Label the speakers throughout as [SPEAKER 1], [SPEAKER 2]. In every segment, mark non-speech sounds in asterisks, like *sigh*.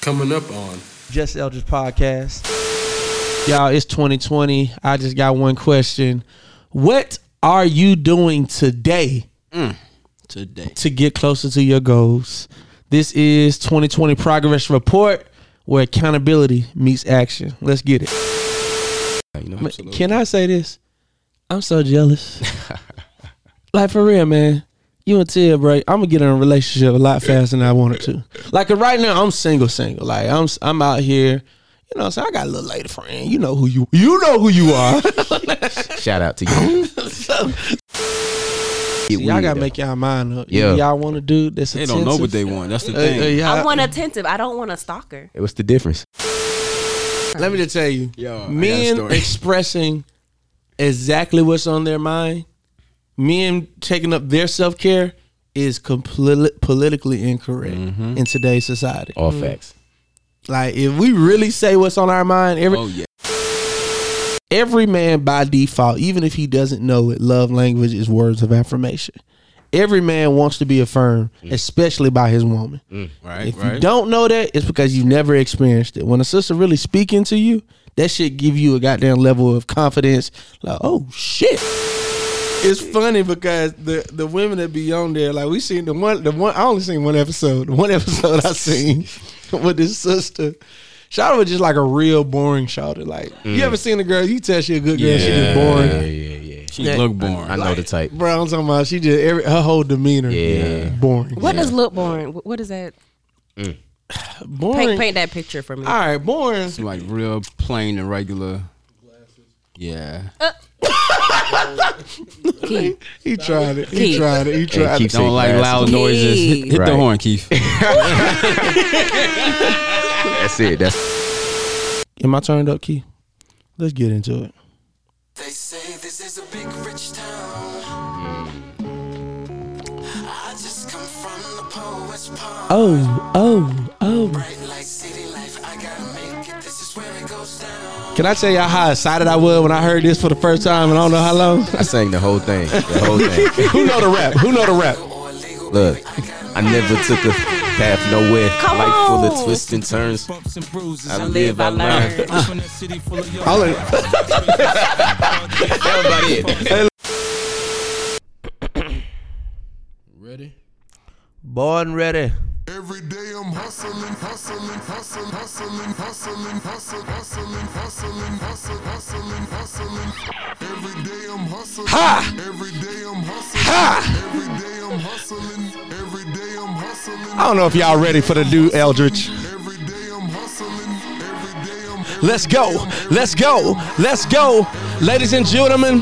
[SPEAKER 1] coming up on?
[SPEAKER 2] Just Elders Podcast. Y'all, it's 2020. I just got one question. What are you doing today
[SPEAKER 3] today.
[SPEAKER 2] to get closer to your goals? This is 2020 Progress Report where accountability meets action. Let's get it.
[SPEAKER 3] You know, absolutely.
[SPEAKER 2] Can I say this? I'm so
[SPEAKER 1] *laughs*
[SPEAKER 2] jealous. like for real, man. You and Ted, bro. I'm gonna get in a relationship a lot faster than I wanted to. Like right now, I'm single, single. Like I'm, I'm out here. You know, what I'm saying I got a little lady friend. You know who you, you know who you
[SPEAKER 1] *laughs*
[SPEAKER 2] are.
[SPEAKER 3] *laughs* Shout out to you.
[SPEAKER 2] so,
[SPEAKER 3] Get
[SPEAKER 2] y'all
[SPEAKER 3] weird,
[SPEAKER 2] gotta
[SPEAKER 3] though.
[SPEAKER 2] make y'all mind up.
[SPEAKER 3] Yeah.
[SPEAKER 2] y'all want to do Uh, this?
[SPEAKER 1] They don't know what they want. That's the thing.
[SPEAKER 4] I *laughs* want attentive. I don't want a stalker.
[SPEAKER 3] What's the difference?
[SPEAKER 2] Let me just tell you,
[SPEAKER 1] Yo, I got a
[SPEAKER 2] men
[SPEAKER 1] story.
[SPEAKER 2] expressing exactly what's on their mind, men taking up their self care is completely politically incorrect
[SPEAKER 1] Mm-hmm.
[SPEAKER 2] in today's society.
[SPEAKER 3] All facts.
[SPEAKER 2] Like if we really say what's on our mind, every
[SPEAKER 1] Oh yeah.
[SPEAKER 2] every man by default, even if he doesn't know it, love language is words of affirmation. Every man wants to be affirmed, especially by his woman.
[SPEAKER 1] Right.
[SPEAKER 2] If you
[SPEAKER 1] right.
[SPEAKER 2] don't know that, it's because you never experienced it. When a sister really speaking to you, that shit give you a goddamn level of confidence. Like, oh shit. It's funny because the the women that be on there, like we seen the one the one I only seen one episode. The one *laughs* episode I seen *laughs* with this sister. Shawty was just like a real boring shawty. Like you ever seen a girl? You tell she a good girl, she just boring.
[SPEAKER 3] Mm. Yeah, yeah, yeah.
[SPEAKER 1] she look born.
[SPEAKER 3] I know the type.
[SPEAKER 2] Bro, I'm talking about she just every her whole demeanor,
[SPEAKER 3] Yeah.
[SPEAKER 2] boring.
[SPEAKER 4] What does look boring? wh- What is that?
[SPEAKER 2] boring?
[SPEAKER 4] Paint, paint that picture for me.
[SPEAKER 2] All right, boring.
[SPEAKER 1] She like real plain and regular. Yeah.
[SPEAKER 4] Keith.
[SPEAKER 2] He tried it. He
[SPEAKER 4] Keith.
[SPEAKER 2] tried it. He tried it.
[SPEAKER 3] keep
[SPEAKER 1] Don't
[SPEAKER 3] Say
[SPEAKER 1] like
[SPEAKER 3] glass.
[SPEAKER 1] loud noises. Hit, hit
[SPEAKER 3] Right.
[SPEAKER 1] the horn, Keith.
[SPEAKER 3] *laughs* That's it. That's
[SPEAKER 2] Am I turned up, Key? Let's get into it.
[SPEAKER 5] They say this is a big rich town. I just come from the poet's palm.
[SPEAKER 2] Oh, oh, oh.
[SPEAKER 5] Bright light city life, I gotta make it. This is where it goes down.
[SPEAKER 2] Can I tell y'all how excited I was when I heard this for the first time and I don't know how
[SPEAKER 5] *laughs*
[SPEAKER 2] long?
[SPEAKER 3] I sang the whole thing. The whole thing.
[SPEAKER 2] *laughs* Who know the rap? Who know the rap?
[SPEAKER 5] Or legal,
[SPEAKER 3] Look,
[SPEAKER 5] I gotta
[SPEAKER 3] I never took a path nowhere.
[SPEAKER 4] Come
[SPEAKER 3] Life full of
[SPEAKER 4] on.
[SPEAKER 3] twists and turns.
[SPEAKER 6] bumps and bruises.
[SPEAKER 3] I
[SPEAKER 6] I
[SPEAKER 3] live, I learn.
[SPEAKER 6] live from that city full of
[SPEAKER 2] I'll
[SPEAKER 6] y'all.
[SPEAKER 2] let-
[SPEAKER 3] Everybody it.
[SPEAKER 2] *laughs*
[SPEAKER 1] Ready?
[SPEAKER 2] Born ready.
[SPEAKER 5] Every day I'm hustling, hustling, hustling, hustling, hustling, hustling, hustling, hustling, hustling, hustling, hustling. Every day I'm hustling.
[SPEAKER 2] Ha!
[SPEAKER 5] Every day I'm hustling.
[SPEAKER 2] Ha!
[SPEAKER 5] Every day I'm hustling. Every day I'm hustling.
[SPEAKER 2] I don't know if y'all ready for the new Eldritch.
[SPEAKER 5] Every day I'm hustling. Every day I'm.
[SPEAKER 2] Let's go. Let's go. Let's go. Ladies and gentlemen,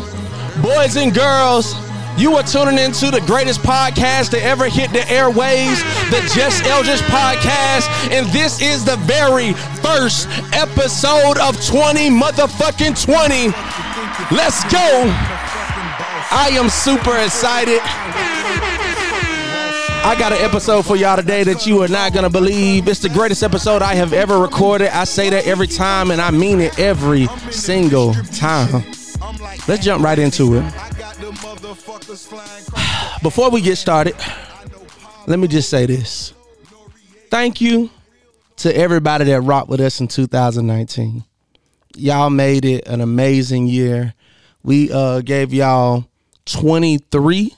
[SPEAKER 2] boys and girls, you are tuning into the greatest podcast to ever hit the airways, the Just Eldridge podcast. And this is the very first episode of 20 motherfucking 20. Let's go. I am super excited. I got an episode for y'all today that you are not gonna believe. It's the greatest episode I have ever recorded. I say that every time, and I mean it every single time. Let's jump right into it. *sighs* Before we get started, let me just say this. Thank you to everybody that rocked with us in 2019. Y'all made it an amazing year. We uh, gave y'all 23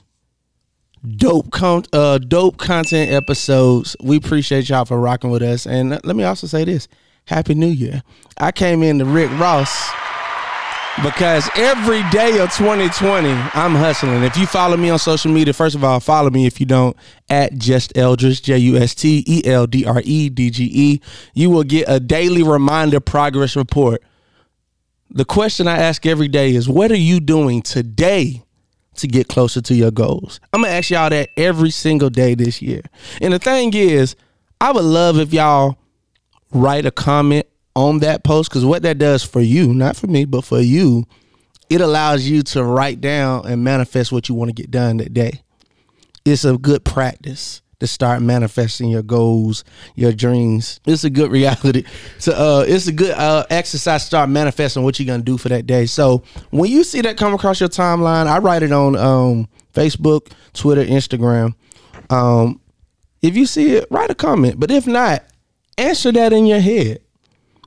[SPEAKER 2] dope con- uh dope content episodes. We appreciate y'all for rocking with us. And let me also say this. Happy New Year. I came in to Rick Ross because every day of 2020, I'm hustling. If you follow me on social media, first of all, follow me if you don't at Just Eldridge, J U S T E L D R E D G E. You will get a daily reminder progress report. The question I ask every day is what are you doing today? to get closer to your goals. I'm gonna ask y'all that every single day this year. And the thing is, I would love if y'all write a comment on that post because what that does for you, not for me, but for you, it allows you to write down and manifest what you want to get done that day. It's a good practice to start manifesting your goals, your dreams. It's a good reality. So uh, it's a good uh, exercise to start manifesting what you're gonna do for that day. So when you see that come across your timeline, I write it on um, Facebook, Twitter, Instagram. Um, if you see it, write a comment. But if not, Answer that in your head.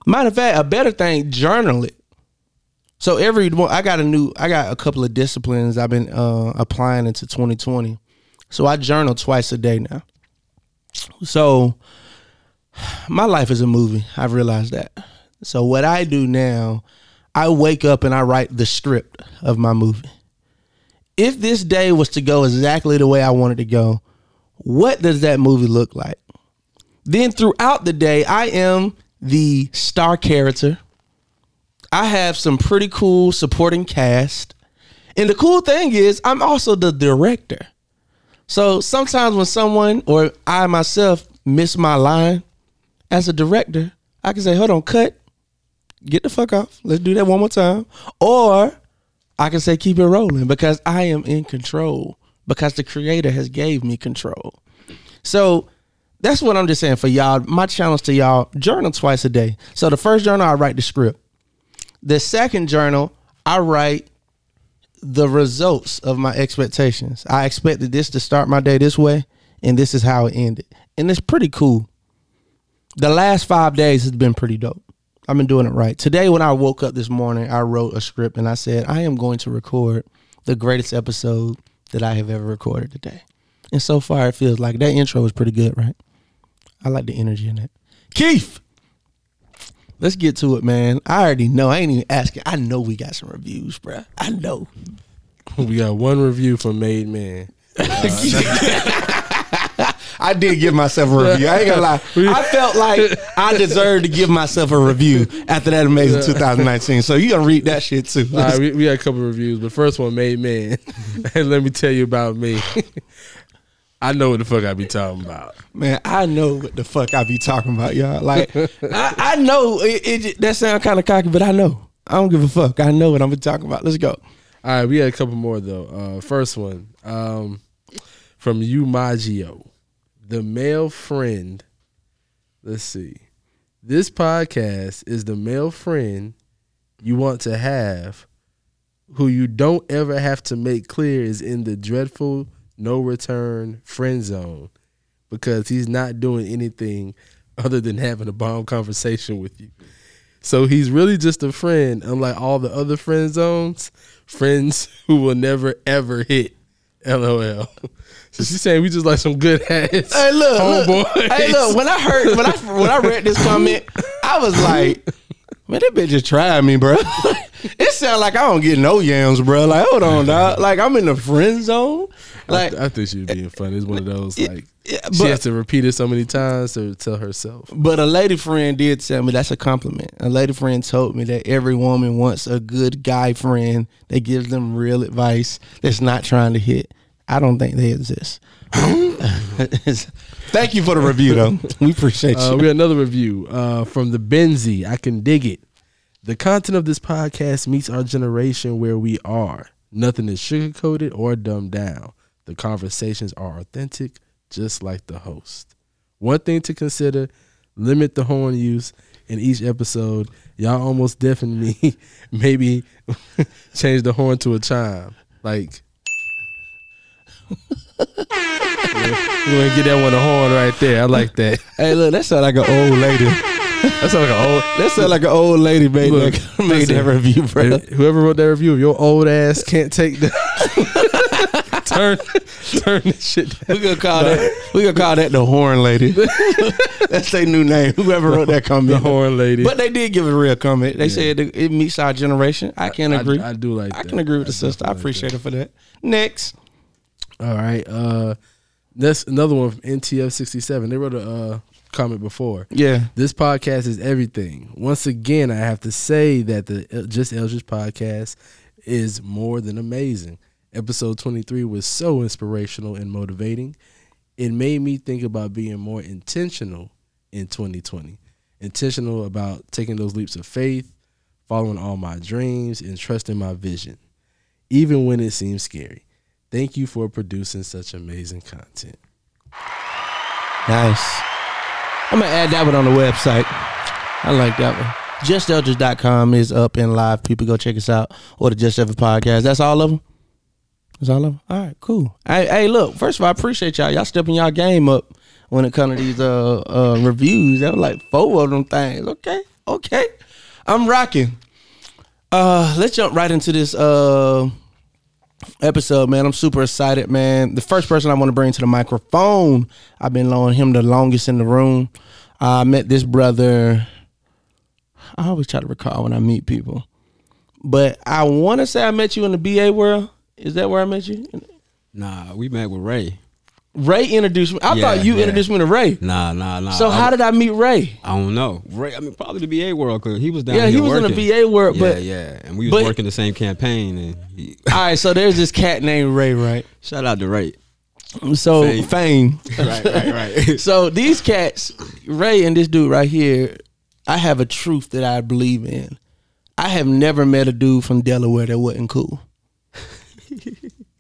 [SPEAKER 2] Matter of fact, a better thing, journal it. So every well, I got a new, I got a couple of disciplines I've been uh, applying into 2020. So I journal twice a day now. So *sighs* my life is a movie. I've realized that. So what I do now, I wake up and I write the script of my movie. If this day was to go exactly the way I wanted to go, what does that movie look like? Then throughout the day, I am the star character. I have some pretty cool supporting cast. And the cool thing is, I'm also the director. So sometimes when someone or I myself miss my line as a director, I can say, hold on, cut, get the fuck off. Let's do that one more time. Or I can say, keep it rolling because I am in control because the creator has gave me control. So that's what I'm just saying for y'all. My challenge to y'all, journal twice a day. So the first journal, I write the script. The second journal, I write the results of my expectations. I expected this to start my day this way, and this is how it ended. And it's pretty cool. The last five days has been pretty dope. I've been doing it right. Today, when I woke up this morning, I wrote a script and I said, I am going to record the greatest episode that I have ever recorded today. And so far, it feels like that intro was pretty good, right? I like the energy in it. Keith, let's get to it, man. I already know. I ain't even asking. I know we got some reviews, bruh. I know.
[SPEAKER 3] we got one review from Made Man.
[SPEAKER 2] I did give myself a review. I ain't gonna *laughs* lie. I felt like I deserved to give myself a review after that amazing 2019. So you gonna read that shit too.
[SPEAKER 3] All right, we, we got a couple of reviews, but first one, Made Man. *laughs* and let me tell you about me. *laughs* I know what the fuck I be talking about.
[SPEAKER 2] Man, I know what the fuck I be talking about, y'all. *laughs* Like, I, I know it, it. That sound kind of cocky, but I know. I don't give a fuck. I know what I'm talking about. Let's go.
[SPEAKER 3] All right, we had a couple more though. Uh, first one um, from Umagio, the male friend. Let's see. This podcast is the male friend you want to have, who you don't ever have to make clear is in the dreadful no return friend zone, because he's not doing anything other than having a bomb conversation with you. So he's really just a friend, unlike all the other friend zones, friends *laughs* who will never ever hit. LOL. So she's saying we just like some good ass.
[SPEAKER 2] Hey, look, look.
[SPEAKER 3] homeboys.
[SPEAKER 2] Hey, look. When I heard, when I when I read this comment, I was like, man, that bitch just tried me, bro. *laughs* it sound like I don't get no yams, bro. Like, hold on, dog. Like, I'm in the friend zone. Like,
[SPEAKER 3] I, I think she was being funny. It's one of those like
[SPEAKER 2] yeah,
[SPEAKER 3] she
[SPEAKER 2] but-
[SPEAKER 3] has to repeat it so many times to tell herself.
[SPEAKER 2] But a lady friend did tell me that's a compliment. A lady friend told me that every woman wants a good guy friend that gives them real advice that's not trying to hit. I don't think they exist. *laughs* Thank you for the review, though. We appreciate you.
[SPEAKER 3] Uh, we had another review uh, from the Benzie. I can dig it. The content of this podcast meets our generation where we are. Nothing is sugar coated or dumbed down. The conversations are authentic, just like the host. One thing to consider limit the horn use in each episode. Y'all almost deafened me. *laughs* Maybe change the horn to a chime. Like, *laughs* we're going to get that one a horn right there. I like that.
[SPEAKER 2] hey, look, that sound like an old lady.
[SPEAKER 3] That sounds like an old.
[SPEAKER 2] *laughs* That sound like an old lady made,
[SPEAKER 3] Look,
[SPEAKER 2] that, *laughs* made that review, bro.
[SPEAKER 3] If- Whoever wrote that review, if your old ass can't take
[SPEAKER 2] *laughs*
[SPEAKER 3] the turn turn this shit down.
[SPEAKER 2] We gonna call that we gonna call that the horn *laughs* lady. That's their new name. Whoever wrote that comment,
[SPEAKER 3] The horn lady.
[SPEAKER 2] But they did give a real comment. They said it it meets our generation. I can
[SPEAKER 3] I-
[SPEAKER 2] agree.
[SPEAKER 3] I do like
[SPEAKER 2] I
[SPEAKER 3] that.
[SPEAKER 2] can agree with
[SPEAKER 3] I
[SPEAKER 2] the
[SPEAKER 3] definitely
[SPEAKER 2] sister. I
[SPEAKER 3] like
[SPEAKER 2] appreciate her for that. Next,
[SPEAKER 3] All right. Uh that's another one from NTF sixty seven. They wrote a uh, comment before.
[SPEAKER 2] yeah,
[SPEAKER 3] This podcast is everything. Once again, I have to say that the El- Just Eldridge podcast is more than amazing. Episode 23 was so inspirational and motivating. It made me think about being more intentional in 2020. Intentional about taking those leaps of faith, following all my dreams, and trusting my vision, even when it seems scary. Thank you for producing such amazing content.
[SPEAKER 2] nice. I'm gonna add that one on the website. I like that one. JustEldridge.com is up and live. People go check us out or the Just Ever podcast. That's all of them. That's all of them. All right, cool. Hey, hey, look. First of all, I appreciate y'all. Y'all stepping y'all game up. when it comes to these uh, uh reviews. There were like four of them things. Okay, okay, I'm rocking. Uh, let's jump right into this uh episode, man. I'm super excited, man. The first person I want to bring to the microphone, I've been on him the longest in the room. I met this brother. I always try to recall when I meet people, but I want to say I met you in the BA world. Is that where I met you?
[SPEAKER 1] Nah, we met with Ray.
[SPEAKER 2] Ray introduced me. I
[SPEAKER 1] Yeah,
[SPEAKER 2] thought you
[SPEAKER 1] yeah.
[SPEAKER 2] introduced me to Ray.
[SPEAKER 1] Nah, nah, nah.
[SPEAKER 2] So
[SPEAKER 1] I,
[SPEAKER 2] how did I meet Ray?
[SPEAKER 1] I don't know. Ray, I mean, probably the BA world because he was down.
[SPEAKER 2] Yeah, he
[SPEAKER 1] here
[SPEAKER 2] was in
[SPEAKER 1] working.
[SPEAKER 2] the BA world,
[SPEAKER 1] Yeah,
[SPEAKER 2] but
[SPEAKER 1] yeah, and we was
[SPEAKER 2] but-
[SPEAKER 1] working the same campaign. And he,
[SPEAKER 2] all right. So there's this cat named Ray, right?
[SPEAKER 1] *laughs* shout out
[SPEAKER 2] *laughs*
[SPEAKER 1] to Ray.
[SPEAKER 2] So
[SPEAKER 1] Fame.
[SPEAKER 2] fame.
[SPEAKER 1] right, right,
[SPEAKER 2] *laughs*
[SPEAKER 1] right.
[SPEAKER 2] so these cats, Ray and this dude right here, I have a truth that I believe in. I have never met a dude from Delaware that wasn't cool.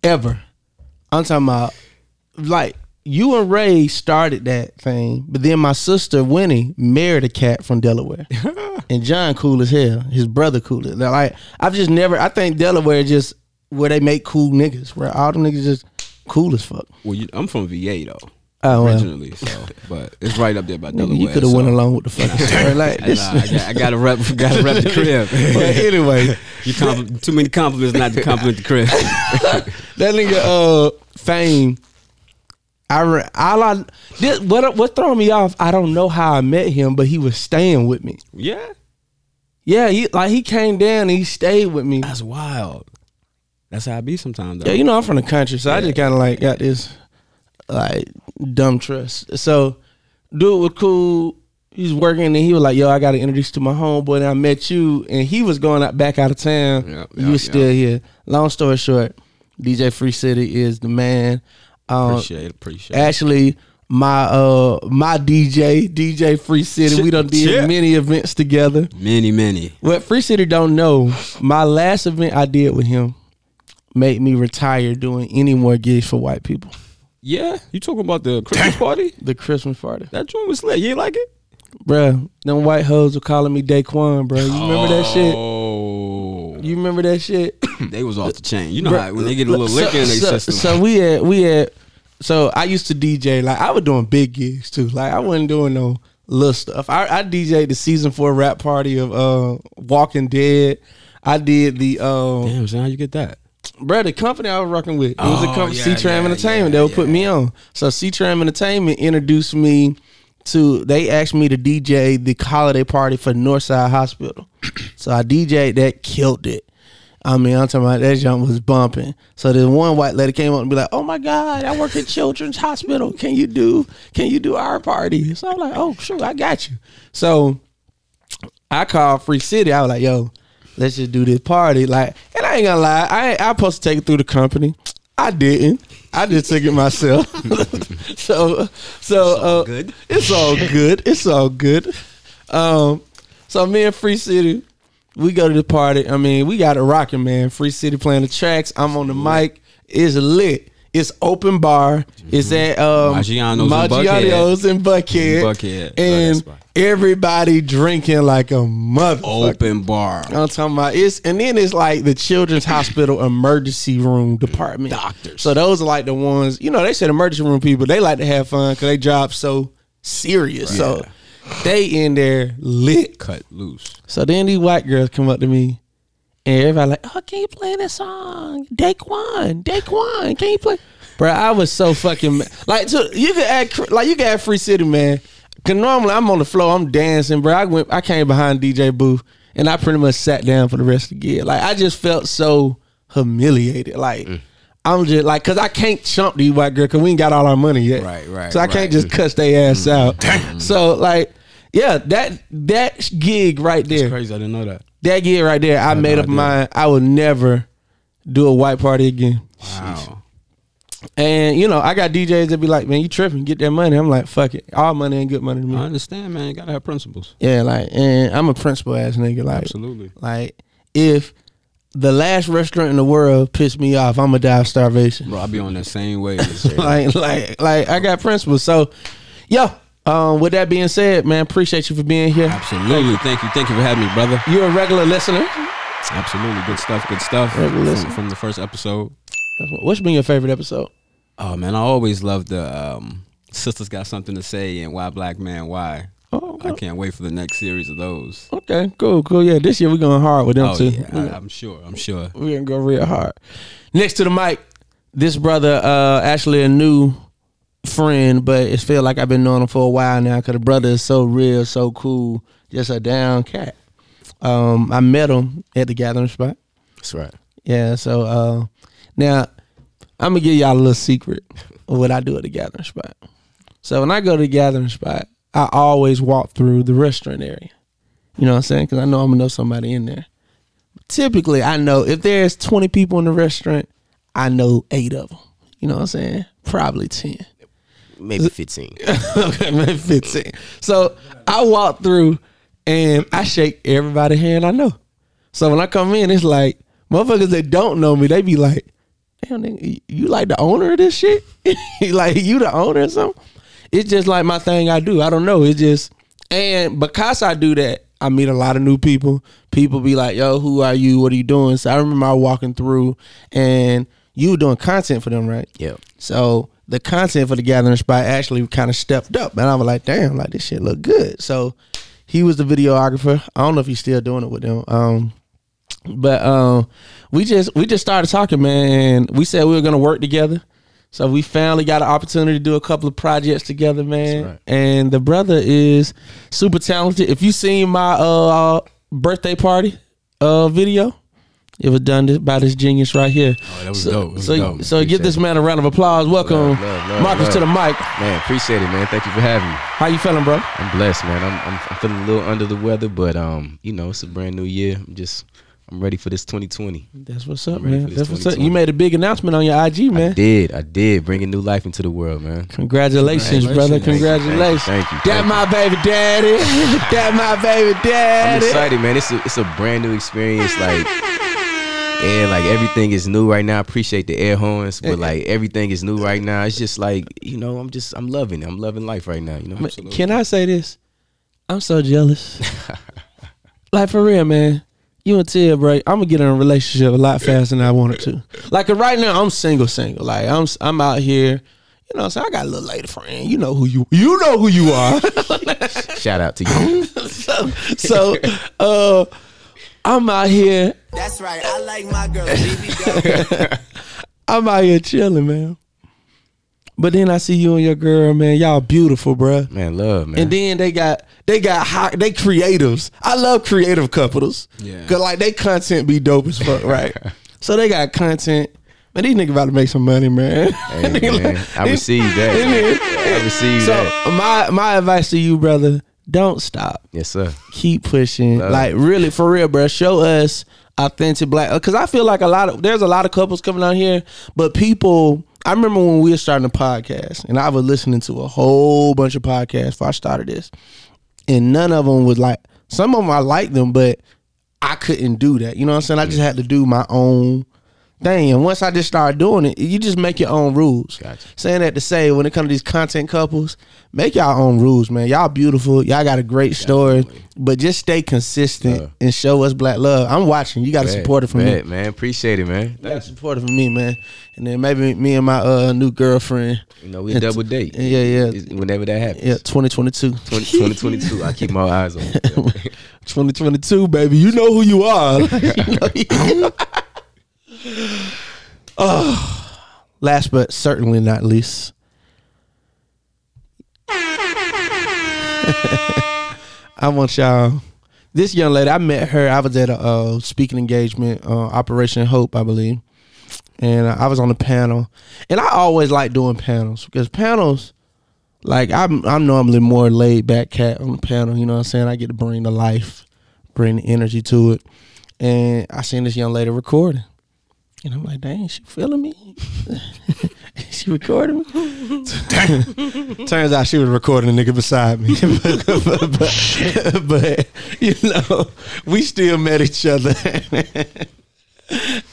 [SPEAKER 2] Ever. I'm talking about like you and Ray started that thing, but then my sister Winnie married a cat from Delaware. and John cool as hell. His brother cool as like I've just never I think Delaware just where they make cool niggas, where all the niggas just cool as fuck.
[SPEAKER 1] *laughs* well, you, I'm from VA though.
[SPEAKER 2] Oh, well.
[SPEAKER 1] originally, so but it's right up there by Delaware.
[SPEAKER 2] Nigga, you could have
[SPEAKER 1] so.
[SPEAKER 2] went along with the fucking
[SPEAKER 1] *laughs*
[SPEAKER 2] story. Like
[SPEAKER 1] Nah,
[SPEAKER 2] this. *laughs*
[SPEAKER 1] I, got, I gotta rep, *laughs* gotta rep the
[SPEAKER 2] But
[SPEAKER 1] crib.
[SPEAKER 2] anyway,
[SPEAKER 1] you compl- too many compliments not to compliment the crib.
[SPEAKER 2] that nigga uh, Fame. I re- all I this, what what throwing me off. I don't know how I met him, but he was staying with me.
[SPEAKER 1] *laughs* yeah,
[SPEAKER 2] Yeah, he like he came down and he stayed with me.
[SPEAKER 1] that's wild. That's how I be sometimes. Though.
[SPEAKER 2] Yeah, you know I'm from the country, so I just kind of like got this like dumb trust. So dude was cool. He's working and he was like, "Yo, I got to introduce you to my homeboy." And I met you, and he was going out back out of town.
[SPEAKER 1] Yep,
[SPEAKER 2] you
[SPEAKER 1] yep,
[SPEAKER 2] was still here. Long story short, DJ Free City is the man. Um,
[SPEAKER 1] appreciate, it, appreciate. it.
[SPEAKER 2] actually, my uh my DJ DJ Free City, we done did
[SPEAKER 1] Yeah.
[SPEAKER 2] many events together.
[SPEAKER 1] Many, many.
[SPEAKER 2] What Free City don't know, my last event I did with him made me retire doing any more gigs for white people.
[SPEAKER 1] Yeah, you talking about the Christmas party?
[SPEAKER 2] The Christmas party.
[SPEAKER 1] That joint was lit. You ain't like it?
[SPEAKER 2] Bruh, them white hoes were calling me Daquan, bro. You remember that shit?
[SPEAKER 1] Oh,
[SPEAKER 2] You remember that shit?
[SPEAKER 1] they was off the chain. You know how when they get a little liquor in their
[SPEAKER 2] so,
[SPEAKER 1] system.
[SPEAKER 2] so we had we had so I used to DJ like I was doing big gigs too. Like I wasn't doing no little stuff. I, I DJ'd the season four rap party of uh Walking Dead. I did the um
[SPEAKER 1] Damn, so how you get that?
[SPEAKER 2] Bruh, the company I was rocking with, it was a
[SPEAKER 1] Oh,
[SPEAKER 2] company,
[SPEAKER 1] yeah,
[SPEAKER 2] C-Tram
[SPEAKER 1] yeah,
[SPEAKER 2] Entertainment.
[SPEAKER 1] yeah,
[SPEAKER 2] they would put
[SPEAKER 1] yeah.
[SPEAKER 2] me on. So C-Tram Entertainment introduced me to, they asked me to DJ the holiday party for Northside Hospital. *clears throat* so I DJ'd that, killed it. I mean, I'm talking about that jump was bumping. So this one white lady came up and be like, "Oh my God, I work at Children's Hospital. Can you do? Can you do our party?" So I'm like, "Oh, sure, I got you." So I called Free City. I was like, "Yo, let's just do this party." Like, and I ain't gonna lie, I ain't- I supposed to take it through the company. I didn't. I just took it myself. *laughs* so, so uh,
[SPEAKER 1] good.
[SPEAKER 2] It's all good. It's all good. Um, so me and Free City, we go to the party. I mean, we got it rocking, man. Free City playing the tracks. I'm on the mic. It's lit. It's open bar. It's at um,
[SPEAKER 1] Mm-hmm. Maggiano's
[SPEAKER 2] Maggiano's in
[SPEAKER 1] in Buckhead.
[SPEAKER 2] Buckhead.
[SPEAKER 1] In Buckhead. Oh, Love that
[SPEAKER 2] And
[SPEAKER 1] spot.
[SPEAKER 2] everybody drinking like a mother.
[SPEAKER 1] Open bar.
[SPEAKER 2] I'm talking about it's, and then it's like the children's hospital emergency room department. Doctors. So those are like the ones, you know, they said emergency room people, they like to have fun because they job so serious. So they in there lit.
[SPEAKER 1] Cut loose.
[SPEAKER 2] So then these white girls come up to me, and everybody like, "Oh, can you play this song, Daquan? Daquan, can you play?" Bro, I was so fucking ma- like, so you could add cr- like you could add Free City, man. Cause normally I'm on the floor, I'm dancing, bro. I went, I came behind DJ Booth, and I pretty much sat down for the rest of the gig. Like I just felt so humiliated, like.
[SPEAKER 1] Mm.
[SPEAKER 2] I'm just like, cause I can't chump these white girl, cause we ain't got all our money yet.
[SPEAKER 1] Right, right,
[SPEAKER 2] So I
[SPEAKER 1] right.
[SPEAKER 2] can't just cuss their
[SPEAKER 1] Mm-hmm.
[SPEAKER 2] ass out. So like, yeah, that that gig right there,
[SPEAKER 1] Crazy, I didn't know that.
[SPEAKER 2] that gig right there, I made
[SPEAKER 1] no
[SPEAKER 2] up
[SPEAKER 1] idea.
[SPEAKER 2] mine. I would never do a white party again.
[SPEAKER 1] Wow.
[SPEAKER 2] And you know, I got DJs that be like, "Man, you tripping? Get that money." I'm like, "Fuck it, all money ain't good money to me."
[SPEAKER 1] I understand, man. You gotta have principles.
[SPEAKER 2] Yeah, like, and I'm a principal ass nigga. Like,
[SPEAKER 1] Absolutely.
[SPEAKER 2] like if the last restaurant in the world pissed me off, I'ma die of starvation. *laughs*
[SPEAKER 1] Bro, I be on that same *laughs* way.
[SPEAKER 2] like like like I got principles. So, yo, um, with that being said, man, appreciate you for being here.
[SPEAKER 1] Absolutely. Thank you. Thank you for having me, brother.
[SPEAKER 2] You're a regular listener.
[SPEAKER 1] Absolutely. Good stuff. Good stuff.
[SPEAKER 2] Right, well, listen.
[SPEAKER 1] From, from the first episode.
[SPEAKER 2] What's been your favorite episode?
[SPEAKER 1] Oh man, I always loved the um Sisters got something to say and why black man why.
[SPEAKER 2] Oh,
[SPEAKER 1] I can't wait for the next series of those.
[SPEAKER 2] okay, cool, cool. Yeah, this year we're going hard with them
[SPEAKER 1] Oh
[SPEAKER 2] too.
[SPEAKER 1] yeah, I, I'm sure. I'm sure.
[SPEAKER 2] We're gonna go real hard. Next to the mic, this brother, uh, actually a new friend, but it's feel like I've been knowing him for a while now because the brother is so real, so cool, just a down cat. Um, I met him at the gathering spot.
[SPEAKER 3] That's right.
[SPEAKER 2] Yeah, so uh, now I'm gonna give y'all a little secret of what I do at the gathering spot. So when I go to the gathering spot, I always walk through the restaurant area. You know what I'm saying? Because I know I'm gonna know somebody in there. Typically, I know if there's 20 people in the restaurant, I know eight of them. You know what I'm saying? Probably 10.
[SPEAKER 7] Maybe 15.
[SPEAKER 2] *laughs* okay, man, 15. So I walk through and I shake everybody's hand I know. So when I come in, it's like motherfuckers that don't know me, they be like, damn, nigga, you- you like the owner of this shit? *laughs* like you the owner or something? It's just like my thing I do. I don't know. It's just and because I do that, I meet a lot of new people. People be like, yo, who are you? What are you doing? So I remember I walking through and you were doing content for them, right?
[SPEAKER 7] Yep.
[SPEAKER 2] So the content for the gathering spot actually kind of stepped up, and I was like, "Damn, like this shit look good." So he was the videographer. I don't know if he's still doing it with them. Um, but um, we just we just started talking, man. and We said we were gonna work together. So we finally got an opportunity to do a couple of projects together, man. And the brother is super talented. If you seen my uh birthday party uh video, it was done this- by this genius right here.
[SPEAKER 3] Oh,
[SPEAKER 1] that was
[SPEAKER 2] so,
[SPEAKER 1] dope. That was
[SPEAKER 2] so,
[SPEAKER 1] dope.
[SPEAKER 2] so give this man a round of applause. Welcome,
[SPEAKER 3] Love, love, love,
[SPEAKER 2] Marcus,
[SPEAKER 3] love.
[SPEAKER 2] to the mic.
[SPEAKER 3] Man, appreciate it, man. Thank you for having me.
[SPEAKER 2] How you feeling, bro?
[SPEAKER 3] I'm blessed, man. I'm, I'm I'm feeling a little under the weather, but um, you know, it's a brand new year. I'm just I'm ready for this 2020.
[SPEAKER 2] That's what's up,
[SPEAKER 3] I'm ready
[SPEAKER 2] man.
[SPEAKER 3] for this
[SPEAKER 2] That's what's up.
[SPEAKER 3] 2020.
[SPEAKER 2] You made a big announcement on your IG,
[SPEAKER 3] I
[SPEAKER 2] man.
[SPEAKER 3] did, I did, bringing new life into the world, man.
[SPEAKER 2] Congratulations, brother.
[SPEAKER 1] Congratulations. Thank you,
[SPEAKER 2] Congratulations.
[SPEAKER 3] thank you, thank
[SPEAKER 2] that
[SPEAKER 3] you.
[SPEAKER 2] my baby daddy. that my baby
[SPEAKER 3] I'm
[SPEAKER 2] daddy.
[SPEAKER 3] excited, man. It's a it's a brand new experience, like. Yeah, like everything is new right now. I appreciate the air horns, but like everything is new right now. It's just like, you know, I'm just I'm loving it. I'm loving life right now, you know.
[SPEAKER 2] Ma- Can I say this? I'm so *laughs* jealous. like for real, man. You and Tia, bro. I'm gonna get in a relationship a lot faster than I wanted to. Like right now, I'm single, single. Like I'm, I'm out here. You know, what I'm saying I got a little lady friend. You know who you, you know who you are.
[SPEAKER 3] Shout out to you.
[SPEAKER 2] so, so, uh, I'm out here.
[SPEAKER 7] That's right. I like my girl. BB
[SPEAKER 2] *laughs* I'm out here chilling, man. But then I see you and your girl, man. Y'all beautiful, bruh.
[SPEAKER 3] Man, love, man.
[SPEAKER 2] *laughs* And then they got they got high, they creatives. I love creative couples.
[SPEAKER 1] Yeah.
[SPEAKER 2] Cause like they content be dope as
[SPEAKER 3] *laughs*
[SPEAKER 2] fuck, right? so they got content. Man, these niggas about to make some money, man.
[SPEAKER 3] Hey, man,
[SPEAKER 2] *laughs*
[SPEAKER 3] I receive
[SPEAKER 2] Amen.
[SPEAKER 3] that. I receive
[SPEAKER 2] so
[SPEAKER 3] that.
[SPEAKER 2] my my advice to you, brother, don't stop.
[SPEAKER 3] Yes, sir.
[SPEAKER 2] Keep pushing. Like really, for real, bro. Show us authentic black. Cause I feel like a lot of there's a lot of couples coming out here, but people. I remember when we were starting the podcast, and I was listening to a whole bunch of podcasts before I started this and none of them was like some of them I liked them, but I couldn't do that. You know what I'm saying? I just had to do my own thing. And once I just started doing it, you just make your own rules.
[SPEAKER 3] Gotcha.
[SPEAKER 2] Saying that to say, when it comes to these content couples, make y'all own rules, man. Y'all beautiful. Y'all got a great story, but just stay consistent and show us black love. I'm watching. You got to support it from me.
[SPEAKER 3] Bet, man. Appreciate it, man.
[SPEAKER 2] You got to support it from me, man. And then maybe me and my uh, new girlfriend.
[SPEAKER 3] You know, we
[SPEAKER 2] And-
[SPEAKER 3] double date.
[SPEAKER 2] Yeah, yeah.
[SPEAKER 3] It's- Whenever that happens.
[SPEAKER 2] Yeah, 2022.
[SPEAKER 3] 20, 2022. I keep my eyes on
[SPEAKER 2] *laughs*
[SPEAKER 3] it.
[SPEAKER 2] 2022, baby. You know who you are. *laughs* *sighs* oh, Ah. last but certainly not least. *laughs* I want y'all. This young lady, I met her. I was at a uh, speaking engagement, uh, Operation Hope, I believe, and I was on the panel. And I always like doing panels because panels, like I'm I'm normally more laid back cat on the panel, you know what I'm saying? I get to bring the life, bring the energy to it. And I seen this young lady recording. And I'm like, dang, she feeling me? *laughs* she recording me? *laughs* Turns out she was recording the nigga beside me. *laughs* but, but- but, you know, we still met each other.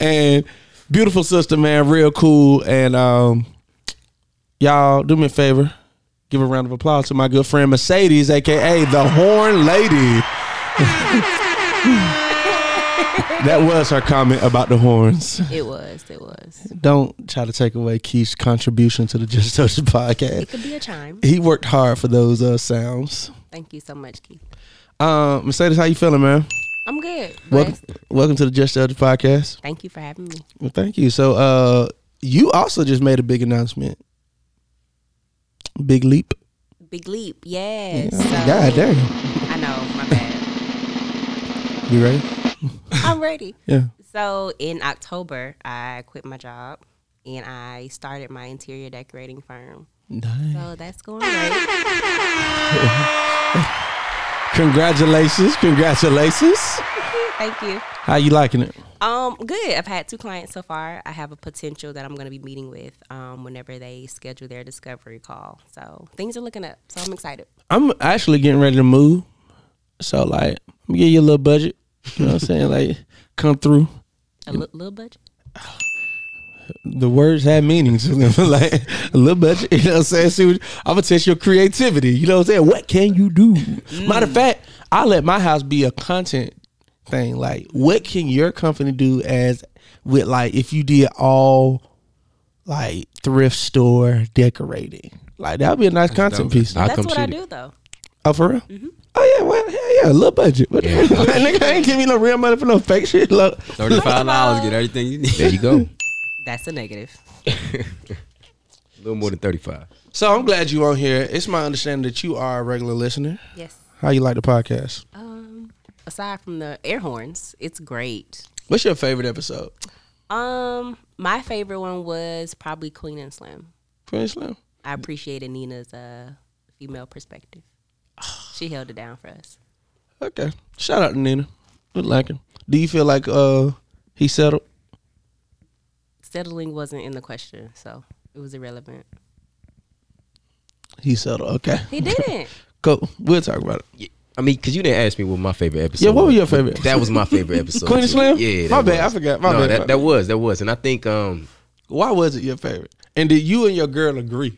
[SPEAKER 2] *laughs* and beautiful sister, man, real cool. And um, y'all do me a favor give a round of applause to my good friend Mercedes, aka the Horn Lady. *laughs* That was her comment about the horns.
[SPEAKER 4] It was. It was.
[SPEAKER 2] Don't try to take away Keith's contribution to the Just Social podcast.
[SPEAKER 4] It could be a chime.
[SPEAKER 2] He worked hard for those uh, sounds.
[SPEAKER 4] Thank you so much, Keith.
[SPEAKER 2] Um, Mercedes, how you feeling, man?
[SPEAKER 4] I'm good.
[SPEAKER 2] Welcome,
[SPEAKER 4] Blessed.
[SPEAKER 2] welcome to the Just Judge podcast.
[SPEAKER 4] Thank you for having me.
[SPEAKER 2] Well, thank you. So, uh, you also just made a big announcement. Big leap.
[SPEAKER 4] Big leap. Yes. So-
[SPEAKER 2] God damn.
[SPEAKER 4] I know. My *laughs* bad.
[SPEAKER 2] You ready?
[SPEAKER 4] I'm ready.
[SPEAKER 2] Yeah.
[SPEAKER 4] So in October, I quit my job and I started my interior decorating firm. So that's going great.
[SPEAKER 2] Congratulations. Congratulations.
[SPEAKER 4] Thank you.
[SPEAKER 2] How you liking it?
[SPEAKER 4] Um, good. I've had two clients so far. I have a potential that I'm going to be meeting with um, whenever they schedule their discovery call. So things are looking up. So I'm excited.
[SPEAKER 2] I'm actually getting ready to move. So like I'm gonna give you a little budget. You know what I'm saying? Like come through.
[SPEAKER 4] A li- little budget.
[SPEAKER 2] The words had meaning to them. *laughs* like a little budget. You know what I'm saying? See what, I'm gonna test your creativity. You know what I'm saying? What can you do? Matter of fact, I let my house be a content thing. Like, what can your company do as with like if you did all like thrift store decorating? Like that'd be a nice content piece.
[SPEAKER 8] I'll
[SPEAKER 4] that's
[SPEAKER 8] come
[SPEAKER 4] what
[SPEAKER 8] shoot
[SPEAKER 4] I
[SPEAKER 8] it.
[SPEAKER 4] do though.
[SPEAKER 2] Oh, for real? Oh yeah, well, yeah, yeah, a little budget. What *laughs* the fuck? nigga, I ain't give me no real money for no fake shit. Look,
[SPEAKER 1] *laughs* Thirty-five dollars get everything you need.
[SPEAKER 3] There you go.
[SPEAKER 4] That's a negative.
[SPEAKER 3] A little more than 35.
[SPEAKER 2] so I'm glad you on here. It's my understanding that you are a regular listener.
[SPEAKER 4] Yes.
[SPEAKER 2] How you like the podcast?
[SPEAKER 4] Um, aside from the air horns, it's great.
[SPEAKER 2] What's your favorite episode?
[SPEAKER 4] Um, my favorite one was probably Queen and Slim.
[SPEAKER 2] Prince Slim.
[SPEAKER 4] I appreciated Nina's uh, female perspective. She held it down for us.
[SPEAKER 2] Okay. Shout out to Nina. Good liking. Do you feel like uh he settled?
[SPEAKER 4] Settling wasn't in the question, so it was irrelevant.
[SPEAKER 2] He settled. Okay.
[SPEAKER 4] He didn't.
[SPEAKER 2] Cool. We'll talk about it.
[SPEAKER 3] I mean, because you didn't ask me what my favorite episode.
[SPEAKER 2] Yeah, what was
[SPEAKER 3] was.
[SPEAKER 2] your favorite?
[SPEAKER 3] That was my
[SPEAKER 2] *laughs*
[SPEAKER 3] favorite episode.
[SPEAKER 2] Queen of
[SPEAKER 3] too.
[SPEAKER 2] Slim?
[SPEAKER 3] Yeah.
[SPEAKER 2] My
[SPEAKER 3] that
[SPEAKER 2] bad,
[SPEAKER 3] was.
[SPEAKER 2] I forgot. My
[SPEAKER 3] no,
[SPEAKER 2] bad,
[SPEAKER 3] That,
[SPEAKER 2] my
[SPEAKER 3] that was that was, and I think um
[SPEAKER 2] Why was it your favorite? And did you and your girl agree?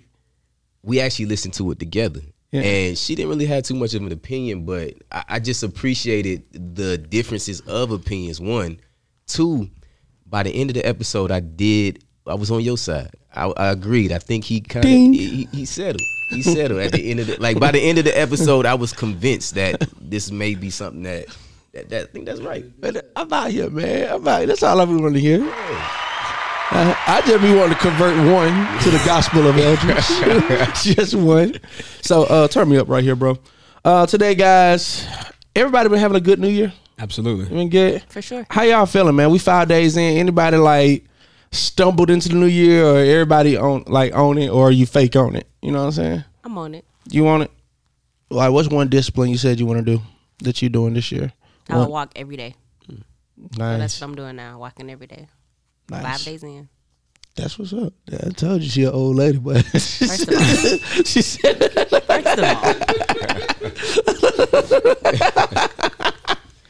[SPEAKER 3] we actually listened to it together.
[SPEAKER 2] Yeah.
[SPEAKER 3] And she didn't really have too much of an opinion, but I, I just appreciated the differences of opinions. One, two, by the end of the episode, I did. I was on your side. I, I agreed. I think he kind of
[SPEAKER 2] Ding.
[SPEAKER 3] he, he settled. He settled at the end of the like by the end of the episode. I was convinced that this may be something that that, that I think that's right.
[SPEAKER 2] Man, I'm out here, man. I'm out. That's all I be wanting to hear. I, I just be wanting to convert one to the gospel of *laughs* elders. just one. So uh, turn me up right here, bro. Uh, today, guys, everybody been having a good New Year.
[SPEAKER 1] Absolutely.
[SPEAKER 2] Been good.
[SPEAKER 4] *laughs* For sure.
[SPEAKER 2] How y'all feeling, man? We five days in. Anybody like stumbled into the New Year, or everybody on like on it, or you fake on it? You know what I'm saying?
[SPEAKER 4] I'm on it.
[SPEAKER 2] You on it? Like, what's one discipline you said you want to do that you doing this year?
[SPEAKER 4] I
[SPEAKER 2] One-
[SPEAKER 4] would walk every day. So Oh, that's what I'm doing now. Walking every day. Five days in.
[SPEAKER 2] That's what's up. I told you she an old lady, but *laughs* she
[SPEAKER 4] First of all,
[SPEAKER 2] said, *laughs* she said
[SPEAKER 4] first of all. *laughs*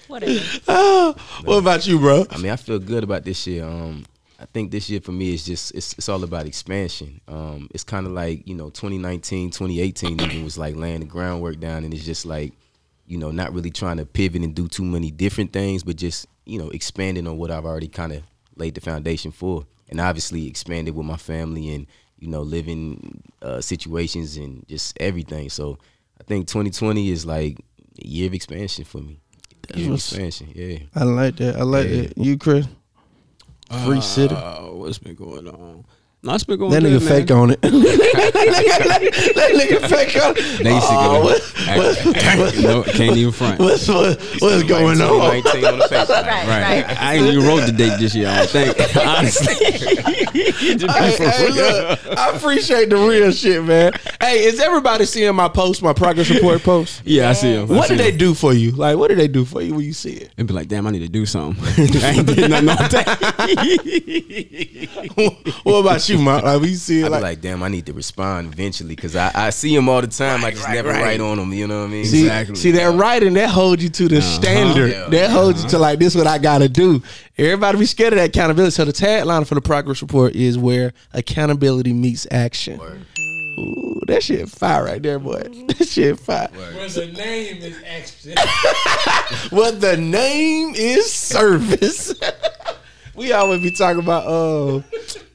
[SPEAKER 4] Whatever.
[SPEAKER 2] "Oh, "What about you, bro?"
[SPEAKER 3] I mean, I feel good about this year. Um, I think this year for me is just it's, it's all about expansion. Um, it's kind of like you know 2019, 2018 even was like laying the groundwork down, and it's just like you know not really trying to pivot and do too many different things, but just you know expanding on what I've already kind of laid the foundation for, and obviously expanded with my family and you know living uh, situations and just everything. So I think 2020 is like a year of expansion for me. Year of
[SPEAKER 2] what's-
[SPEAKER 3] expansion, yeah.
[SPEAKER 2] I like that. I like that. You, Chris, free city.
[SPEAKER 1] Uh, what's been going on? No, it's been going.
[SPEAKER 2] That
[SPEAKER 1] good,
[SPEAKER 2] nigga
[SPEAKER 1] man.
[SPEAKER 2] fake on it. *laughs* that *laughs* nigga fake on it.
[SPEAKER 1] They used to
[SPEAKER 2] Oh,
[SPEAKER 3] Uh,
[SPEAKER 1] go-
[SPEAKER 2] what-
[SPEAKER 1] act- act- no, can't even front.
[SPEAKER 2] What's what, what's going on?
[SPEAKER 3] 2019 on the face.
[SPEAKER 4] Right,
[SPEAKER 1] Right.
[SPEAKER 4] right.
[SPEAKER 1] I, I ain't even wrote the date this year. I don't think.
[SPEAKER 3] *laughs*
[SPEAKER 1] Honestly,
[SPEAKER 2] Hey, hey, look, I appreciate the real shit, man. Hey, is everybody seeing my post, my progress report
[SPEAKER 1] *laughs*
[SPEAKER 2] post?
[SPEAKER 1] yeah, I see him. I
[SPEAKER 2] What
[SPEAKER 1] see
[SPEAKER 2] did they
[SPEAKER 1] him.
[SPEAKER 2] do for you? Like, what did they do for you when you see
[SPEAKER 1] *laughs*
[SPEAKER 2] it?
[SPEAKER 1] And be like, damn, I need to do something. *laughs* I ain't did nothing all day.
[SPEAKER 2] what about you, Mark? Like, when you see
[SPEAKER 3] I
[SPEAKER 2] it,
[SPEAKER 3] be like,
[SPEAKER 2] like,
[SPEAKER 3] damn, I need to respond eventually because I, I see him all the time. I just never write on him. You know what I mean?
[SPEAKER 2] See,
[SPEAKER 1] Exactly.
[SPEAKER 2] see that writing that holds you to the standard.
[SPEAKER 3] Yeah,
[SPEAKER 2] that holds you to like this. What I gotta do. Everybody be scared of that accountability. So the tagline for the progress report is where accountability meets action. Ooh, that shit fire right there, boy. *laughs* That shit fire.
[SPEAKER 9] Where the name is action.
[SPEAKER 2] Well, the name is service. *laughs* we always be talking about uh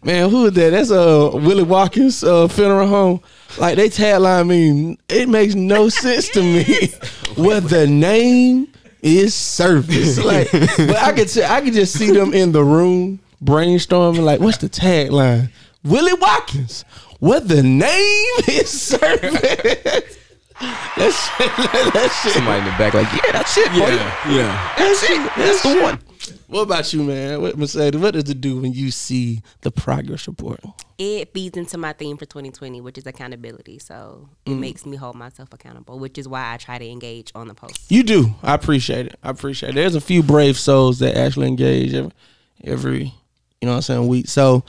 [SPEAKER 2] man, who is that? That's uh Willie Watkins uh funeral home. Like they tagline mean it makes no sense to *laughs* me. well, the name is service. Like but I could t- I could just see them in the room brainstorming like what's the tagline? Willie Watkins. What the name is service. *laughs* That's that
[SPEAKER 3] *laughs*
[SPEAKER 2] shit. *laughs*
[SPEAKER 3] Somebody in the back, like, yeah, that's it, boy.
[SPEAKER 1] Yeah, yeah.
[SPEAKER 2] That's it. That's the one. What about you, man? What Mercedes? What does it do when you see the progress report?
[SPEAKER 4] It feeds into my theme for 2020, which is accountability. So it makes me hold myself accountable, which is why I try to engage on the post.
[SPEAKER 2] You do. I appreciate it. I appreciate it. There's a few brave souls that actually engage every, every you know what I'm saying, week. So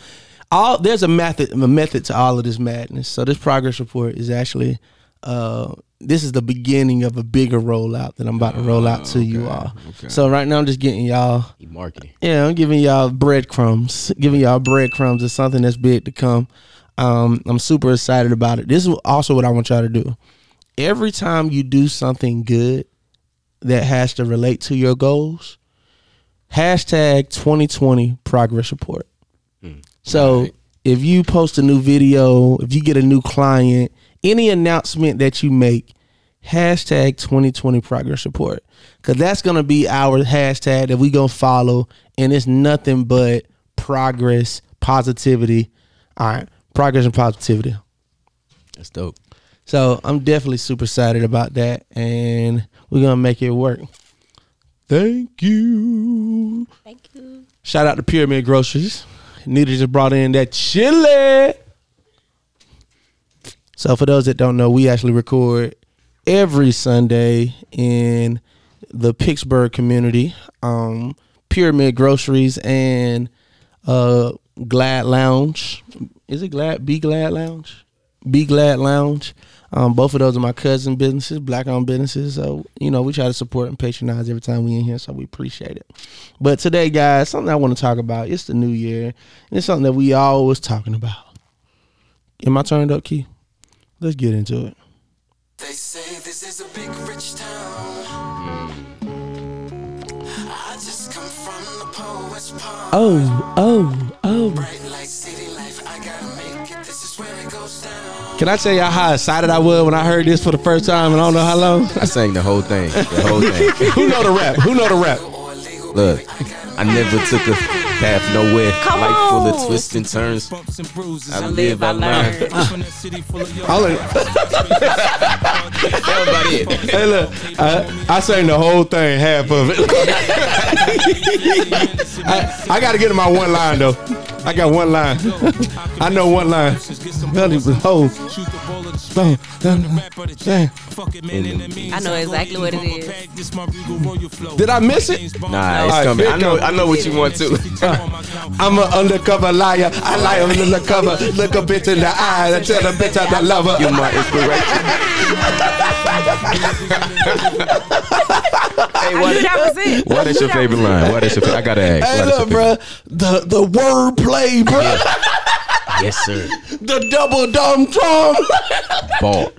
[SPEAKER 2] all there's a method a method to all of this madness. So this progress report is actually uh this is the beginning of a bigger rollout that I'm about to roll out to you all. So right now I'm just getting y'all
[SPEAKER 3] He marketing.
[SPEAKER 2] Yeah, I'm giving y'all breadcrumbs, giving y'all breadcrumbs of something that's big to come. Um, I'm super excited about it. This is also what I want y'all to do. Every time you do something good that has to relate to your goals, hashtag 2020 progress report. So if you post a new video, if you get a new client, any announcement that you make, hashtag 2020 progress report. Cause that's gonna be our hashtag that we gonna follow. And it's nothing but progress, positivity. All right. Progress and positivity.
[SPEAKER 3] That's dope.
[SPEAKER 2] So I'm definitely super excited about that. And we're gonna make it work. Thank you.
[SPEAKER 4] Thank you.
[SPEAKER 2] Shout out to Pyramid Groceries. Nita just brought in that chili. So for those that don't know, we actually record every Sunday in the Pittsburgh community. Um, Pyramid Groceries and uh, Glad Lounge. Is it Glad? Be Glad Lounge. Be Glad Lounge. Um, both of those are my cousin businesses, black owned businesses. So, you know, we try to support and patronize every time we in here, so we appreciate it. But today, guys, something I want to talk about. It's the new year. And it's something that we always talking about. Am I turned up, Key? Let's get into it.
[SPEAKER 5] They say this is a big rich town. I just come from the poet's palm.
[SPEAKER 2] Oh, oh, oh.
[SPEAKER 5] Bright light city life, I gotta make it. This is where it goes down.
[SPEAKER 2] Can I tell y'all how excited I was when I heard this for the first time and I don't know how long?
[SPEAKER 3] I sang the whole thing. The whole
[SPEAKER 1] *laughs*
[SPEAKER 3] thing.
[SPEAKER 2] *laughs* Who know the rap? Who know the rap?
[SPEAKER 3] Look, I never took a path nowhere.
[SPEAKER 4] Come
[SPEAKER 3] Life full of
[SPEAKER 4] on.
[SPEAKER 3] twists and turns.
[SPEAKER 6] Bumps and bruises.
[SPEAKER 3] I
[SPEAKER 6] I live
[SPEAKER 3] live, I learn.
[SPEAKER 6] from that city full of
[SPEAKER 2] I
[SPEAKER 6] y'all.
[SPEAKER 2] look,
[SPEAKER 3] Everybody it.
[SPEAKER 2] hey, look, I, I sang the whole thing, half of it. *laughs* I, I got to get in my one line, though. I got one line. I know one line. *laughs* Belly was whole.
[SPEAKER 4] I know exactly what it is.
[SPEAKER 6] is.
[SPEAKER 2] Did I miss it?
[SPEAKER 3] Nah,
[SPEAKER 2] All right,
[SPEAKER 3] it's coming. I
[SPEAKER 2] here it
[SPEAKER 3] know.
[SPEAKER 2] comes.
[SPEAKER 3] I know what you want to.
[SPEAKER 2] I'm an undercover liar. I lie on the undercover. Look a bitch in the eye. I tell a bitch I don't love her.
[SPEAKER 3] You're my inspiration.
[SPEAKER 4] I knew that was it.
[SPEAKER 3] What is your favorite line? What is your? Fa- I gotta ask.
[SPEAKER 2] Hey,
[SPEAKER 3] What is your
[SPEAKER 2] look,
[SPEAKER 3] favorite?
[SPEAKER 2] bro. The the word play, bro.
[SPEAKER 3] Yes, sir.
[SPEAKER 2] The double dumb *laughs* drum.
[SPEAKER 3] Ball.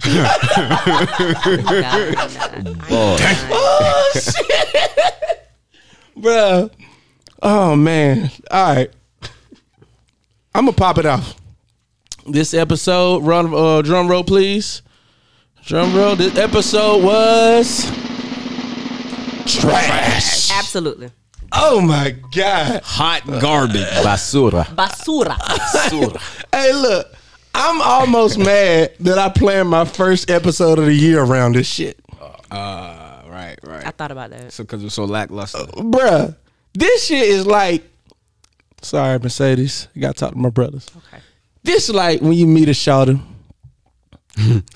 [SPEAKER 4] Oh,
[SPEAKER 2] oh shit, bro. Oh man. All right. I'm gonna pop it off. This episode, run uh, drum roll, please. Drum roll. This episode was trash.
[SPEAKER 4] Absolutely.
[SPEAKER 2] Oh my god.
[SPEAKER 1] Hot garbage.
[SPEAKER 3] Basura.
[SPEAKER 4] Basura.
[SPEAKER 2] Hey, look, I'm almost *laughs* mad that I planned my first episode of the year around this shit.
[SPEAKER 1] Uh, right,
[SPEAKER 4] I
[SPEAKER 1] right.
[SPEAKER 4] thought about that.
[SPEAKER 1] So because it was so lackluster.
[SPEAKER 2] Oh. Bruh, this shit is like, sorry, Mercedes, I gotta talk to my brothers.
[SPEAKER 4] Okay.
[SPEAKER 2] This like when you meet a shouter,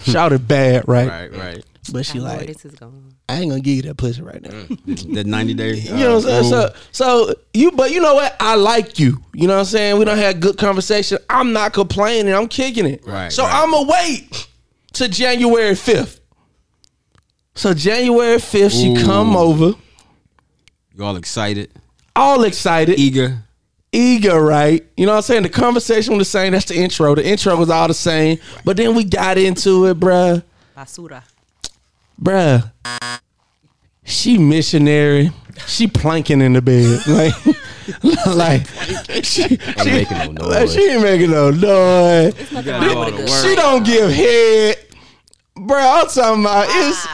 [SPEAKER 2] shouter bad, right?
[SPEAKER 1] Right, right.
[SPEAKER 2] But she
[SPEAKER 4] I know Mm. where
[SPEAKER 2] like,
[SPEAKER 4] this is going.
[SPEAKER 2] I ain't gonna give you that pussy right now.
[SPEAKER 1] The 90 day. uh,
[SPEAKER 2] You know what I'm saying? So, so you, but you know what? I like you. You know what I'm saying? We don't have good conversation. I'm not complaining. I'm kicking it.
[SPEAKER 1] Right,
[SPEAKER 2] So
[SPEAKER 1] right.
[SPEAKER 2] I'm gonna wait to January 5th. So January 5th, she come
[SPEAKER 1] Ooh.
[SPEAKER 2] over,
[SPEAKER 1] You all excited, E-
[SPEAKER 2] all excited,
[SPEAKER 1] eager.
[SPEAKER 2] eager, right? You know what I'm saying? The conversation was the same. That's the intro. The intro was all the same. But then we got into it, bruh.
[SPEAKER 4] Basura.
[SPEAKER 2] Bruh. She missionary. She planking in the bed. *laughs* Like, like she,
[SPEAKER 3] I'm
[SPEAKER 2] she,
[SPEAKER 3] making no
[SPEAKER 2] *laughs* like,
[SPEAKER 3] noise.
[SPEAKER 2] she ain't making no noise.
[SPEAKER 4] Nothing wrong with a good
[SPEAKER 2] She don't give head. Bro, I'm talking about it's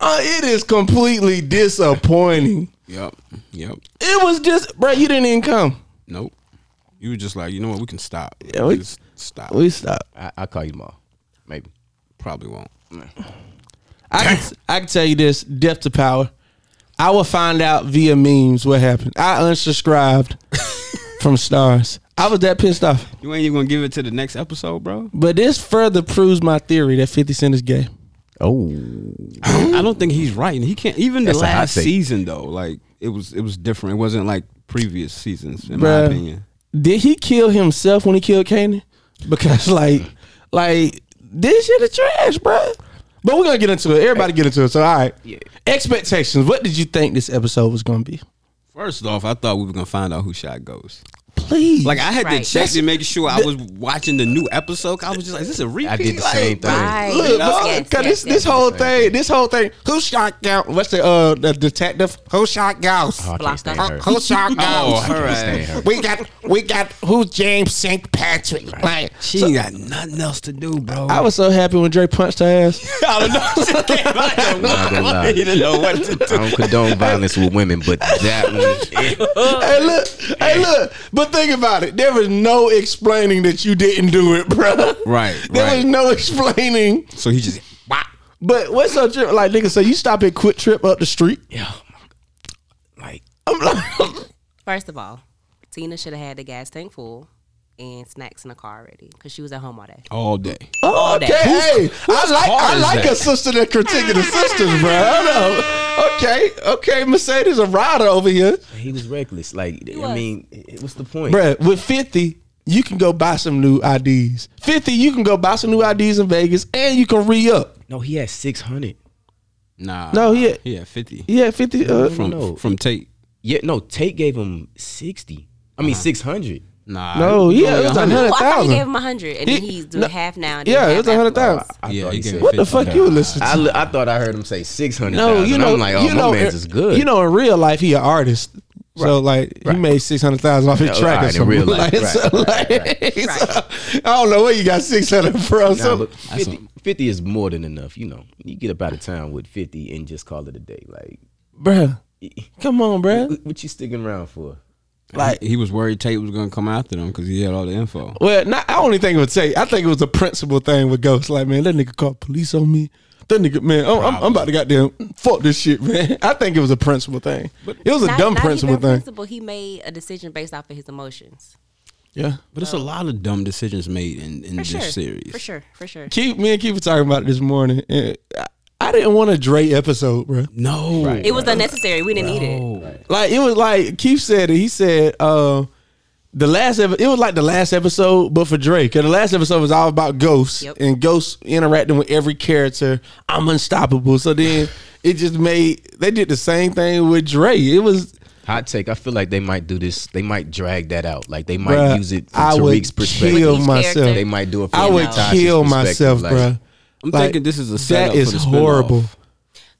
[SPEAKER 2] uh, it is completely disappointing.
[SPEAKER 1] Yep. Yep.
[SPEAKER 2] It was just bro, you didn't even come.
[SPEAKER 1] Nope. You were just like, you know what? We can stop.
[SPEAKER 2] Yeah, we-
[SPEAKER 1] Just stop.
[SPEAKER 2] We stopped.
[SPEAKER 3] I, I'll call you tomorrow. Maybe.
[SPEAKER 1] Probably won't.
[SPEAKER 2] I can, I can tell you this, depth of power. I will find out via memes what happened. I unsubscribed *laughs* from stars. I was that pissed off.
[SPEAKER 1] You ain't even gonna give it to the next episode,
[SPEAKER 2] *laughs*
[SPEAKER 1] bro.
[SPEAKER 2] But this further proves my theory that 50 Cent is gay.
[SPEAKER 3] Oh.
[SPEAKER 1] I don't think he's right, and he can't. Even
[SPEAKER 3] That's
[SPEAKER 1] the
[SPEAKER 3] a hot
[SPEAKER 1] last
[SPEAKER 3] take.
[SPEAKER 1] season though, like it was, it was different. It wasn't like previous seasons, in my
[SPEAKER 2] Bruh.
[SPEAKER 1] opinion.
[SPEAKER 2] Did he kill himself when he killed Kanan? Because *laughs* like like this shit is trash, bruh. But we're gonna get into it. Everybody get into it. So all right. Expectations. What did you think this episode was gonna be?
[SPEAKER 1] First off, I thought we were gonna find out who shot Ghost.
[SPEAKER 2] Please.
[SPEAKER 1] Like I had
[SPEAKER 4] Right.
[SPEAKER 1] to check to make sure I was watching the new episode. I was just like, "Is this a repeat?"
[SPEAKER 3] I did the
[SPEAKER 1] Like,
[SPEAKER 3] same thing.
[SPEAKER 4] Right.
[SPEAKER 2] Look,
[SPEAKER 4] Yes,
[SPEAKER 2] bro,
[SPEAKER 4] yes,
[SPEAKER 2] 'cause
[SPEAKER 4] yes,
[SPEAKER 2] this,
[SPEAKER 4] yes.
[SPEAKER 2] this whole thing, this whole thing, who shot Gauss? What's the uh the detective? Who shot Gauss?
[SPEAKER 3] Oh, I
[SPEAKER 4] Blocked
[SPEAKER 3] can't stand
[SPEAKER 4] out.
[SPEAKER 3] her.
[SPEAKER 2] Who shot
[SPEAKER 1] *laughs* Oh,
[SPEAKER 2] Gauss?
[SPEAKER 1] her
[SPEAKER 3] I can't
[SPEAKER 1] ass.
[SPEAKER 3] stand her.
[SPEAKER 2] we got we got who's James St. Patrick? Like
[SPEAKER 1] She ain't got nothing else to do, bro.
[SPEAKER 2] I was so happy when Dre punched her ass.
[SPEAKER 1] I don't know. She came out of
[SPEAKER 3] Not gonna lie.
[SPEAKER 1] nowhere. He didn't know what to do.
[SPEAKER 3] I don't condone violence with women,
[SPEAKER 1] *laughs*
[SPEAKER 3] but that one.
[SPEAKER 2] hey look, hey look. But think about it. There was no explaining that you didn't do it, bro.
[SPEAKER 1] Right,
[SPEAKER 2] *laughs* There
[SPEAKER 1] right.
[SPEAKER 2] was no explaining.
[SPEAKER 1] So he just
[SPEAKER 2] But what's up, trip? Like nigga, so you stop at Quick Trip up the street?
[SPEAKER 3] Yeah. Like,
[SPEAKER 2] I'm like, *laughs*
[SPEAKER 4] Oh, First of all, Tina should have had the gas tank full and snacks in the car already because she was at home all day.
[SPEAKER 1] all day.
[SPEAKER 2] Oh,
[SPEAKER 4] that.
[SPEAKER 2] okay. Hey, I like
[SPEAKER 1] car
[SPEAKER 2] I
[SPEAKER 1] is
[SPEAKER 2] like
[SPEAKER 1] that?
[SPEAKER 2] a sister that critiquing the sisters, bro. I know. Okay, okay, Mercedes a rider over here,
[SPEAKER 3] he was reckless. Like, I
[SPEAKER 4] was.
[SPEAKER 3] mean, it- what's the point?
[SPEAKER 2] bro. With fifty, you can go buy some new IDs. Fifty, you can go buy some new IDs in Vegas, and you can re up.
[SPEAKER 3] No, he had 600.
[SPEAKER 1] Nah.
[SPEAKER 2] No, he had-
[SPEAKER 1] he had fifty
[SPEAKER 2] Yeah, fifty. Uh,
[SPEAKER 1] from
[SPEAKER 3] no.
[SPEAKER 1] from Tate.
[SPEAKER 3] Yeah, no, Tate gave him 60. I
[SPEAKER 1] Uh-huh.
[SPEAKER 3] mean, 600.
[SPEAKER 1] Nah.
[SPEAKER 2] no,
[SPEAKER 1] he-
[SPEAKER 2] yeah, it was a hundred
[SPEAKER 4] Well, I thought you gave
[SPEAKER 2] thousand.
[SPEAKER 4] him a hundred, and then
[SPEAKER 2] He-
[SPEAKER 4] he's doing
[SPEAKER 2] no-
[SPEAKER 4] half now. And then
[SPEAKER 2] Yeah,
[SPEAKER 4] half
[SPEAKER 2] it was a hundred
[SPEAKER 4] after.
[SPEAKER 2] thousand.
[SPEAKER 3] I
[SPEAKER 1] Yeah,
[SPEAKER 3] thought
[SPEAKER 1] he
[SPEAKER 3] he
[SPEAKER 1] gave
[SPEAKER 3] said-
[SPEAKER 1] him
[SPEAKER 2] What the
[SPEAKER 1] 50.
[SPEAKER 2] fuck you would listen
[SPEAKER 3] I,
[SPEAKER 2] to?
[SPEAKER 3] li- I thought I heard him say 600.
[SPEAKER 2] No, you know,
[SPEAKER 3] I'm like, oh,
[SPEAKER 2] you
[SPEAKER 3] my
[SPEAKER 2] know, eh,
[SPEAKER 3] man's is good.
[SPEAKER 2] You know, in real life, he an artist. So like he made six hundred thousand off his
[SPEAKER 3] Yeah,
[SPEAKER 2] track
[SPEAKER 3] all
[SPEAKER 2] or
[SPEAKER 3] right, in
[SPEAKER 2] something. *laughs*
[SPEAKER 3] real life,
[SPEAKER 2] Like, so,
[SPEAKER 3] right, right,
[SPEAKER 2] like, so, I don't know where you got six hundred from.
[SPEAKER 3] Nah,
[SPEAKER 2] so,
[SPEAKER 3] but 50, 50 is more than enough. You know, you get up out of town with 50 and just call it a day. Like,
[SPEAKER 2] bruh, come on, bruh.
[SPEAKER 3] wh- what you sticking around for?
[SPEAKER 2] Like,
[SPEAKER 1] He was worried Tate was gonna come after them because he had all the info.
[SPEAKER 2] well, not, I don't even think it would say. I think it was a principle thing with Ghost. Like, man, that nigga called police on me. That nigga, man, I'm, I'm, I'm about to goddamn fuck this shit, man. *laughs* I think it was a principle thing. It was a
[SPEAKER 4] Not-
[SPEAKER 2] dumb
[SPEAKER 4] not
[SPEAKER 2] principle
[SPEAKER 4] even
[SPEAKER 2] thing.
[SPEAKER 4] Principle, he made a decision based off of his emotions.
[SPEAKER 2] Yeah.
[SPEAKER 1] But it's a lot of dumb decisions made in in
[SPEAKER 4] For
[SPEAKER 1] this
[SPEAKER 4] sure,
[SPEAKER 1] series.
[SPEAKER 4] for sure, for sure.
[SPEAKER 2] Keep me and Keith were talking about it this morning. and I, I didn't want a Dre episode, bro.
[SPEAKER 1] No.
[SPEAKER 4] It was unnecessary. We didn't need it.
[SPEAKER 2] Like it was like Keith said it. He said uh, the last epi- it was like the last episode, but for Drake. Cause the last episode was all about ghosts
[SPEAKER 4] Yep.
[SPEAKER 2] and ghosts interacting with every character. I'm unstoppable. So then it just made they did the same thing with Dre. It was
[SPEAKER 3] Hot take. I feel like they might do this. They might drag that out. Like they might
[SPEAKER 2] bruh,
[SPEAKER 3] use it from
[SPEAKER 2] I
[SPEAKER 3] Tariq's
[SPEAKER 2] would
[SPEAKER 3] perspective.
[SPEAKER 2] kill
[SPEAKER 4] Each
[SPEAKER 2] myself.
[SPEAKER 4] character.
[SPEAKER 3] they might do it. From
[SPEAKER 2] I would
[SPEAKER 3] Natasha's
[SPEAKER 2] kill
[SPEAKER 3] perspective,
[SPEAKER 2] myself,
[SPEAKER 3] like,
[SPEAKER 2] bruh.
[SPEAKER 1] I'm
[SPEAKER 2] Like,
[SPEAKER 1] thinking this is a setup
[SPEAKER 2] That is
[SPEAKER 1] for the spin-off.
[SPEAKER 2] horrible.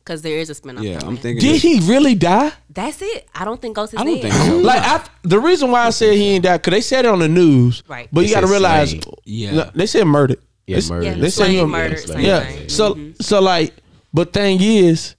[SPEAKER 4] Because there is a spinoff.
[SPEAKER 1] Yeah, I'm
[SPEAKER 4] coming.
[SPEAKER 1] thinking.
[SPEAKER 2] Did
[SPEAKER 1] this-
[SPEAKER 2] he really die?
[SPEAKER 4] That's it. I don't think Ghost is
[SPEAKER 1] I don't
[SPEAKER 4] dead.
[SPEAKER 1] think so.
[SPEAKER 2] Like I, the reason why I said he ain't died because they said it on the news,
[SPEAKER 4] Right.
[SPEAKER 2] But you
[SPEAKER 3] They
[SPEAKER 2] got to
[SPEAKER 3] said
[SPEAKER 2] realize,
[SPEAKER 3] slain.
[SPEAKER 1] Yeah.
[SPEAKER 2] No, they said murdered.
[SPEAKER 3] Yeah,
[SPEAKER 2] It's-
[SPEAKER 3] murder.
[SPEAKER 4] Yeah,
[SPEAKER 2] They
[SPEAKER 4] they
[SPEAKER 2] say you-
[SPEAKER 4] murder. Mm-hmm.
[SPEAKER 3] Yeah,
[SPEAKER 4] same
[SPEAKER 2] Yeah.
[SPEAKER 4] thing.
[SPEAKER 2] So so like, but thing is,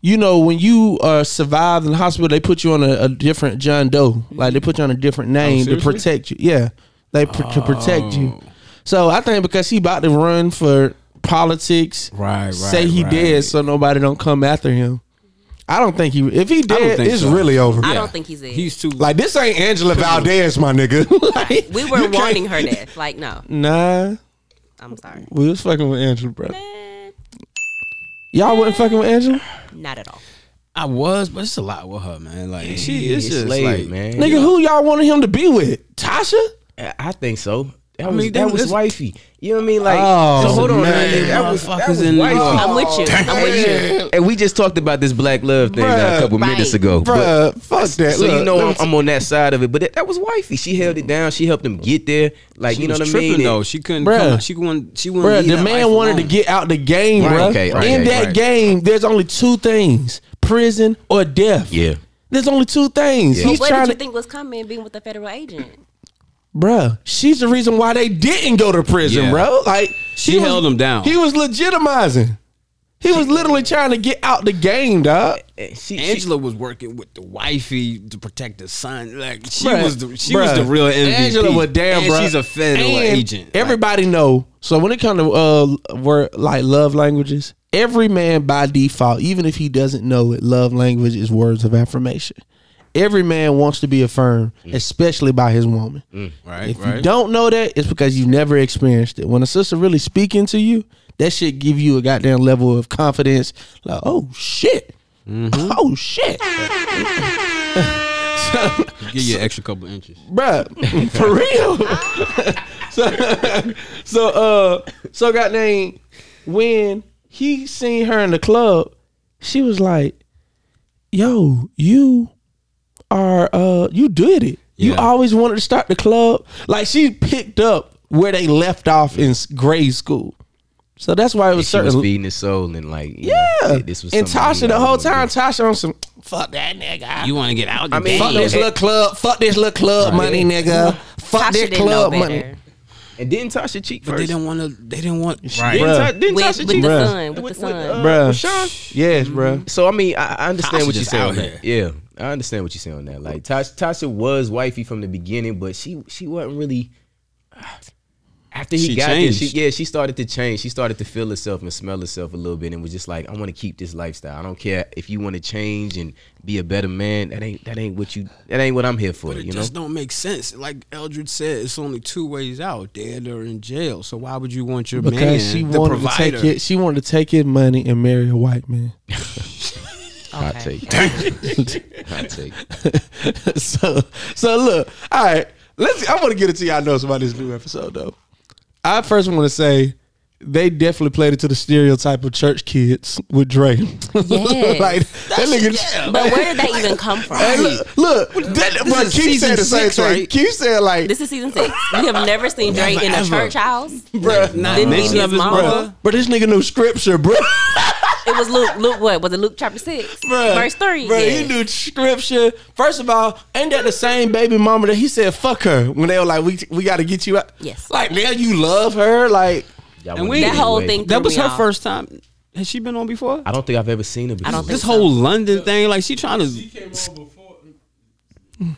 [SPEAKER 2] you know, when you are survived in the hospital, they put you on a, a different John Doe. Like they put you on a different name to
[SPEAKER 1] Oh, seriously? Oh.
[SPEAKER 2] protect you. Yeah, they pr- to protect you. So I think because he about to run for politics,
[SPEAKER 1] Right, right,
[SPEAKER 2] Say he
[SPEAKER 1] right.
[SPEAKER 2] dead, so nobody don't come after him. I don't think he. If he dead,
[SPEAKER 1] think
[SPEAKER 2] it's
[SPEAKER 1] so.
[SPEAKER 2] really over.
[SPEAKER 4] I
[SPEAKER 1] Yeah.
[SPEAKER 4] don't think he's dead.
[SPEAKER 1] He's too.
[SPEAKER 2] Like this ain't Angela Valdez, my nigga. *laughs* like,
[SPEAKER 4] we
[SPEAKER 2] you
[SPEAKER 4] were
[SPEAKER 2] can't-
[SPEAKER 4] warning her death. Like, no,
[SPEAKER 2] Nah, *laughs*
[SPEAKER 4] I'm sorry.
[SPEAKER 2] we was fucking with Angela, bro.
[SPEAKER 4] Eh,
[SPEAKER 2] Y'all wasn't fucking with Angela,
[SPEAKER 4] Not at all.
[SPEAKER 1] I was, but it's a lot with her, man. Like she
[SPEAKER 3] It's
[SPEAKER 1] is just
[SPEAKER 3] Slade,
[SPEAKER 1] like
[SPEAKER 3] man.
[SPEAKER 2] nigga. Who y'all wanted him to be with? Tasha?
[SPEAKER 3] I- I think so. That
[SPEAKER 1] I
[SPEAKER 3] was
[SPEAKER 1] mean,
[SPEAKER 3] that
[SPEAKER 1] dude,
[SPEAKER 3] was
[SPEAKER 1] this-
[SPEAKER 3] wifey. You know what I mean? Like,
[SPEAKER 1] Oh,
[SPEAKER 3] so hold on,
[SPEAKER 1] man,
[SPEAKER 3] man. That was, that
[SPEAKER 1] motherfuckers
[SPEAKER 3] was
[SPEAKER 1] in the-
[SPEAKER 3] wifey.
[SPEAKER 4] I'm with you. I'm with you.
[SPEAKER 3] And, and we just talked about this black love thing uh,
[SPEAKER 1] Bruh.
[SPEAKER 3] a couple
[SPEAKER 4] Right.
[SPEAKER 3] minutes ago. but-
[SPEAKER 1] Bruh, fuck that.
[SPEAKER 3] so you
[SPEAKER 1] Look,
[SPEAKER 3] know
[SPEAKER 1] let me
[SPEAKER 3] I'm, I'm on that side of it, but that, that was wifey. She held it down. She helped him get there. Like
[SPEAKER 1] She
[SPEAKER 3] you know
[SPEAKER 1] was
[SPEAKER 3] what I
[SPEAKER 1] tripping
[SPEAKER 3] mean? And-
[SPEAKER 1] though. She couldn't.
[SPEAKER 2] Bruh.
[SPEAKER 1] Come, she wouldn't. She wouldn't.
[SPEAKER 2] Bruh,
[SPEAKER 1] leave
[SPEAKER 2] the
[SPEAKER 1] that
[SPEAKER 2] man
[SPEAKER 1] life
[SPEAKER 2] wanted to
[SPEAKER 1] alone.
[SPEAKER 2] get out the game,
[SPEAKER 3] Right,
[SPEAKER 2] bruh.
[SPEAKER 3] okay, right,
[SPEAKER 2] In
[SPEAKER 3] right,
[SPEAKER 2] that
[SPEAKER 3] right.
[SPEAKER 2] game, there's only two things: prison or death.
[SPEAKER 3] Yeah.
[SPEAKER 2] There's only two things.
[SPEAKER 3] Yeah.
[SPEAKER 2] He's
[SPEAKER 4] What
[SPEAKER 2] trying
[SPEAKER 4] did you
[SPEAKER 2] to,
[SPEAKER 4] think was coming being with the federal agent?
[SPEAKER 2] bruh. She's the reason why they didn't go to prison,
[SPEAKER 1] Yeah.
[SPEAKER 2] bro. Like she
[SPEAKER 1] He
[SPEAKER 2] was-
[SPEAKER 1] held him down.
[SPEAKER 2] He was legitimizing. He was literally trying to get out the game, dog.
[SPEAKER 3] and she- she-
[SPEAKER 1] Angela was working with the wifey to protect the son. Like she
[SPEAKER 2] Bruh,
[SPEAKER 1] was the she was
[SPEAKER 2] bruh.
[SPEAKER 1] the real MVP.
[SPEAKER 2] Angela was damn,
[SPEAKER 1] and
[SPEAKER 2] bruh.
[SPEAKER 1] She's a federal
[SPEAKER 2] And
[SPEAKER 1] agent. Like,
[SPEAKER 2] Everybody know. So when it comes to uh, word like love languages, every man by default, even if he doesn't know it, love language is words of affirmation. Every man wants to be affirmed, especially by his woman.
[SPEAKER 1] Mm. right,
[SPEAKER 2] If
[SPEAKER 1] right.
[SPEAKER 2] you don't know that, it's because you never experienced it. When a sister really speaking to you, that shit give you a goddamn level of confidence. Like, oh shit,
[SPEAKER 1] Mm-hmm.
[SPEAKER 2] oh
[SPEAKER 1] *laughs*
[SPEAKER 2] shit. *laughs* So-
[SPEAKER 1] give you an extra couple inches.
[SPEAKER 2] bruh, for real. so, *laughs* so, uh, so goddamn, when he seen her in the club, she was like, "Yo, you are, uh, you did it. You
[SPEAKER 1] Yeah.
[SPEAKER 2] always wanted to start the club. Like she picked up where they left off in s- grade school. So that's why it was
[SPEAKER 3] she was
[SPEAKER 2] certain."
[SPEAKER 3] feeding his soul and like you
[SPEAKER 2] *laughs* yeah,
[SPEAKER 3] know, this was
[SPEAKER 2] and
[SPEAKER 3] something
[SPEAKER 2] Tasha
[SPEAKER 3] he
[SPEAKER 2] the whole
[SPEAKER 3] always
[SPEAKER 2] time.
[SPEAKER 3] did.
[SPEAKER 2] Tasha on some fuck that nigga.
[SPEAKER 1] You want to get out? The
[SPEAKER 3] I mean,
[SPEAKER 1] game.
[SPEAKER 2] Fuck this little club. Fuck this little club money, nigga. Fuck
[SPEAKER 4] Tasha
[SPEAKER 2] this
[SPEAKER 4] didn't know
[SPEAKER 2] club
[SPEAKER 4] better.
[SPEAKER 2] money.
[SPEAKER 3] And didn't Tasha cheat
[SPEAKER 1] But
[SPEAKER 3] first?
[SPEAKER 1] they didn't want to. They didn't want.
[SPEAKER 3] Didn't,
[SPEAKER 2] Bruh.
[SPEAKER 3] Ta- didn't
[SPEAKER 4] With,
[SPEAKER 3] Tasha
[SPEAKER 4] with
[SPEAKER 3] cheat?
[SPEAKER 4] the
[SPEAKER 2] Bruh.
[SPEAKER 4] son, with, the son.
[SPEAKER 3] uh,
[SPEAKER 2] Bruh.
[SPEAKER 3] Rashawn?
[SPEAKER 2] Yes, bro.
[SPEAKER 3] So I mean, I, I understand
[SPEAKER 1] Tasha
[SPEAKER 3] what you're
[SPEAKER 1] just
[SPEAKER 3] saying. on
[SPEAKER 1] out
[SPEAKER 3] that. Yeah, I understand what you're saying on that. Like Tasha, Tasha was wifey from the beginning, but she she wasn't really. After he
[SPEAKER 1] She
[SPEAKER 3] got there, she,
[SPEAKER 1] changed.
[SPEAKER 3] yeah, she started to change. She started to feel herself and smell herself a little bit, and was just like, "I want to keep this lifestyle. I don't care if you want to change and be a better man. That ain't that ain't what you. That ain't what I'm here for.
[SPEAKER 1] But it
[SPEAKER 3] You know."
[SPEAKER 1] just don't make sense. Like Eldred said, it's only two ways out: dead or in jail. So why would you want your man,
[SPEAKER 2] Because she
[SPEAKER 1] the
[SPEAKER 2] wanted
[SPEAKER 1] provider?
[SPEAKER 2] to take it. She wanted to take his money and marry a white man. *laughs*
[SPEAKER 3] Hot take. Hot take.
[SPEAKER 2] so, so look. All right. Let's. I want to get it to y'all notes about this new episode though. I first want to say. They definitely played it to the stereotype of church kids with Dre. *laughs*
[SPEAKER 4] Yes.
[SPEAKER 2] like that nigga.
[SPEAKER 4] But where did that even come from?
[SPEAKER 2] uh, Hey, look, look. That, bro, Keith said
[SPEAKER 1] is season
[SPEAKER 2] the same
[SPEAKER 1] six,
[SPEAKER 2] thing.
[SPEAKER 1] right?
[SPEAKER 2] Keith said like,
[SPEAKER 4] This is season six. You have never seen Dre in a
[SPEAKER 1] ever.
[SPEAKER 4] church house. It
[SPEAKER 2] bruh,
[SPEAKER 1] Not
[SPEAKER 4] Didn't
[SPEAKER 1] mention
[SPEAKER 4] mean his
[SPEAKER 1] of his
[SPEAKER 4] mama.
[SPEAKER 1] mother.
[SPEAKER 2] But this nigga knew scripture, bro.
[SPEAKER 4] was Luke. Luke what? Was it Luke chapter six, verse three?
[SPEAKER 2] Bro,
[SPEAKER 4] Yeah.
[SPEAKER 2] he knew scripture. First of all, ain't that the same baby mama that he said fuck her when they were like, we we got to get you out?
[SPEAKER 4] Yes.
[SPEAKER 2] Like now you love her, like
[SPEAKER 3] Y'all went
[SPEAKER 1] And we-
[SPEAKER 3] the
[SPEAKER 4] that
[SPEAKER 1] Anyway,
[SPEAKER 4] whole
[SPEAKER 3] way.
[SPEAKER 4] thing.
[SPEAKER 1] That
[SPEAKER 4] threw
[SPEAKER 1] was
[SPEAKER 4] me
[SPEAKER 1] her
[SPEAKER 4] off.
[SPEAKER 1] first time. Has she been on before?
[SPEAKER 3] I don't think I've ever seen her before.
[SPEAKER 4] don't think
[SPEAKER 1] This
[SPEAKER 4] so.
[SPEAKER 1] whole London thing, like she trying to.
[SPEAKER 9] came on
[SPEAKER 8] *laughs*
[SPEAKER 9] before.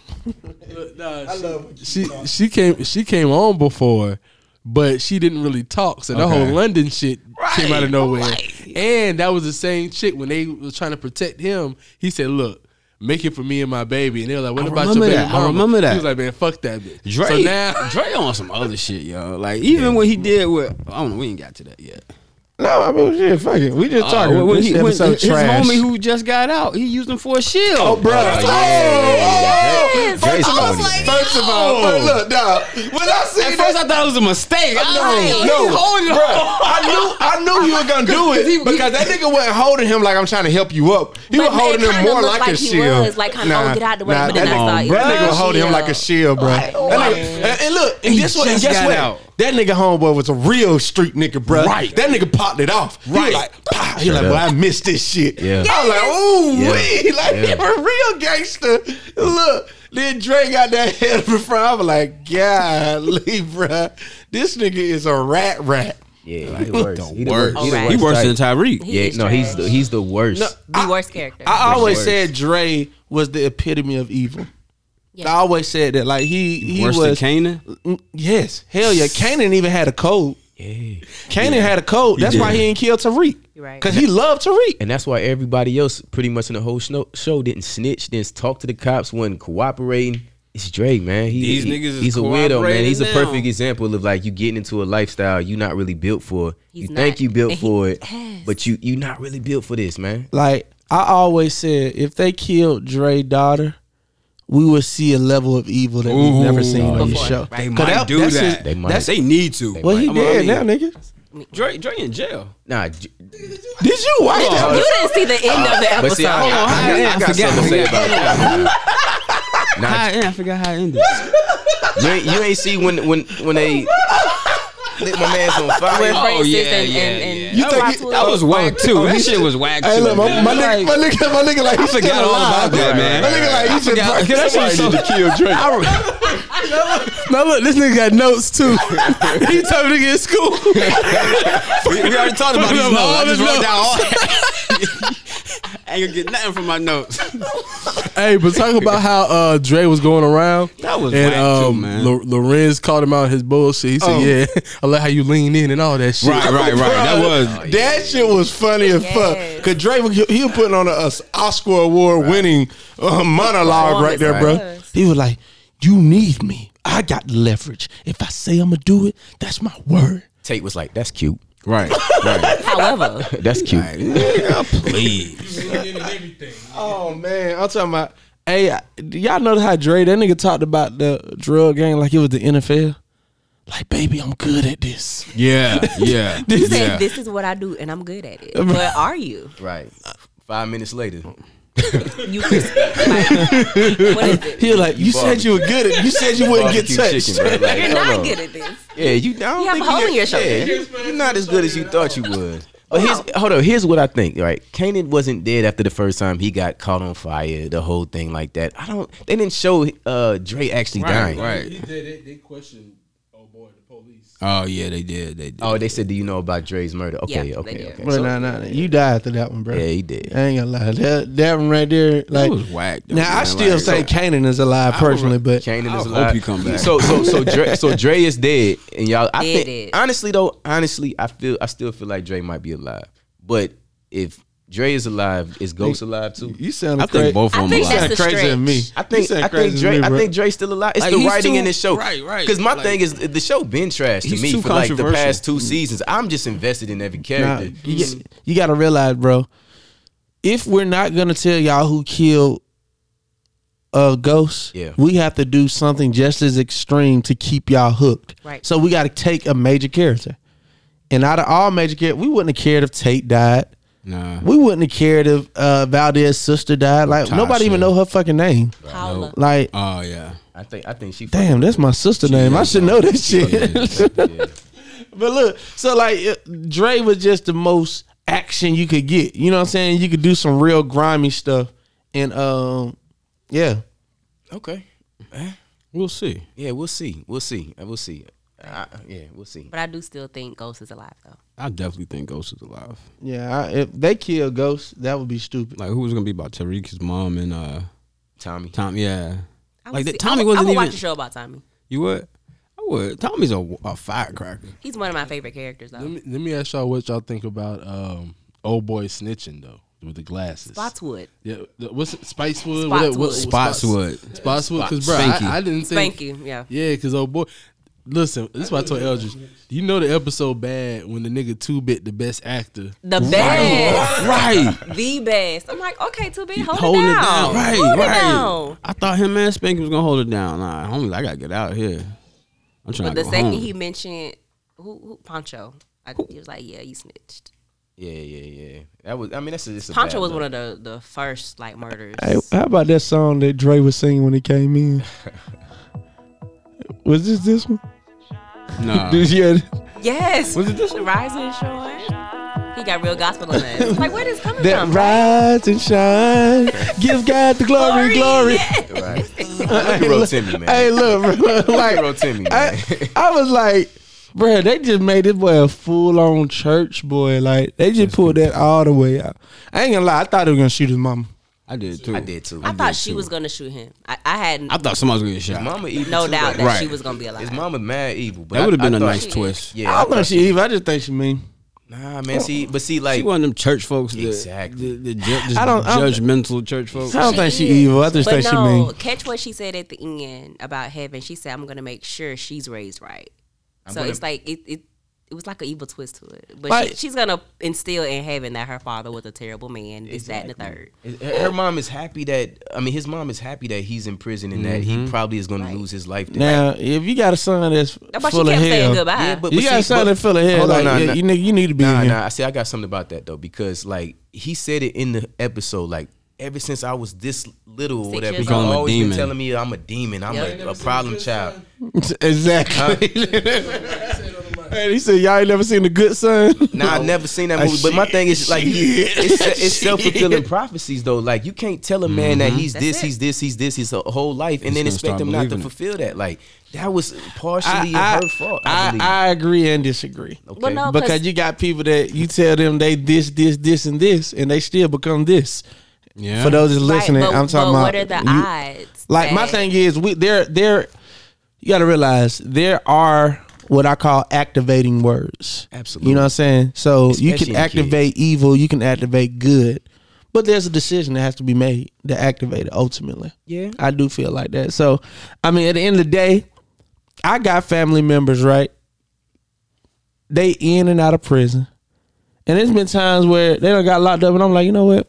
[SPEAKER 8] I love she she came she came on before, but she didn't really talk. So the whole London shit came out of nowhere. And that was the same chick when they was trying to protect him. He said, "Look, make it for me and my baby." And they were like, "What
[SPEAKER 1] I
[SPEAKER 8] about your
[SPEAKER 1] remember
[SPEAKER 8] baby?"
[SPEAKER 1] that. I
[SPEAKER 8] mama?
[SPEAKER 1] remember that.
[SPEAKER 8] He was like, "Man, fuck that bitch."
[SPEAKER 1] Dre,
[SPEAKER 8] So now
[SPEAKER 1] Dre on some other shit, yo. Like even when he did with, I don't know, we ain't got to that yet.
[SPEAKER 2] no, I mean shit, fuck it. We just talking.
[SPEAKER 1] Uh, when
[SPEAKER 2] Oh, this
[SPEAKER 1] he, when his
[SPEAKER 2] episode trash.
[SPEAKER 1] homie who just got out, he used him for a shield.
[SPEAKER 2] Oh, bro. Oh,
[SPEAKER 3] yeah.
[SPEAKER 2] oh. First of
[SPEAKER 3] Jason
[SPEAKER 2] all,
[SPEAKER 3] was like,
[SPEAKER 2] first of all, but look, dog. When I see
[SPEAKER 1] At
[SPEAKER 2] that,
[SPEAKER 1] first, I thought it was a mistake. I
[SPEAKER 2] No,
[SPEAKER 1] know.
[SPEAKER 2] no,
[SPEAKER 1] He's holding him.
[SPEAKER 2] Bruh, I knew, I knew you were gonna do
[SPEAKER 4] *laughs*
[SPEAKER 1] He-
[SPEAKER 2] it
[SPEAKER 1] he-
[SPEAKER 2] because that nigga wasn't holding him like I'm trying to help you up. He
[SPEAKER 4] But
[SPEAKER 2] was holding
[SPEAKER 4] man
[SPEAKER 2] him
[SPEAKER 4] kinda
[SPEAKER 2] more
[SPEAKER 4] looked
[SPEAKER 2] like,
[SPEAKER 4] like
[SPEAKER 2] a
[SPEAKER 4] he
[SPEAKER 2] shield.
[SPEAKER 4] was, like, kinda, oh, get out the way, but then
[SPEAKER 2] that
[SPEAKER 4] I
[SPEAKER 2] nigga-
[SPEAKER 4] thought it
[SPEAKER 2] that
[SPEAKER 4] was
[SPEAKER 2] nigga
[SPEAKER 4] a
[SPEAKER 2] was holding him
[SPEAKER 4] shield.
[SPEAKER 2] like a shield, bro. that nigga, and, and look, and
[SPEAKER 1] He
[SPEAKER 2] guess what? And
[SPEAKER 1] just
[SPEAKER 2] guess
[SPEAKER 1] got
[SPEAKER 2] what?
[SPEAKER 1] out.
[SPEAKER 2] That nigga homeboy was a real street nigga, bro.
[SPEAKER 1] Right.
[SPEAKER 2] That nigga popped it off. He was
[SPEAKER 1] Right.
[SPEAKER 2] like, "Pow." he like,
[SPEAKER 3] up.
[SPEAKER 2] well, I missed this shit.
[SPEAKER 3] Yeah.
[SPEAKER 2] I was like, ooh, wee, like
[SPEAKER 3] Yeah.
[SPEAKER 2] a real gangster. Look, then Dre got that head from front. I was like, golly, bro, this nigga is a rat rat.
[SPEAKER 3] Yeah, he the worst. He the
[SPEAKER 1] Worse.
[SPEAKER 3] He the
[SPEAKER 4] Alright.
[SPEAKER 1] He worse than
[SPEAKER 3] type.
[SPEAKER 1] Tyreek.
[SPEAKER 4] He
[SPEAKER 3] Yeah,
[SPEAKER 4] is
[SPEAKER 3] no, he's
[SPEAKER 4] trash.
[SPEAKER 3] the, he's the worst.
[SPEAKER 4] the worst character.
[SPEAKER 2] I always
[SPEAKER 3] worst.
[SPEAKER 2] said Dre was the epitome of evil.
[SPEAKER 4] Yeah.
[SPEAKER 2] I always said that, like he he
[SPEAKER 1] Worse than
[SPEAKER 2] was.
[SPEAKER 1] Kanan.
[SPEAKER 2] Mm, yes, hell yeah. Kanan even had a code.
[SPEAKER 3] Yeah.
[SPEAKER 2] Kanan had a code. That's why
[SPEAKER 1] did.
[SPEAKER 2] he didn't kill Tariq.
[SPEAKER 4] You're right.
[SPEAKER 2] Cause he loved Tariq.
[SPEAKER 3] And that's why everybody else, pretty much in the whole snow, show, didn't snitch, didn't talk to the cops, wasn't cooperating. It's Dre, man. He,
[SPEAKER 1] These
[SPEAKER 3] he-
[SPEAKER 1] niggas is
[SPEAKER 3] he's a weirdo, man.
[SPEAKER 1] cooperating
[SPEAKER 3] He's a
[SPEAKER 1] now.
[SPEAKER 3] perfect example of like you getting into a lifestyle you're not really built for.
[SPEAKER 4] He's
[SPEAKER 3] you
[SPEAKER 4] not.
[SPEAKER 3] think you built
[SPEAKER 4] And he-
[SPEAKER 3] for it,
[SPEAKER 4] Yes.
[SPEAKER 3] but you you not really built for this, man.
[SPEAKER 2] Like I always said, if they killed Dre's daughter, we will see a level of evil that we've never seen on the
[SPEAKER 4] Before,
[SPEAKER 2] show.
[SPEAKER 4] right.
[SPEAKER 1] They
[SPEAKER 2] 'Cause
[SPEAKER 1] might do
[SPEAKER 2] that's
[SPEAKER 1] that.
[SPEAKER 2] his-
[SPEAKER 1] they,
[SPEAKER 3] They might.
[SPEAKER 2] That's
[SPEAKER 1] need to.
[SPEAKER 2] well, he
[SPEAKER 1] I'm like, I
[SPEAKER 2] dead
[SPEAKER 1] mean,
[SPEAKER 2] now, nigga.
[SPEAKER 1] Dre, Dre in jail.
[SPEAKER 3] Nah, j-
[SPEAKER 2] Did you watch that?
[SPEAKER 4] You didn't see the end of the
[SPEAKER 3] but see, I, I,
[SPEAKER 4] episode.
[SPEAKER 3] I, I, got something to say about that.
[SPEAKER 1] How
[SPEAKER 3] Nah,
[SPEAKER 1] it end? I forgot how it ended.
[SPEAKER 3] you ain't, you ain't see when when when they lit my man's on fire.
[SPEAKER 4] Where Francis
[SPEAKER 1] Oh, yeah,
[SPEAKER 4] and,
[SPEAKER 1] yeah,
[SPEAKER 4] and, and
[SPEAKER 2] You think
[SPEAKER 4] Rock
[SPEAKER 2] it-
[SPEAKER 4] Twin-
[SPEAKER 1] That was whack too. that shit was whack
[SPEAKER 2] Hey,
[SPEAKER 1] too.
[SPEAKER 2] look, my,
[SPEAKER 1] man.
[SPEAKER 2] my, nigga, my nigga, my nigga, like he
[SPEAKER 1] I forgot all about that, man.
[SPEAKER 2] My nigga, like he should
[SPEAKER 1] forgot-
[SPEAKER 2] probably-
[SPEAKER 1] that shit
[SPEAKER 2] somebody
[SPEAKER 1] so-
[SPEAKER 2] need to kill Drake. *laughs* now look, this nigga got notes *laughs* too. he told me to get school.
[SPEAKER 1] *laughs*
[SPEAKER 2] *laughs*
[SPEAKER 1] we, we already talked about these
[SPEAKER 2] Fucking
[SPEAKER 1] notes.
[SPEAKER 2] up all
[SPEAKER 1] I
[SPEAKER 2] his
[SPEAKER 1] just wrote down all *laughs* I ain't gonna get nothing from my notes.
[SPEAKER 8] Hey, but talk about how uh, Dre was going around.
[SPEAKER 1] That was
[SPEAKER 8] and
[SPEAKER 1] whack too,
[SPEAKER 8] um,
[SPEAKER 1] man.
[SPEAKER 8] Lo- Lorenz called him out his bullshit. He said,
[SPEAKER 1] Oh.
[SPEAKER 8] "Yeah, I like how you lean in and all that shit."
[SPEAKER 1] Right, right, right.
[SPEAKER 2] *laughs*
[SPEAKER 1] That was
[SPEAKER 2] That shit was funny as
[SPEAKER 4] Yes.
[SPEAKER 2] fuck. Cause Drake, was- he was putting on a, a Oscar award winning uh, monologue right there, bro.
[SPEAKER 4] Yes.
[SPEAKER 2] He was like, "You need me. I got leverage. If I say I'm gonna do it, that's my word."
[SPEAKER 3] Tate was like, "That's cute.
[SPEAKER 1] right.
[SPEAKER 4] However,
[SPEAKER 3] That's cute."
[SPEAKER 1] Please.
[SPEAKER 2] Oh man, I'm talking about. Hey, I- do y'all know how Dre that nigga talked about the drug game like it was the NFL? Like, baby, I'm good at this.
[SPEAKER 1] Yeah, *laughs* yeah,
[SPEAKER 4] you said
[SPEAKER 1] yeah.
[SPEAKER 4] this is what I do and I'm good at
[SPEAKER 1] *laughs*
[SPEAKER 4] it. But are you?
[SPEAKER 3] Right. Five minutes later,
[SPEAKER 4] You crispy. *laughs* Like, what is it?
[SPEAKER 2] He was like, you, said you were good at. You said you wouldn't get
[SPEAKER 3] Barbecue
[SPEAKER 2] touched.
[SPEAKER 3] chicken, bro. Like,
[SPEAKER 4] *laughs* You're
[SPEAKER 3] hold
[SPEAKER 4] not
[SPEAKER 3] on.
[SPEAKER 4] good at this.
[SPEAKER 3] Yeah, you. I don't
[SPEAKER 4] You have
[SPEAKER 3] think
[SPEAKER 4] a hole in your shoulder.
[SPEAKER 3] Yeah, you- you're not as good as you thought you would. But here's hold on. Here's what I think. Right, Kanan wasn't dead after the first time he got caught on fire. The whole thing like that. I don't. They didn't show uh, Dre actually
[SPEAKER 1] Right,
[SPEAKER 3] dying.
[SPEAKER 1] right.
[SPEAKER 8] did it. They questioned, oh boy, the police.
[SPEAKER 1] Oh yeah, they did. They did.
[SPEAKER 3] Oh, they said, "Do you know about Dre's murder?" Okay,
[SPEAKER 4] Yeah, they
[SPEAKER 3] okay,
[SPEAKER 4] did.
[SPEAKER 3] okay.
[SPEAKER 2] *laughs* But nah, nah, nah, you died after that one, bro.
[SPEAKER 3] Yeah, he did.
[SPEAKER 2] I ain't gonna lie, that that one right there, like.
[SPEAKER 1] was whack, though,
[SPEAKER 2] now I
[SPEAKER 1] man.
[SPEAKER 2] still
[SPEAKER 1] Like,
[SPEAKER 2] say Canaan is alive personally, but
[SPEAKER 3] Kanan
[SPEAKER 1] I
[SPEAKER 3] is
[SPEAKER 1] hope
[SPEAKER 3] alive.
[SPEAKER 1] you come back.
[SPEAKER 3] So so so Dre,
[SPEAKER 1] *laughs*
[SPEAKER 3] so Dre is dead, and y'all. I
[SPEAKER 4] Dead,
[SPEAKER 3] think
[SPEAKER 4] dead.
[SPEAKER 3] honestly though, honestly, I feel I still feel like Dre might be alive. But if Dre is alive, is Ghost alive too?
[SPEAKER 2] you sound
[SPEAKER 1] I think both
[SPEAKER 4] I
[SPEAKER 1] of them.
[SPEAKER 4] think
[SPEAKER 1] alive.
[SPEAKER 4] that's the
[SPEAKER 2] crazy
[SPEAKER 4] stretch.
[SPEAKER 2] to me.
[SPEAKER 3] I think I think Dre I think Dre's still alive. It's
[SPEAKER 1] Like,
[SPEAKER 3] the
[SPEAKER 1] he's
[SPEAKER 3] writing
[SPEAKER 1] too-
[SPEAKER 3] in this show,
[SPEAKER 1] right, right.
[SPEAKER 3] Because my
[SPEAKER 1] Like-
[SPEAKER 3] thing is the show been trash to
[SPEAKER 1] He's
[SPEAKER 3] me
[SPEAKER 1] too
[SPEAKER 3] for like the
[SPEAKER 1] controversial.
[SPEAKER 3] past two seasons. I'm just invested in every
[SPEAKER 2] Nah,
[SPEAKER 3] character.
[SPEAKER 2] you, you gotta realize, bro. If we're not gonna tell y'all who killed a ghost,
[SPEAKER 3] Yeah.
[SPEAKER 2] we have to do something just as extreme to keep y'all hooked.
[SPEAKER 4] Right.
[SPEAKER 2] So we gotta take a major character, and out of all major characters, we wouldn't have cared if Tate died.
[SPEAKER 1] Nah.
[SPEAKER 2] We wouldn't have cared if uh, Valdez's sister died. Like nobody
[SPEAKER 1] Tasha.
[SPEAKER 2] even know her fucking name.
[SPEAKER 4] Paula.
[SPEAKER 2] Like,
[SPEAKER 1] Oh yeah.
[SPEAKER 3] I think I think she
[SPEAKER 2] damn, that's my sister name. I should know that
[SPEAKER 1] Oh,
[SPEAKER 2] shit.
[SPEAKER 3] Yeah.
[SPEAKER 2] But look, so like it- Dre was just the most action you could get. You know what I'm saying? You could do some real grimy stuff, and um, yeah,
[SPEAKER 3] Okay.
[SPEAKER 1] We'll see.
[SPEAKER 3] Eh? Yeah, we'll see. We'll see. I will see. I, yeah, we'll see.
[SPEAKER 4] But I do still think Ghost is alive though.
[SPEAKER 1] I definitely think Ghost is alive.
[SPEAKER 2] yeah. I, if they kill Ghost, that would be stupid.
[SPEAKER 1] Like who was gonna be about Tariq's mom and uh
[SPEAKER 3] Tommy.
[SPEAKER 1] Tom? Yeah.
[SPEAKER 4] I
[SPEAKER 1] Like
[SPEAKER 4] would
[SPEAKER 1] that
[SPEAKER 4] see-
[SPEAKER 1] Tommy
[SPEAKER 4] I would,
[SPEAKER 1] wasn't
[SPEAKER 4] I would
[SPEAKER 1] even.
[SPEAKER 4] watch a show about Tommy.
[SPEAKER 1] You would? I would. Tommy's a, a firecracker.
[SPEAKER 4] He's one of my favorite characters
[SPEAKER 8] Let
[SPEAKER 1] Mm.
[SPEAKER 4] though.
[SPEAKER 8] me, let me ask y'all what y'all think about um, old boy snitching though with the glasses.
[SPEAKER 4] Spotswood.
[SPEAKER 8] Yeah, the- what's it? Spicewood?
[SPEAKER 4] Spotswood.
[SPEAKER 1] Spotswood.
[SPEAKER 8] Spotswood. Because bro,
[SPEAKER 1] Spanky.
[SPEAKER 8] I, I didn't think.
[SPEAKER 4] Thank you. Yeah.
[SPEAKER 8] Yeah, because old boy. Listen, this is why I told Eldridge. You know the episode bad when the nigga two bit the best actor.
[SPEAKER 4] The best.
[SPEAKER 1] right.
[SPEAKER 4] The best. I'm like, okay, too big. Hold
[SPEAKER 1] Holding
[SPEAKER 4] it down.
[SPEAKER 1] Right,
[SPEAKER 4] Hold
[SPEAKER 1] right.
[SPEAKER 4] it down.
[SPEAKER 1] I thought him and Spanky was gonna hold it down. Nah, homie, I gotta get out of here. I'm trying
[SPEAKER 4] But
[SPEAKER 1] to
[SPEAKER 4] the
[SPEAKER 1] go
[SPEAKER 4] second
[SPEAKER 1] home.
[SPEAKER 4] he mentioned who, who Poncho, I, he was like, yeah, you snitched.
[SPEAKER 3] Yeah, yeah, yeah. That was. I mean, that's a, it's a
[SPEAKER 4] Poncho
[SPEAKER 3] bad
[SPEAKER 4] was
[SPEAKER 3] look.
[SPEAKER 4] one of the the first like murders.
[SPEAKER 2] Hey, how about that song that Dre was singing when he came in? Was this this one?
[SPEAKER 4] *laughs*
[SPEAKER 1] nah.
[SPEAKER 2] This *laughs* yeah.
[SPEAKER 4] Yes. Was it this Rise and Shine? He got real gospel on that. It's *laughs* like, where this coming
[SPEAKER 2] That
[SPEAKER 4] from?
[SPEAKER 2] rise and shine, give God the glory, glory.
[SPEAKER 3] *laughs* Look at Ro Timmy, man.
[SPEAKER 2] Hey, look, *laughs* bro,
[SPEAKER 3] Look
[SPEAKER 2] like
[SPEAKER 3] at Ro Timmy, man.
[SPEAKER 2] I, I was like, bruh, they just made this boy a full on church boy. Like they just pulled that all the way out. I ain't gonna lie, I thought they were gonna shoot his mama.
[SPEAKER 1] I did too.
[SPEAKER 3] I did too.
[SPEAKER 4] I thought she was gonna shoot him. I, I had
[SPEAKER 1] I thought somebody was gonna get shot.
[SPEAKER 3] Mama evil.
[SPEAKER 4] no
[SPEAKER 3] too,
[SPEAKER 4] doubt
[SPEAKER 3] though.
[SPEAKER 4] that
[SPEAKER 1] Right.
[SPEAKER 4] she was gonna be alive.
[SPEAKER 3] His mama mad evil. But
[SPEAKER 1] that
[SPEAKER 3] I-
[SPEAKER 1] would have been
[SPEAKER 3] I
[SPEAKER 1] a
[SPEAKER 3] thought
[SPEAKER 1] nice
[SPEAKER 3] she-
[SPEAKER 1] twist.
[SPEAKER 3] Yeah.
[SPEAKER 2] I don't know she evil. I just think she mean.
[SPEAKER 3] Nah, man. See, but see, like,
[SPEAKER 1] She one of them church folks. that-
[SPEAKER 3] Exactly.
[SPEAKER 1] The, the, ju- just
[SPEAKER 2] I don't- I don't-
[SPEAKER 1] judgmental church
[SPEAKER 4] *laughs*
[SPEAKER 1] folks.
[SPEAKER 2] I don't think she
[SPEAKER 4] is.
[SPEAKER 2] evil. I just
[SPEAKER 4] but
[SPEAKER 2] think she
[SPEAKER 4] no,
[SPEAKER 2] mean.
[SPEAKER 4] catch what she said at the end about heaven. She said, "I'm gonna make sure she's raised right." so
[SPEAKER 3] gonna-
[SPEAKER 4] it's like it, it it was like an evil twist to it. But she,
[SPEAKER 2] Like-
[SPEAKER 4] she's gonna instill in heaven that her father was a terrible man. Is that and the third?
[SPEAKER 3] Her her mom is happy that I mean his mom is happy that he's in prison and that
[SPEAKER 2] Mm-hmm.
[SPEAKER 3] he probably is going to lose his life. there.
[SPEAKER 2] Now, if you got a son that's
[SPEAKER 4] That's why she
[SPEAKER 2] full of
[SPEAKER 4] kept
[SPEAKER 2] hell,
[SPEAKER 4] saying goodbye.
[SPEAKER 3] Yeah, but-
[SPEAKER 2] you got a
[SPEAKER 3] see,
[SPEAKER 2] son
[SPEAKER 3] but-
[SPEAKER 2] that's full of hell.
[SPEAKER 3] Hold
[SPEAKER 2] Like,
[SPEAKER 3] on, nah,
[SPEAKER 2] yeah,
[SPEAKER 3] nah.
[SPEAKER 2] you, need, you need to be
[SPEAKER 3] Nah,
[SPEAKER 2] in here.
[SPEAKER 3] nah. I see. I got something about that though because like he said it in the episode. Like ever since I was this little, or
[SPEAKER 4] Six
[SPEAKER 3] whatever,
[SPEAKER 4] years
[SPEAKER 3] you've
[SPEAKER 4] old.
[SPEAKER 1] Call him a
[SPEAKER 3] always
[SPEAKER 1] demon.
[SPEAKER 3] been telling me I'm a demon. I'm
[SPEAKER 4] Yeah.
[SPEAKER 3] a, a problem child.
[SPEAKER 2] *laughs* exactly. and *laughs* he said, "Y'all ain't never seen the good son."
[SPEAKER 3] Nah, I've never seen that
[SPEAKER 2] Uh,
[SPEAKER 3] movie. But my
[SPEAKER 2] shit,
[SPEAKER 3] thing is like it's, it's self
[SPEAKER 1] *laughs*
[SPEAKER 3] fulfilling prophecies though. Like you can't tell a man that he's
[SPEAKER 4] That's
[SPEAKER 3] this,
[SPEAKER 4] it.
[SPEAKER 3] he's this, he's this his whole life, and then
[SPEAKER 1] Mm-hmm. gonna
[SPEAKER 3] expect
[SPEAKER 1] start
[SPEAKER 3] him not to
[SPEAKER 1] believing it.
[SPEAKER 3] fulfill that. Like that was partially her fault. I,
[SPEAKER 2] I,
[SPEAKER 3] believe.
[SPEAKER 2] I agree and disagree
[SPEAKER 3] okay.
[SPEAKER 4] Well, no,
[SPEAKER 2] because you got people that you tell them they this, this, this, and this, and they still become this.
[SPEAKER 1] Yeah.
[SPEAKER 2] For those that's listening,
[SPEAKER 4] but,
[SPEAKER 2] I'm talking
[SPEAKER 4] but
[SPEAKER 2] about
[SPEAKER 4] what are the
[SPEAKER 2] you-
[SPEAKER 4] odds?
[SPEAKER 2] Like my
[SPEAKER 4] that-
[SPEAKER 2] thing is, we there there. You got to realize there are what I call activating words.
[SPEAKER 3] Absolutely.
[SPEAKER 2] You know what I'm saying? So you
[SPEAKER 3] Especially
[SPEAKER 2] can
[SPEAKER 3] in
[SPEAKER 2] activate evil, you can activate good, but there's a decision that has to be made to activate it ultimately.
[SPEAKER 3] Yeah.
[SPEAKER 2] I do feel like that. So, I mean, at the end of the day, I got family members, right? They in and out of prison. And there's been times where they done got locked up, and I'm like, you know what,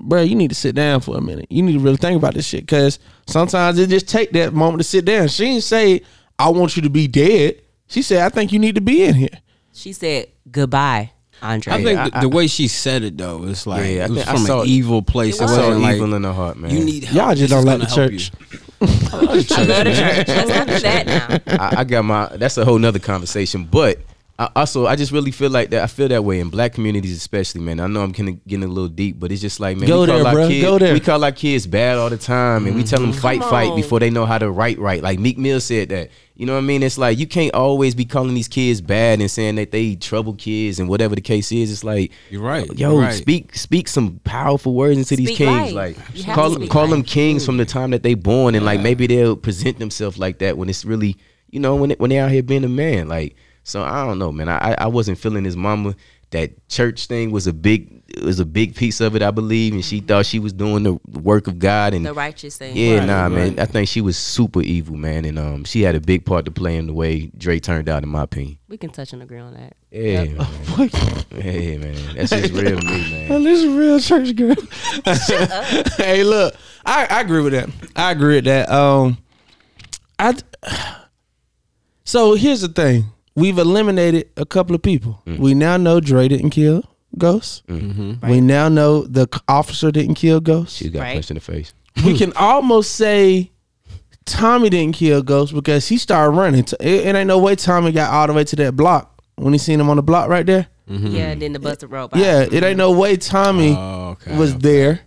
[SPEAKER 2] bro, you need to sit down for a minute. You need to really think about this shit, cause sometimes it just take that moment to sit down. She didn't say, "I want you to be dead." She said, "I think you need to be in here."
[SPEAKER 4] she said goodbye, Andre.
[SPEAKER 1] I think the, the way she said it though, it's like
[SPEAKER 3] Yeah, I
[SPEAKER 1] it was
[SPEAKER 3] think I
[SPEAKER 1] from
[SPEAKER 3] saw
[SPEAKER 1] an
[SPEAKER 3] it.
[SPEAKER 1] evil place. It
[SPEAKER 3] I saw
[SPEAKER 1] wasn't like
[SPEAKER 3] evil in her heart, man.
[SPEAKER 1] you need help.
[SPEAKER 2] Y'all
[SPEAKER 1] This
[SPEAKER 2] just don't
[SPEAKER 1] is
[SPEAKER 2] like the
[SPEAKER 1] gonna help
[SPEAKER 2] church.
[SPEAKER 4] I love the church. Let's not do that now.
[SPEAKER 3] I, I got my. That's a whole nother conversation. But I also, I just really feel like that. I feel that way in black communities, especially, man. I know I'm kinda getting a little deep, but it's just like, man,
[SPEAKER 2] Go
[SPEAKER 3] we
[SPEAKER 2] there,
[SPEAKER 3] call
[SPEAKER 2] bruh.
[SPEAKER 3] our kids,
[SPEAKER 2] Go there. Mm-hmm.
[SPEAKER 3] we call our kids bad all the time, and we tell them fight,
[SPEAKER 4] Come
[SPEAKER 3] fight
[SPEAKER 4] on.
[SPEAKER 3] before they know how to write, right. Like Meek Mill said that. You know what I mean? It's like you can't always be calling these kids bad and saying that they trouble kids and whatever the case is. It's like
[SPEAKER 1] You're right.
[SPEAKER 3] Yo,
[SPEAKER 1] You're right.
[SPEAKER 3] speak speak some powerful words into these
[SPEAKER 4] Speak
[SPEAKER 3] kings.
[SPEAKER 4] life.
[SPEAKER 3] Like
[SPEAKER 4] You have to
[SPEAKER 3] call
[SPEAKER 4] speak
[SPEAKER 3] call them
[SPEAKER 4] life.
[SPEAKER 3] kings from the time that they born, and like maybe they'll present themselves like that when it's really you know when it, when they out here being a man. Like so, I don't know, man. I I- I wasn't feeling his mama. That church thing was a big was a big piece of it, I believe, and she thought she was doing the work of God and
[SPEAKER 4] Mm-hmm. The righteous thing.
[SPEAKER 3] yeah, nah, man. I think she was super evil, man, and um, she had a big part to play in the way Dre turned out, in my opinion.
[SPEAKER 4] We can touch and agree on that.
[SPEAKER 3] Yeah, man.
[SPEAKER 1] *laughs*
[SPEAKER 3] yeah, man. That's just real to me, man.
[SPEAKER 2] This is real church girl. *laughs* hey, look, I, I agree with that. I agree with that. Um, I. So here's the thing: we've eliminated a couple of people. We now know Dre didn't kill Ghost. We now know the c- officer didn't kill Ghost.
[SPEAKER 3] She got
[SPEAKER 4] Right.
[SPEAKER 3] punched in the face.
[SPEAKER 2] we can almost say Tommy didn't kill Ghost because he started running. T- It, it ain't no way Tommy got all the way to that block when he seen him on the block right there.
[SPEAKER 4] Yeah, and then the busted robot.
[SPEAKER 2] Yeah, it ain't no way Tommy
[SPEAKER 1] Oh, okay.
[SPEAKER 2] was there.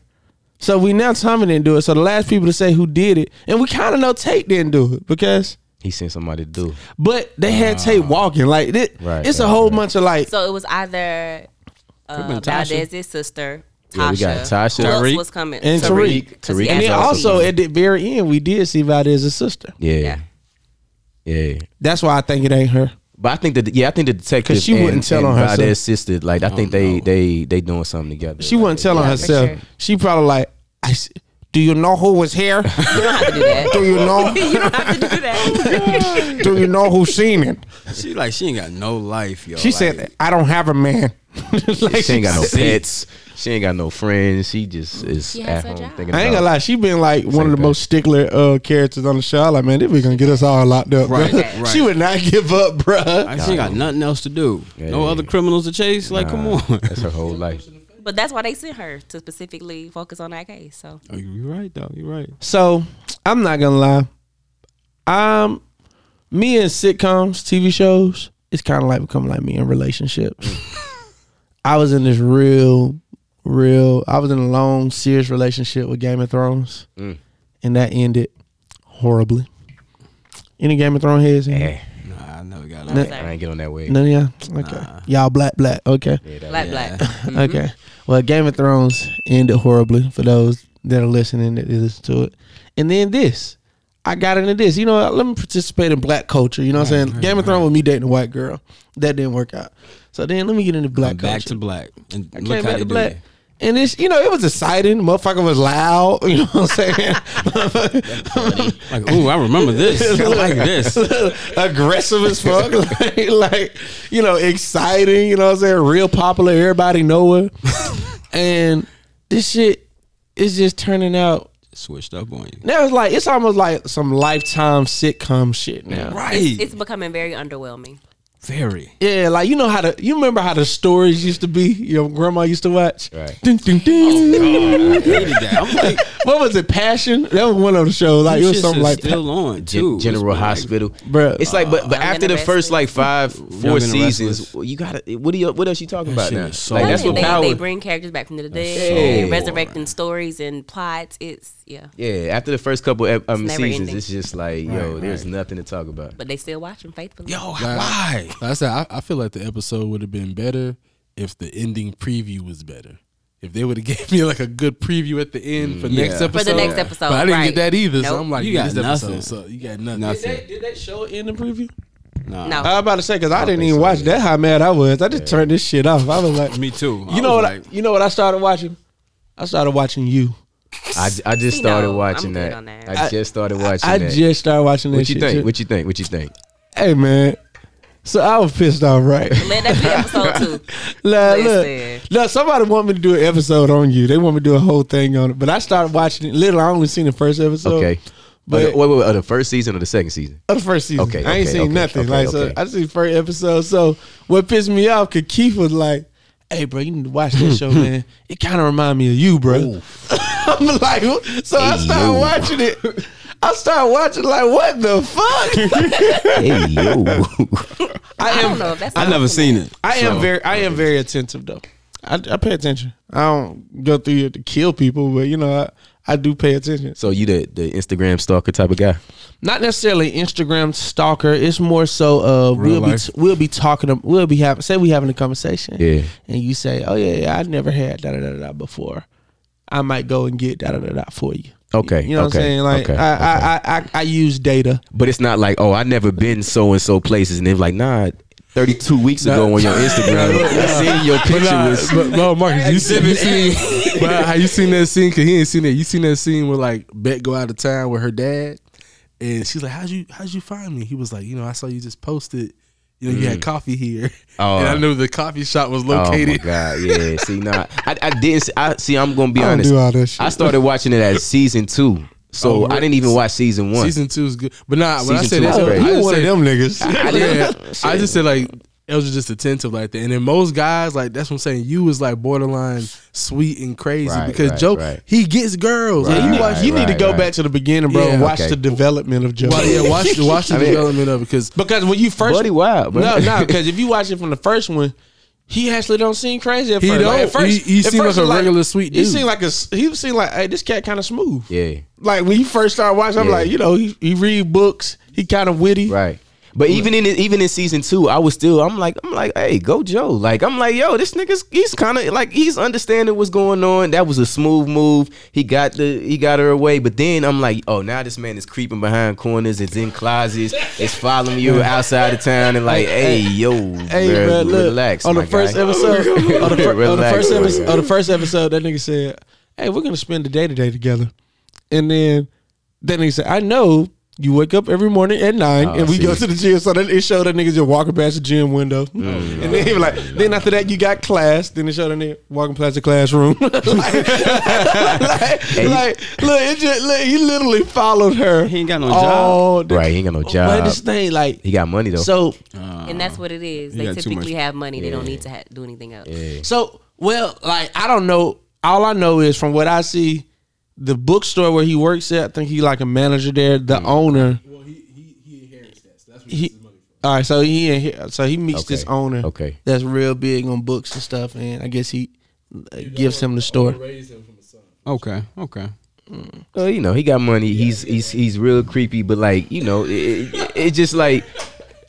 [SPEAKER 2] So we now Tommy didn't do it. So the last people to say who did it, and we kind of know Tate didn't do it because,
[SPEAKER 3] He sent somebody to do. it.
[SPEAKER 2] but they had Tate walking like it,
[SPEAKER 3] Right,
[SPEAKER 2] It's a
[SPEAKER 3] right,
[SPEAKER 2] whole
[SPEAKER 3] right.
[SPEAKER 2] bunch of like
[SPEAKER 4] So it was either uh,
[SPEAKER 1] been Tasha.
[SPEAKER 4] Valdez's sister, Tasha.
[SPEAKER 3] Yeah, we got Tasha.
[SPEAKER 4] Who else
[SPEAKER 3] Tariq.
[SPEAKER 4] was coming?
[SPEAKER 2] and Tariq,
[SPEAKER 3] Tariq.
[SPEAKER 4] 'Cause he
[SPEAKER 3] Tariq.
[SPEAKER 2] and
[SPEAKER 4] asked
[SPEAKER 2] then
[SPEAKER 4] her to
[SPEAKER 2] also
[SPEAKER 4] leave.
[SPEAKER 2] at the very end we did see Valdez's sister.
[SPEAKER 3] Yeah. yeah,
[SPEAKER 2] That's why I think it ain't her.
[SPEAKER 3] But I think that yeah, I think the detective
[SPEAKER 2] 'Cause she
[SPEAKER 3] and-
[SPEAKER 2] wouldn't tell
[SPEAKER 3] and
[SPEAKER 2] on herself.
[SPEAKER 3] Valdez sister. Like
[SPEAKER 4] Oh,
[SPEAKER 3] I think they they they doing something together.
[SPEAKER 2] She wasn't telling
[SPEAKER 4] Yeah, for
[SPEAKER 2] herself.
[SPEAKER 4] sure.
[SPEAKER 2] She probably like, I, s- do you know who was here?
[SPEAKER 4] *laughs* You don't have to do that.
[SPEAKER 2] do you know?
[SPEAKER 4] *laughs* you don't have to do that.
[SPEAKER 2] Do you know who seen it?
[SPEAKER 1] She like she ain't got no life, yo.
[SPEAKER 2] She
[SPEAKER 1] like,
[SPEAKER 2] said, I don't have a man. *laughs* Like,
[SPEAKER 3] She ain't got no
[SPEAKER 2] said-
[SPEAKER 3] pets. She ain't got no friends. She just is
[SPEAKER 4] She
[SPEAKER 3] at
[SPEAKER 4] has her
[SPEAKER 3] home
[SPEAKER 4] job.
[SPEAKER 3] thinking
[SPEAKER 2] I ain't gonna
[SPEAKER 3] about-
[SPEAKER 2] lie, she been like one of the
[SPEAKER 3] thing.
[SPEAKER 2] most stickler uh, characters on the show. Like, man, they be gonna get us all locked up,
[SPEAKER 1] Right,
[SPEAKER 2] bruh. *laughs*
[SPEAKER 1] right.
[SPEAKER 2] She would not give up, bruh.
[SPEAKER 1] I, she ain't got nothing else to do.
[SPEAKER 3] Yeah,
[SPEAKER 1] no
[SPEAKER 3] yeah,
[SPEAKER 1] other
[SPEAKER 3] yeah.
[SPEAKER 1] criminals to chase. Like, come
[SPEAKER 3] Nah,
[SPEAKER 1] on.
[SPEAKER 3] That's her whole life.
[SPEAKER 4] But that's why they sent her to specifically focus on that case. So
[SPEAKER 1] Oh, *laughs* you're right though. You're right.
[SPEAKER 2] So I'm not gonna lie. Um, me and sitcoms, TV shows, it's kind of like becoming like me in
[SPEAKER 3] *laughs*
[SPEAKER 2] relationships. I was in this real, real. I was in a long, serious relationship with Game of Thrones,
[SPEAKER 3] Mm.
[SPEAKER 2] and that ended horribly. Any Game of Thrones heads? in here?
[SPEAKER 3] Yeah,
[SPEAKER 1] Nah, I never got
[SPEAKER 4] I'm
[SPEAKER 1] it.
[SPEAKER 3] I
[SPEAKER 4] sorry.
[SPEAKER 3] ain't get on that way.
[SPEAKER 2] None of y'all. Okay, y'all black, black. Okay.
[SPEAKER 3] Yeah, that
[SPEAKER 4] Black,
[SPEAKER 3] way.
[SPEAKER 4] black.
[SPEAKER 1] Mm-hmm.
[SPEAKER 2] Okay. Well, Game of Thrones ended horribly for those that are listening that listen to it. And then this. I got into this. You know, what? let me participate in black culture. You know what I'm saying? Game of Thrones with me dating a white girl. That didn't work out. So then let me get into black
[SPEAKER 1] Back
[SPEAKER 2] culture.
[SPEAKER 1] to black. And
[SPEAKER 2] I
[SPEAKER 1] look
[SPEAKER 2] came
[SPEAKER 1] how
[SPEAKER 2] back
[SPEAKER 1] they
[SPEAKER 2] to
[SPEAKER 1] do
[SPEAKER 2] black.
[SPEAKER 1] you.
[SPEAKER 2] And it's you know it was exciting. Motherfucker was loud. *laughs* You know what I'm saying?
[SPEAKER 1] Like, ooh, I
[SPEAKER 2] *laughs*
[SPEAKER 1] remember this. I like this.
[SPEAKER 2] aggressive as fuck. *laughs* like, like, you know, exciting, you know what I'm saying? Real popular, everybody know
[SPEAKER 1] *laughs*
[SPEAKER 2] her. and this shit is just turning out
[SPEAKER 1] Switched up
[SPEAKER 2] *laughs*
[SPEAKER 1] on you.
[SPEAKER 2] now it's like it's almost like some lifetime sitcom shit now.
[SPEAKER 1] Right.
[SPEAKER 4] It's becoming very underwhelming.
[SPEAKER 1] Very.
[SPEAKER 2] Yeah, like you know how the you remember how the stories used to be your grandma used to watch? *laughs*
[SPEAKER 3] Right.
[SPEAKER 2] Ding, ding, ding.
[SPEAKER 1] I hated that.
[SPEAKER 2] *laughs*
[SPEAKER 1] I'm like,
[SPEAKER 2] what was it? Passion? That was one of the shows. Like it was something like that.
[SPEAKER 1] still on
[SPEAKER 3] Gen-
[SPEAKER 1] too.
[SPEAKER 3] General
[SPEAKER 1] It's been like-
[SPEAKER 3] Hospital,
[SPEAKER 2] Bruh.
[SPEAKER 3] It's like, but but
[SPEAKER 4] Young and
[SPEAKER 3] after
[SPEAKER 4] the
[SPEAKER 3] the first
[SPEAKER 4] Restless.
[SPEAKER 3] like five,
[SPEAKER 1] Young
[SPEAKER 3] four
[SPEAKER 1] and the
[SPEAKER 3] seasons,
[SPEAKER 1] Restless.
[SPEAKER 3] you gotta. What do you? What else you talking about
[SPEAKER 1] shit
[SPEAKER 3] now?
[SPEAKER 1] is so
[SPEAKER 3] like that's
[SPEAKER 4] they,
[SPEAKER 3] what
[SPEAKER 1] boring.
[SPEAKER 3] power.
[SPEAKER 4] they bring characters back from the dead,
[SPEAKER 3] so
[SPEAKER 4] they
[SPEAKER 3] boring.
[SPEAKER 4] resurrecting stories and plots. It's yeah,
[SPEAKER 3] yeah, after the first couple ep- um,
[SPEAKER 4] It's never
[SPEAKER 3] seasons,
[SPEAKER 4] ending.
[SPEAKER 3] it's just like, yo, there's nothing to talk about.
[SPEAKER 4] but they still watch them faithfully.
[SPEAKER 1] Yo, why?
[SPEAKER 8] Like I said, I, I feel like the episode would have been better if the ending preview was better. If they would have *laughs* gave me like a good preview at the end for next
[SPEAKER 3] yeah.
[SPEAKER 8] episode,
[SPEAKER 4] For the next episode,
[SPEAKER 8] but I didn't
[SPEAKER 4] right.
[SPEAKER 8] get that either. So
[SPEAKER 4] Nope.
[SPEAKER 8] I'm like,
[SPEAKER 1] Oh, You
[SPEAKER 8] yeah,
[SPEAKER 1] got
[SPEAKER 8] this
[SPEAKER 1] nothing.
[SPEAKER 8] episode, so you got nothing.
[SPEAKER 1] Nothing.
[SPEAKER 2] Did that show in the preview?
[SPEAKER 4] no,
[SPEAKER 2] I was about to say because I, didn't
[SPEAKER 3] think
[SPEAKER 2] even
[SPEAKER 3] so,
[SPEAKER 2] watch.
[SPEAKER 3] yeah.
[SPEAKER 2] That how mad I was. I just turned this shit off.
[SPEAKER 3] *laughs*
[SPEAKER 2] I was like,
[SPEAKER 1] Me too.
[SPEAKER 2] You
[SPEAKER 1] I
[SPEAKER 2] know what?
[SPEAKER 1] was like,
[SPEAKER 2] I, you know what? I started watching. I started watching you.
[SPEAKER 3] I, I just
[SPEAKER 4] See,
[SPEAKER 3] started
[SPEAKER 4] no,
[SPEAKER 3] watching
[SPEAKER 4] I'm good
[SPEAKER 3] that.
[SPEAKER 4] on that.
[SPEAKER 3] I just started watching
[SPEAKER 2] I
[SPEAKER 3] that.
[SPEAKER 2] just started watching that
[SPEAKER 3] what you
[SPEAKER 2] shit.
[SPEAKER 3] think?
[SPEAKER 2] too.
[SPEAKER 3] What you think? What you think?
[SPEAKER 2] hey man, so I was pissed off,
[SPEAKER 3] *laughs*
[SPEAKER 2] right? *laughs*
[SPEAKER 4] let that be episode two.
[SPEAKER 2] Look,
[SPEAKER 4] Listen.
[SPEAKER 2] look, look, somebody want me to do an episode on you. They want me to do a whole thing on it, but I started watching it. Little, I only seen the first episode.
[SPEAKER 3] okay.
[SPEAKER 2] but-
[SPEAKER 3] But wait, wait, wait, of the first season or the second
[SPEAKER 2] *laughs*
[SPEAKER 3] season?
[SPEAKER 2] of the first season.
[SPEAKER 3] Okay,
[SPEAKER 2] I ain't
[SPEAKER 3] okay,
[SPEAKER 2] seen
[SPEAKER 3] okay,
[SPEAKER 2] nothing.
[SPEAKER 3] okay,
[SPEAKER 2] like
[SPEAKER 3] okay.
[SPEAKER 2] so, I just seen the first episode. So what pissed me off? Cause Keith was like, "Hey, bro, you need to watch this
[SPEAKER 3] *laughs*
[SPEAKER 2] show, man. It kind of remind me of you, bro." *laughs* I'm like, "What?" so I started
[SPEAKER 3] yo.
[SPEAKER 2] watching it. I started watching like, what the
[SPEAKER 3] *laughs*
[SPEAKER 2] fuck? *laughs*
[SPEAKER 3] Hey yo,
[SPEAKER 4] I, don't know if that's.
[SPEAKER 1] I never seen it.
[SPEAKER 2] I am very, I am very attentive though. I, I pay attention. I don't go through here to kill people, but you know, I, I do pay attention.
[SPEAKER 3] *laughs* so you the the Instagram stalker type of guy?
[SPEAKER 2] not necessarily Instagram stalker. It's more so of we'll
[SPEAKER 8] Real life.
[SPEAKER 2] be we'll be talking. to- We'll be having say we having a conversation.
[SPEAKER 3] Yeah.
[SPEAKER 2] and you say, oh yeah, yeah I never had da da da da before. I might go and get da da da da for you.
[SPEAKER 3] Okay,
[SPEAKER 2] you know what I'm
[SPEAKER 3] okay,
[SPEAKER 2] saying? Like
[SPEAKER 3] okay,
[SPEAKER 2] I, I, I I I use data.
[SPEAKER 3] But it's not like, oh, I never been so and so places, and they're like, nah. Thirty-two weeks ago on your
[SPEAKER 2] *laughs*
[SPEAKER 8] *laughs*
[SPEAKER 3] Instagram, I seen your
[SPEAKER 8] But,
[SPEAKER 3] picture
[SPEAKER 8] nah,
[SPEAKER 3] was
[SPEAKER 8] but bro,
[SPEAKER 3] *laughs*
[SPEAKER 8] Marcus, you seen, you seen *laughs* but how you seen that scene? Cause he ain't seen it. You seen that scene where like Bet go out of town with her dad, and she's like, "How'd you how'd you find me?" He was like, "You know, I saw you just posted. You know, you had coffee here,
[SPEAKER 3] Mm. Oh.
[SPEAKER 8] *laughs* and I knew the coffee shop was located."
[SPEAKER 3] Oh my god, yeah. See, nah, I, I didn't. See, I see. I'm gonna be
[SPEAKER 2] I don't
[SPEAKER 3] honest.
[SPEAKER 2] do all that shit.
[SPEAKER 3] I started watching it at season two, so
[SPEAKER 8] Oh,
[SPEAKER 3] I didn't even watch season one.
[SPEAKER 8] Season two is good, but nah. When I
[SPEAKER 3] Season
[SPEAKER 8] said
[SPEAKER 3] two
[SPEAKER 8] that,
[SPEAKER 3] is great.
[SPEAKER 8] I
[SPEAKER 2] You
[SPEAKER 8] just
[SPEAKER 2] one of
[SPEAKER 8] said-
[SPEAKER 2] them niggas.
[SPEAKER 3] I
[SPEAKER 8] yeah,
[SPEAKER 3] didn't.
[SPEAKER 8] *laughs* I just said like it was just attentive like that, and then most guys like that's what I'm saying. You was like borderline sweet and crazy
[SPEAKER 3] Right,
[SPEAKER 8] because
[SPEAKER 3] right,
[SPEAKER 8] Joe
[SPEAKER 3] right.
[SPEAKER 8] he gets girls.
[SPEAKER 3] Right,
[SPEAKER 8] Like,
[SPEAKER 2] You need,
[SPEAKER 8] you
[SPEAKER 3] right,
[SPEAKER 2] you need to
[SPEAKER 3] right,
[SPEAKER 2] go
[SPEAKER 3] right.
[SPEAKER 2] back to the beginning, bro,
[SPEAKER 8] Yeah.
[SPEAKER 2] and watch
[SPEAKER 3] Okay.
[SPEAKER 2] the development of Joe.
[SPEAKER 8] Well, yeah, watch the *laughs* watch the
[SPEAKER 3] I mean-
[SPEAKER 8] development of it because
[SPEAKER 2] Because when you first
[SPEAKER 3] Buddy Wild, bro.
[SPEAKER 2] no, no, because if you watch it from the first one, he actually don't seem crazy at
[SPEAKER 8] He
[SPEAKER 2] first. Like,
[SPEAKER 8] don't.
[SPEAKER 2] at first,
[SPEAKER 8] He- he
[SPEAKER 2] at
[SPEAKER 8] seem
[SPEAKER 2] first
[SPEAKER 8] like a
[SPEAKER 2] it's
[SPEAKER 8] regular sweet
[SPEAKER 2] He
[SPEAKER 8] dude.
[SPEAKER 2] seemed like a s- he seemed like hey, this cat kind of smooth.
[SPEAKER 3] *laughs* yeah,
[SPEAKER 2] Like when you first start watching, I'm
[SPEAKER 3] Yeah.
[SPEAKER 2] like, you know, he, he read books. He kind of witty.
[SPEAKER 3] right. But even in even in season two, I was still. I'm like, I'm like, hey, go Joe. Like, I'm like, yo, this nigga's he's kind of like he's understanding what's going on. That was a smooth move. He got the he got her away. But then I'm like, oh, now this man is creeping behind corners. It's in closets. It's following you outside of town. And like, hey, yo,
[SPEAKER 2] Hey,
[SPEAKER 3] bro,
[SPEAKER 2] man, look.
[SPEAKER 3] relax.
[SPEAKER 2] on the
[SPEAKER 3] my
[SPEAKER 2] first
[SPEAKER 3] guy. *laughs*
[SPEAKER 1] *laughs*
[SPEAKER 2] episode, on the, fir- on the
[SPEAKER 3] Relax,
[SPEAKER 2] first
[SPEAKER 3] my
[SPEAKER 2] episode,
[SPEAKER 3] guy.
[SPEAKER 2] on the first episode, that nigga said, "Hey, we're gonna spend the day today together," and then then he said, "I know." You wake up every morning at nine,
[SPEAKER 3] Oh,
[SPEAKER 2] and we
[SPEAKER 3] see.
[SPEAKER 2] go to the gym. So that it showed that nigga just walking past the gym window,
[SPEAKER 3] Mm.
[SPEAKER 2] and then he was like, then after that you got class. Then it showed that nigga walking past the classroom. *laughs* like,
[SPEAKER 3] *laughs*
[SPEAKER 2] like,
[SPEAKER 3] you-
[SPEAKER 2] like, look, it just, look, he literally followed her.
[SPEAKER 1] He ain't got no
[SPEAKER 2] all day.
[SPEAKER 3] Right, he ain't got no
[SPEAKER 2] But
[SPEAKER 3] job.
[SPEAKER 2] this thing, like,
[SPEAKER 3] He got money though.
[SPEAKER 2] so
[SPEAKER 4] and that's what it is.
[SPEAKER 1] You
[SPEAKER 4] They
[SPEAKER 1] got too
[SPEAKER 4] typically
[SPEAKER 1] much-
[SPEAKER 4] have money. They don't need to ha- do anything else.
[SPEAKER 2] So, well, like I don't know. All I know is from what I see, the bookstore where he works at. I think he like a manager there. The owner. Well, he he, he inherits that. So that's what he. All right, so he in here, so he meets this
[SPEAKER 3] Okay.
[SPEAKER 2] owner.
[SPEAKER 3] Okay.
[SPEAKER 2] that's real big on books and stuff, and I guess he uh, gives him the store.
[SPEAKER 1] Okay, okay.
[SPEAKER 3] Well, Uh, you know, he got money. He's he's he's real creepy, but like you know, it, it, it's just like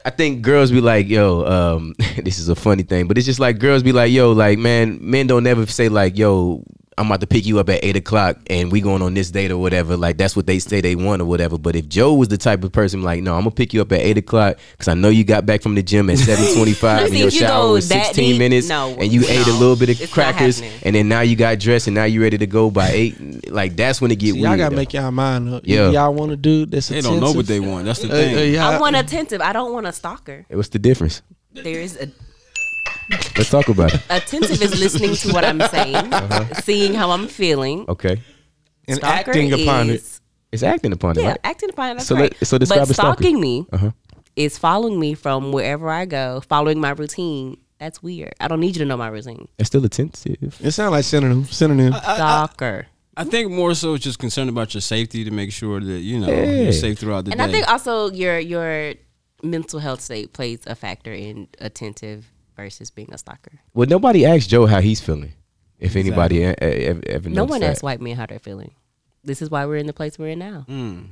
[SPEAKER 3] I think girls be like, yo, *laughs* um, this is a funny thing, but it's just like girls be like, yo, like man, men don't never say like, yo. I'm about to pick you up at eight o'clock and we going on this date or whatever. Like that's what they say they want or whatever. But if Joe was the type of person like, no, I'm gonna pick you up at eight o'clock because I know you got back from the gym at seven twenty five and
[SPEAKER 4] Listen,
[SPEAKER 3] your
[SPEAKER 4] if *laughs* you
[SPEAKER 3] shower
[SPEAKER 4] go
[SPEAKER 3] was
[SPEAKER 4] that
[SPEAKER 3] sixteen
[SPEAKER 4] deep,
[SPEAKER 3] minutes
[SPEAKER 4] no,
[SPEAKER 3] and you ate a
[SPEAKER 4] no,
[SPEAKER 3] little bit of
[SPEAKER 4] it's not
[SPEAKER 3] crackers
[SPEAKER 4] happening.
[SPEAKER 3] and then now you got dressed and now you ready to go by eight. Like that's when it get
[SPEAKER 2] See,
[SPEAKER 3] weird.
[SPEAKER 2] y'all gotta
[SPEAKER 3] though.
[SPEAKER 2] make y'all mind up.
[SPEAKER 3] Yeah.
[SPEAKER 2] Yeah. Y'all want to do this?
[SPEAKER 1] They don't know what they want. That's the thing.
[SPEAKER 4] I want attentive. I don't want a stalker.
[SPEAKER 3] What's the difference?
[SPEAKER 4] There is a
[SPEAKER 3] Let's talk about
[SPEAKER 2] *laughs*
[SPEAKER 3] it.
[SPEAKER 4] attentive is listening to what I'm saying, seeing how I'm feeling,
[SPEAKER 3] Okay,
[SPEAKER 2] and
[SPEAKER 4] Stalker
[SPEAKER 2] acting upon it.
[SPEAKER 4] is-
[SPEAKER 3] it's acting upon it.
[SPEAKER 4] Yeah,
[SPEAKER 3] right?
[SPEAKER 4] acting upon it. That's
[SPEAKER 3] So
[SPEAKER 4] right.
[SPEAKER 3] let- so describe
[SPEAKER 4] but
[SPEAKER 3] a stalker.
[SPEAKER 4] stalking me
[SPEAKER 3] Uh-huh.
[SPEAKER 4] is following me from wherever I go, following my routine. That's weird. I don't need you to know my routine.
[SPEAKER 3] It's still attentive.
[SPEAKER 2] It sounds like synonym. Synonym.
[SPEAKER 4] Uh, Stalker.
[SPEAKER 1] I think more so it's just concerned about your safety to make sure that you know
[SPEAKER 3] Yeah.
[SPEAKER 1] you're safe throughout the
[SPEAKER 4] and
[SPEAKER 1] day.
[SPEAKER 4] I think also your your mental health state plays a factor in attentive versus being a stalker.
[SPEAKER 3] Well, nobody asked Joe how he's feeling. If anybody e- e- ever, ever
[SPEAKER 4] No
[SPEAKER 3] noticed
[SPEAKER 4] one
[SPEAKER 3] that.
[SPEAKER 4] asks white men how they're feeling. This is why we're in the place we're in now.
[SPEAKER 2] Mm.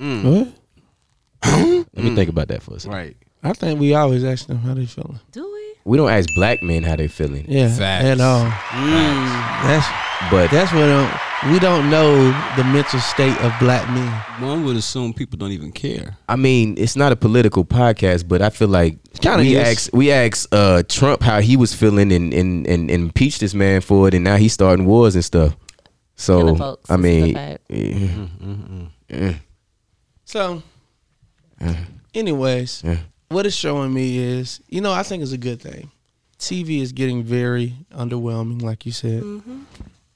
[SPEAKER 3] Let me think about that for a second.
[SPEAKER 1] right.
[SPEAKER 2] I think we always ask them how they feeling.
[SPEAKER 4] Do we?
[SPEAKER 3] We don't ask black men how they're feeling,
[SPEAKER 2] Yeah,
[SPEAKER 1] Facts.
[SPEAKER 2] at all. Mm. That's
[SPEAKER 3] but
[SPEAKER 2] that's what um, we don't know the mental state of black men.
[SPEAKER 1] One would assume people don't even care.
[SPEAKER 3] I mean, it's not a political podcast, but I feel like
[SPEAKER 2] Kinda
[SPEAKER 3] we
[SPEAKER 2] is.
[SPEAKER 3] asked we asked uh, Trump how he was feeling and, and and and impeached this man for it, and now he's starting wars and stuff.
[SPEAKER 4] Kinda
[SPEAKER 3] So
[SPEAKER 4] folks,
[SPEAKER 3] I
[SPEAKER 4] this is
[SPEAKER 3] mean,
[SPEAKER 4] a fact.
[SPEAKER 3] eh,
[SPEAKER 2] So, anyways,
[SPEAKER 3] Yeah.
[SPEAKER 2] what it's showing me is, you know, I think it's a good thing. TV is getting very underwhelming, like you said,
[SPEAKER 1] Mm-hmm.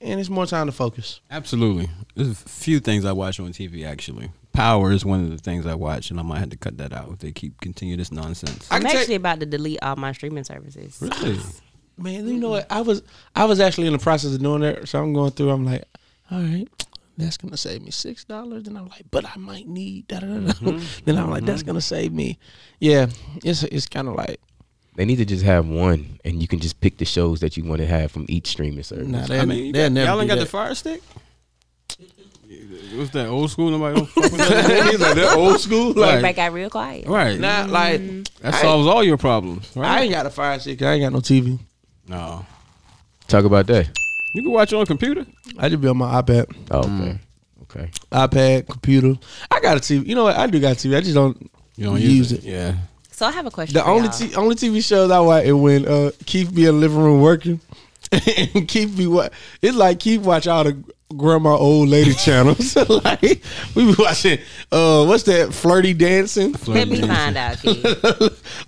[SPEAKER 2] and it's more time to focus.
[SPEAKER 1] Absolutely. There's a few things I watch on TV actually. Power is one of the things I watch, and I might have to cut that out if they keep continue this nonsense.
[SPEAKER 2] I
[SPEAKER 4] I'm
[SPEAKER 2] can take-
[SPEAKER 4] actually about to delete all my streaming services.
[SPEAKER 1] Really?
[SPEAKER 2] Man,
[SPEAKER 1] Mm-hmm.
[SPEAKER 2] you know what? I was I was actually in the process of doing that, so I'm going through. I'm like, all right, that's gonna save me six dollars. Then I'm like, but I might need da da da. da. *laughs*
[SPEAKER 1] Mm-hmm.
[SPEAKER 2] Then I'm like, that's gonna save me. Yeah, it's it's kind of like
[SPEAKER 3] they need to just have one, and you can just pick the shows that you want to have from each streaming service.
[SPEAKER 2] nah, they
[SPEAKER 1] I
[SPEAKER 2] will
[SPEAKER 1] mean, you
[SPEAKER 2] they'll
[SPEAKER 1] got,
[SPEAKER 2] never
[SPEAKER 1] y'all
[SPEAKER 2] do
[SPEAKER 1] ain't got
[SPEAKER 2] that.
[SPEAKER 1] the fire stick. What's that old school? Nobody don't fuck with that. *laughs* He's like, they're old school.
[SPEAKER 4] Everybody
[SPEAKER 1] Like,
[SPEAKER 4] got real quiet.
[SPEAKER 1] right.
[SPEAKER 2] Not like
[SPEAKER 1] That solves all your problems,
[SPEAKER 2] I
[SPEAKER 1] right?
[SPEAKER 2] ain't got a fire stick. 'cause I ain't got no TV.
[SPEAKER 1] no.
[SPEAKER 3] Talk about that.
[SPEAKER 1] You can watch it on a computer.
[SPEAKER 2] I just be on my iPad,
[SPEAKER 3] Oh, okay,
[SPEAKER 2] Mm.
[SPEAKER 3] okay.
[SPEAKER 2] iPad, computer. I got a TV. You know what? I do got a TV. I just don't.
[SPEAKER 1] You don't
[SPEAKER 2] Use
[SPEAKER 1] use,
[SPEAKER 2] it.
[SPEAKER 1] it. Yeah.
[SPEAKER 4] So I have a question.
[SPEAKER 2] The
[SPEAKER 4] for
[SPEAKER 2] only
[SPEAKER 4] y'all.
[SPEAKER 2] t- only TV shows I watch is when uh, Keith be in the living room working, *laughs* and Keith be what it's like. Keith watch all the grandma old lady channels. *laughs* like we be watching, uh, what's that? Flirty dancing,
[SPEAKER 4] Let me find
[SPEAKER 2] *laughs*
[SPEAKER 4] out. kid.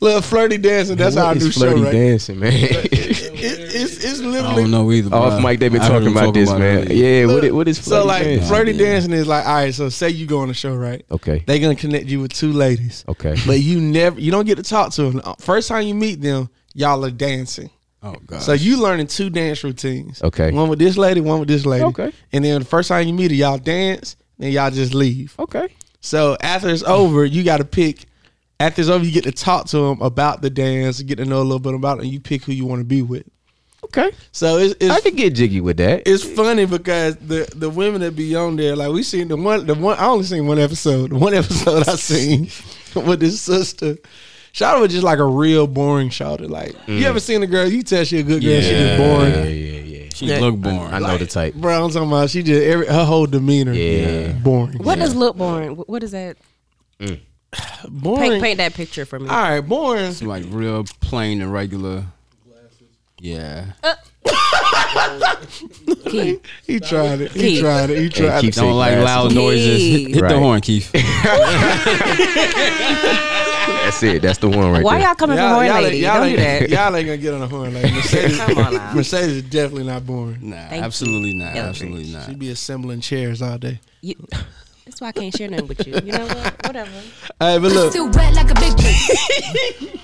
[SPEAKER 2] little flirty dancing. That's
[SPEAKER 3] What
[SPEAKER 2] how I
[SPEAKER 3] is
[SPEAKER 2] do show.
[SPEAKER 3] flirty
[SPEAKER 2] Right?
[SPEAKER 3] dancing,
[SPEAKER 2] *laughs*
[SPEAKER 3] man.
[SPEAKER 2] It- it's it's
[SPEAKER 1] I don't
[SPEAKER 2] literally
[SPEAKER 1] know
[SPEAKER 3] *laughs*
[SPEAKER 1] either.
[SPEAKER 3] Off
[SPEAKER 1] bruh.
[SPEAKER 3] mic, they've been
[SPEAKER 1] I heard
[SPEAKER 3] talking
[SPEAKER 1] them
[SPEAKER 3] about this, man.
[SPEAKER 1] it.
[SPEAKER 3] Yeah, what it, what is
[SPEAKER 2] so
[SPEAKER 3] flirty
[SPEAKER 2] like
[SPEAKER 3] dancing?
[SPEAKER 2] flirty dancing is like all right. So say you go on a show, right?
[SPEAKER 3] Okay.
[SPEAKER 2] They gonna connect you with two ladies.
[SPEAKER 3] Okay.
[SPEAKER 2] but you never you don't get to talk to them. First time you meet them, y'all are dancing.
[SPEAKER 1] Oh god.
[SPEAKER 2] So you learning two dance routines.
[SPEAKER 3] Okay.
[SPEAKER 2] One with this lady, one with this lady.
[SPEAKER 3] Okay.
[SPEAKER 2] And then the first time you meet her, y'all dance, then y'all just leave.
[SPEAKER 3] Okay.
[SPEAKER 2] So after it's over, you got to pick. After it's over, you get to talk to them about the dance, get to know a little bit about it, and you pick who you want to be with.
[SPEAKER 3] Okay.
[SPEAKER 2] So it's
[SPEAKER 3] I
[SPEAKER 2] it's,
[SPEAKER 3] could get jiggy with that.
[SPEAKER 2] it's funny because the the women that be on there, like we seen the one the one I only seen one episode. The one *laughs* episode I seen *laughs* with this sister. Shawty was just like a real boring shawty. Like you ever seen a girl? You tell she a good girl, she just boring.
[SPEAKER 3] Yeah, yeah, yeah.
[SPEAKER 1] she look born.
[SPEAKER 3] I know the type.
[SPEAKER 2] Bro, I'm talking about she just every her whole demeanor.
[SPEAKER 3] Yeah.
[SPEAKER 2] boring.
[SPEAKER 4] What does look boring? wh- What is that?
[SPEAKER 2] Boring.
[SPEAKER 4] Paint, paint that picture for me.
[SPEAKER 2] All right, boring.
[SPEAKER 1] like real plain and regular. Yeah.
[SPEAKER 4] Key.
[SPEAKER 2] He tried it. He
[SPEAKER 4] Keith.
[SPEAKER 2] tried it. He tried
[SPEAKER 3] keep
[SPEAKER 2] it.
[SPEAKER 1] Don't
[SPEAKER 3] Take
[SPEAKER 1] like
[SPEAKER 3] glasses.
[SPEAKER 1] loud noises. Hit, hit
[SPEAKER 3] Right.
[SPEAKER 1] the horn, Keith.
[SPEAKER 3] That's it. That's the one right
[SPEAKER 4] Why
[SPEAKER 3] there.
[SPEAKER 4] y'all coming from
[SPEAKER 2] Y'all,
[SPEAKER 4] Horn
[SPEAKER 2] y'all,
[SPEAKER 4] Lady?
[SPEAKER 2] y'all,
[SPEAKER 4] Don't do
[SPEAKER 2] ain't, *laughs*
[SPEAKER 4] that.
[SPEAKER 2] y'all ain't gonna get on the horn like Mercedes.
[SPEAKER 4] Come on now.
[SPEAKER 2] Mercedes is definitely not boring.
[SPEAKER 1] Nah,
[SPEAKER 4] you.
[SPEAKER 1] absolutely not.
[SPEAKER 4] Eldridge.
[SPEAKER 1] Absolutely not.
[SPEAKER 2] She be assembling chairs all day.
[SPEAKER 4] You,
[SPEAKER 2] *laughs*
[SPEAKER 4] that's why I can't share nothing with you. You know what? Whatever.
[SPEAKER 2] All right, but look,
[SPEAKER 10] Still wet like a big bitch.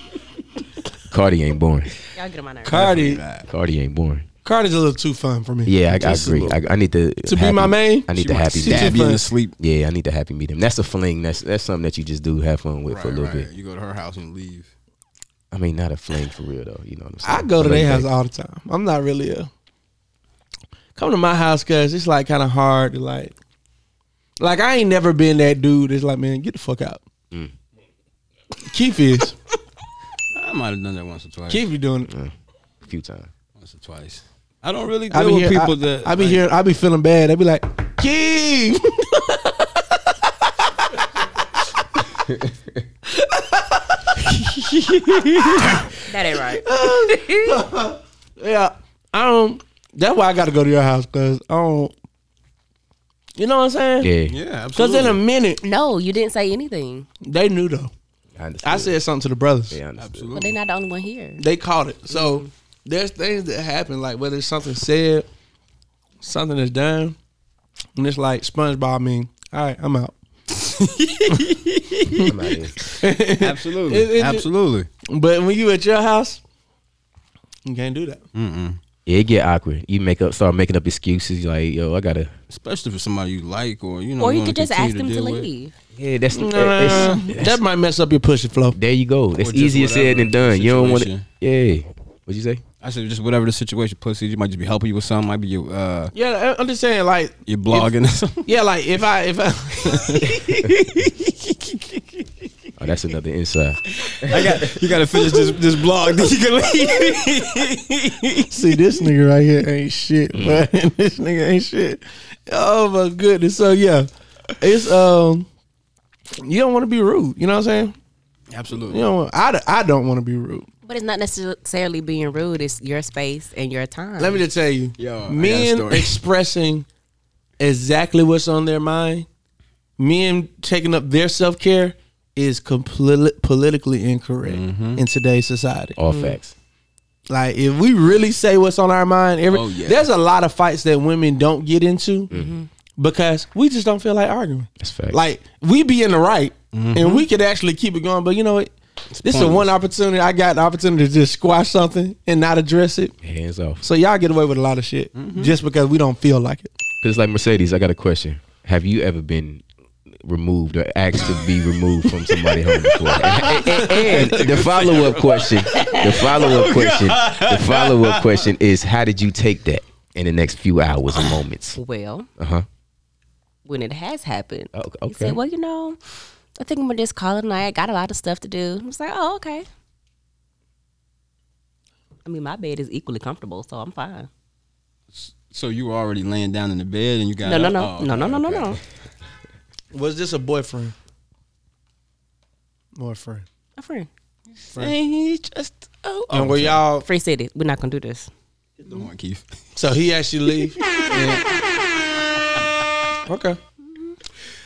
[SPEAKER 3] Cardi ain't born.
[SPEAKER 4] Y'all get on my nerves.
[SPEAKER 2] Cardi,
[SPEAKER 3] Cardi ain't born.
[SPEAKER 2] Cardi's a little too fun for me.
[SPEAKER 3] Yeah, I, I
[SPEAKER 2] Just a
[SPEAKER 3] agree.
[SPEAKER 2] little.
[SPEAKER 3] I, I need the
[SPEAKER 2] To be my main?
[SPEAKER 3] I need
[SPEAKER 1] She
[SPEAKER 3] the
[SPEAKER 1] wants
[SPEAKER 3] happy
[SPEAKER 1] to see you
[SPEAKER 3] medium.
[SPEAKER 1] being asleep.
[SPEAKER 3] Yeah, I need the happy medium. That's a fling. That's that's something that you just do have fun with for a little bit.
[SPEAKER 1] You go to her house and leave.
[SPEAKER 3] I mean, not a fling for real though. You know what I'm saying?
[SPEAKER 2] I go to
[SPEAKER 3] A
[SPEAKER 2] their
[SPEAKER 3] laid
[SPEAKER 2] house
[SPEAKER 3] back-
[SPEAKER 2] all the time. I'm not really a come to my house because it's like kind of hard to like. Like I ain't never been that dude. that's like, man, get the fuck out.
[SPEAKER 3] Mm.
[SPEAKER 2] Keith is
[SPEAKER 1] I might have done that once or twice.
[SPEAKER 2] Keith be doing it.
[SPEAKER 3] a few times.
[SPEAKER 1] Once or twice. I don't really
[SPEAKER 2] I
[SPEAKER 1] deal
[SPEAKER 2] be
[SPEAKER 1] with
[SPEAKER 2] here,
[SPEAKER 1] people
[SPEAKER 2] I,
[SPEAKER 1] that
[SPEAKER 2] I be
[SPEAKER 1] like,
[SPEAKER 2] hearing. I be feeling bad. I be like, King. *laughs*
[SPEAKER 4] That ain't right.
[SPEAKER 2] yeah. I don't. Um, That's why I got to go to your house because I don't. You know what I'm saying?
[SPEAKER 3] Yeah.
[SPEAKER 1] Yeah,
[SPEAKER 2] Because
[SPEAKER 1] absolutely.
[SPEAKER 2] in a minute,
[SPEAKER 4] No, you didn't say anything.
[SPEAKER 2] they knew though.
[SPEAKER 3] I, understood.
[SPEAKER 2] I said something to the brothers.
[SPEAKER 3] Yeah, I understood.
[SPEAKER 4] But they're not the only one here.
[SPEAKER 2] They caught it. So there's things that happen, like whether it's something said, something is done, and it's like SpongeBob. I mean, all right, I'm out.
[SPEAKER 3] I'm outta here.
[SPEAKER 1] absolutely,
[SPEAKER 2] It- it- it-
[SPEAKER 1] absolutely.
[SPEAKER 2] But when you at your house, you can't do that.
[SPEAKER 3] Yeah, it get awkward. You make up, start making up excuses. Like, yo, I gotta.
[SPEAKER 1] Especially for somebody you like, or you know,
[SPEAKER 4] Or you
[SPEAKER 1] wanna
[SPEAKER 4] could just
[SPEAKER 1] continue
[SPEAKER 4] ask them to
[SPEAKER 1] deal with.
[SPEAKER 4] leave.
[SPEAKER 3] Yeah, that's,
[SPEAKER 2] Uh,
[SPEAKER 3] it's-
[SPEAKER 2] that might mess up your pussy flow.
[SPEAKER 3] there you go. That's
[SPEAKER 1] just
[SPEAKER 3] easier said than
[SPEAKER 1] whatever
[SPEAKER 3] done. You don't want to.
[SPEAKER 1] situation.
[SPEAKER 3] Yeah. What'd you say?
[SPEAKER 1] I said just whatever the situation, pussy. You might just be helping you with something. Might be your uh,
[SPEAKER 2] Yeah, I- I'm just saying, like,
[SPEAKER 1] your blogging or something. *laughs*
[SPEAKER 2] yeah, like if I *laughs* if I
[SPEAKER 3] Oh, that's another inside.
[SPEAKER 1] I got, you got to finish this this blog, then you can leave.
[SPEAKER 2] see this nigga right here ain't shit, but *laughs* this nigga ain't shit. Mm. Oh my goodness. So yeah, it's um, you don't want to be rude. You know what I'm saying?
[SPEAKER 1] absolutely.
[SPEAKER 2] You know, I I don't want to be rude.
[SPEAKER 4] But it's not necessarily being rude. It's your space and your time.
[SPEAKER 2] Let me just tell you,
[SPEAKER 1] Yo, I got a
[SPEAKER 2] men
[SPEAKER 1] story.
[SPEAKER 2] expressing exactly what's on their mind, men taking up their self care is completely politically incorrect
[SPEAKER 1] Mm-hmm.
[SPEAKER 2] in today's society.
[SPEAKER 3] All facts.
[SPEAKER 2] Like if we really say what's on our mind, every
[SPEAKER 1] Oh, yeah. Mm-hmm.
[SPEAKER 2] there's a lot of fights that women don't get into because we just don't feel like arguing.
[SPEAKER 3] That's facts.
[SPEAKER 2] Like we be in the right, and we could actually keep it going. But you know what? This is
[SPEAKER 1] Mm-hmm. pointless.
[SPEAKER 2] one opportunity. I got an opportunity to just squash something and not address it.
[SPEAKER 3] hands off.
[SPEAKER 2] So y'all get away with a lot of shit just because we don't feel like it.
[SPEAKER 3] Because like Mercedes, I got a question. Have you ever been removed or asked to be removed from somebody home before? And, and- and the follow up question, the follow up question, the follow up question is, how did you take that in the next few hours or moments?
[SPEAKER 4] well,
[SPEAKER 3] Uh huh.
[SPEAKER 4] when it has happened,
[SPEAKER 3] Oh,
[SPEAKER 4] he
[SPEAKER 3] okay.
[SPEAKER 4] said, "Well, you know, I think I'm gonna just call it a night. I got a lot of stuff to do." I was like, "Oh, okay." I mean, my bed is equally comfortable, so I'm fine.
[SPEAKER 1] So you were already laying down in the bed, and you got
[SPEAKER 4] No, no,
[SPEAKER 1] up?
[SPEAKER 4] no,
[SPEAKER 1] Oh,
[SPEAKER 4] no, no,
[SPEAKER 1] okay,
[SPEAKER 4] no, no,
[SPEAKER 1] okay.
[SPEAKER 4] no.
[SPEAKER 2] Was this a boyfriend? Boyfriend.
[SPEAKER 4] A friend,
[SPEAKER 2] and were y'all?
[SPEAKER 4] friend said it. We're not gonna do this.
[SPEAKER 1] Don't worry, Keith. *laughs*
[SPEAKER 2] So he actually *laughs* leave. Yeah. Okay.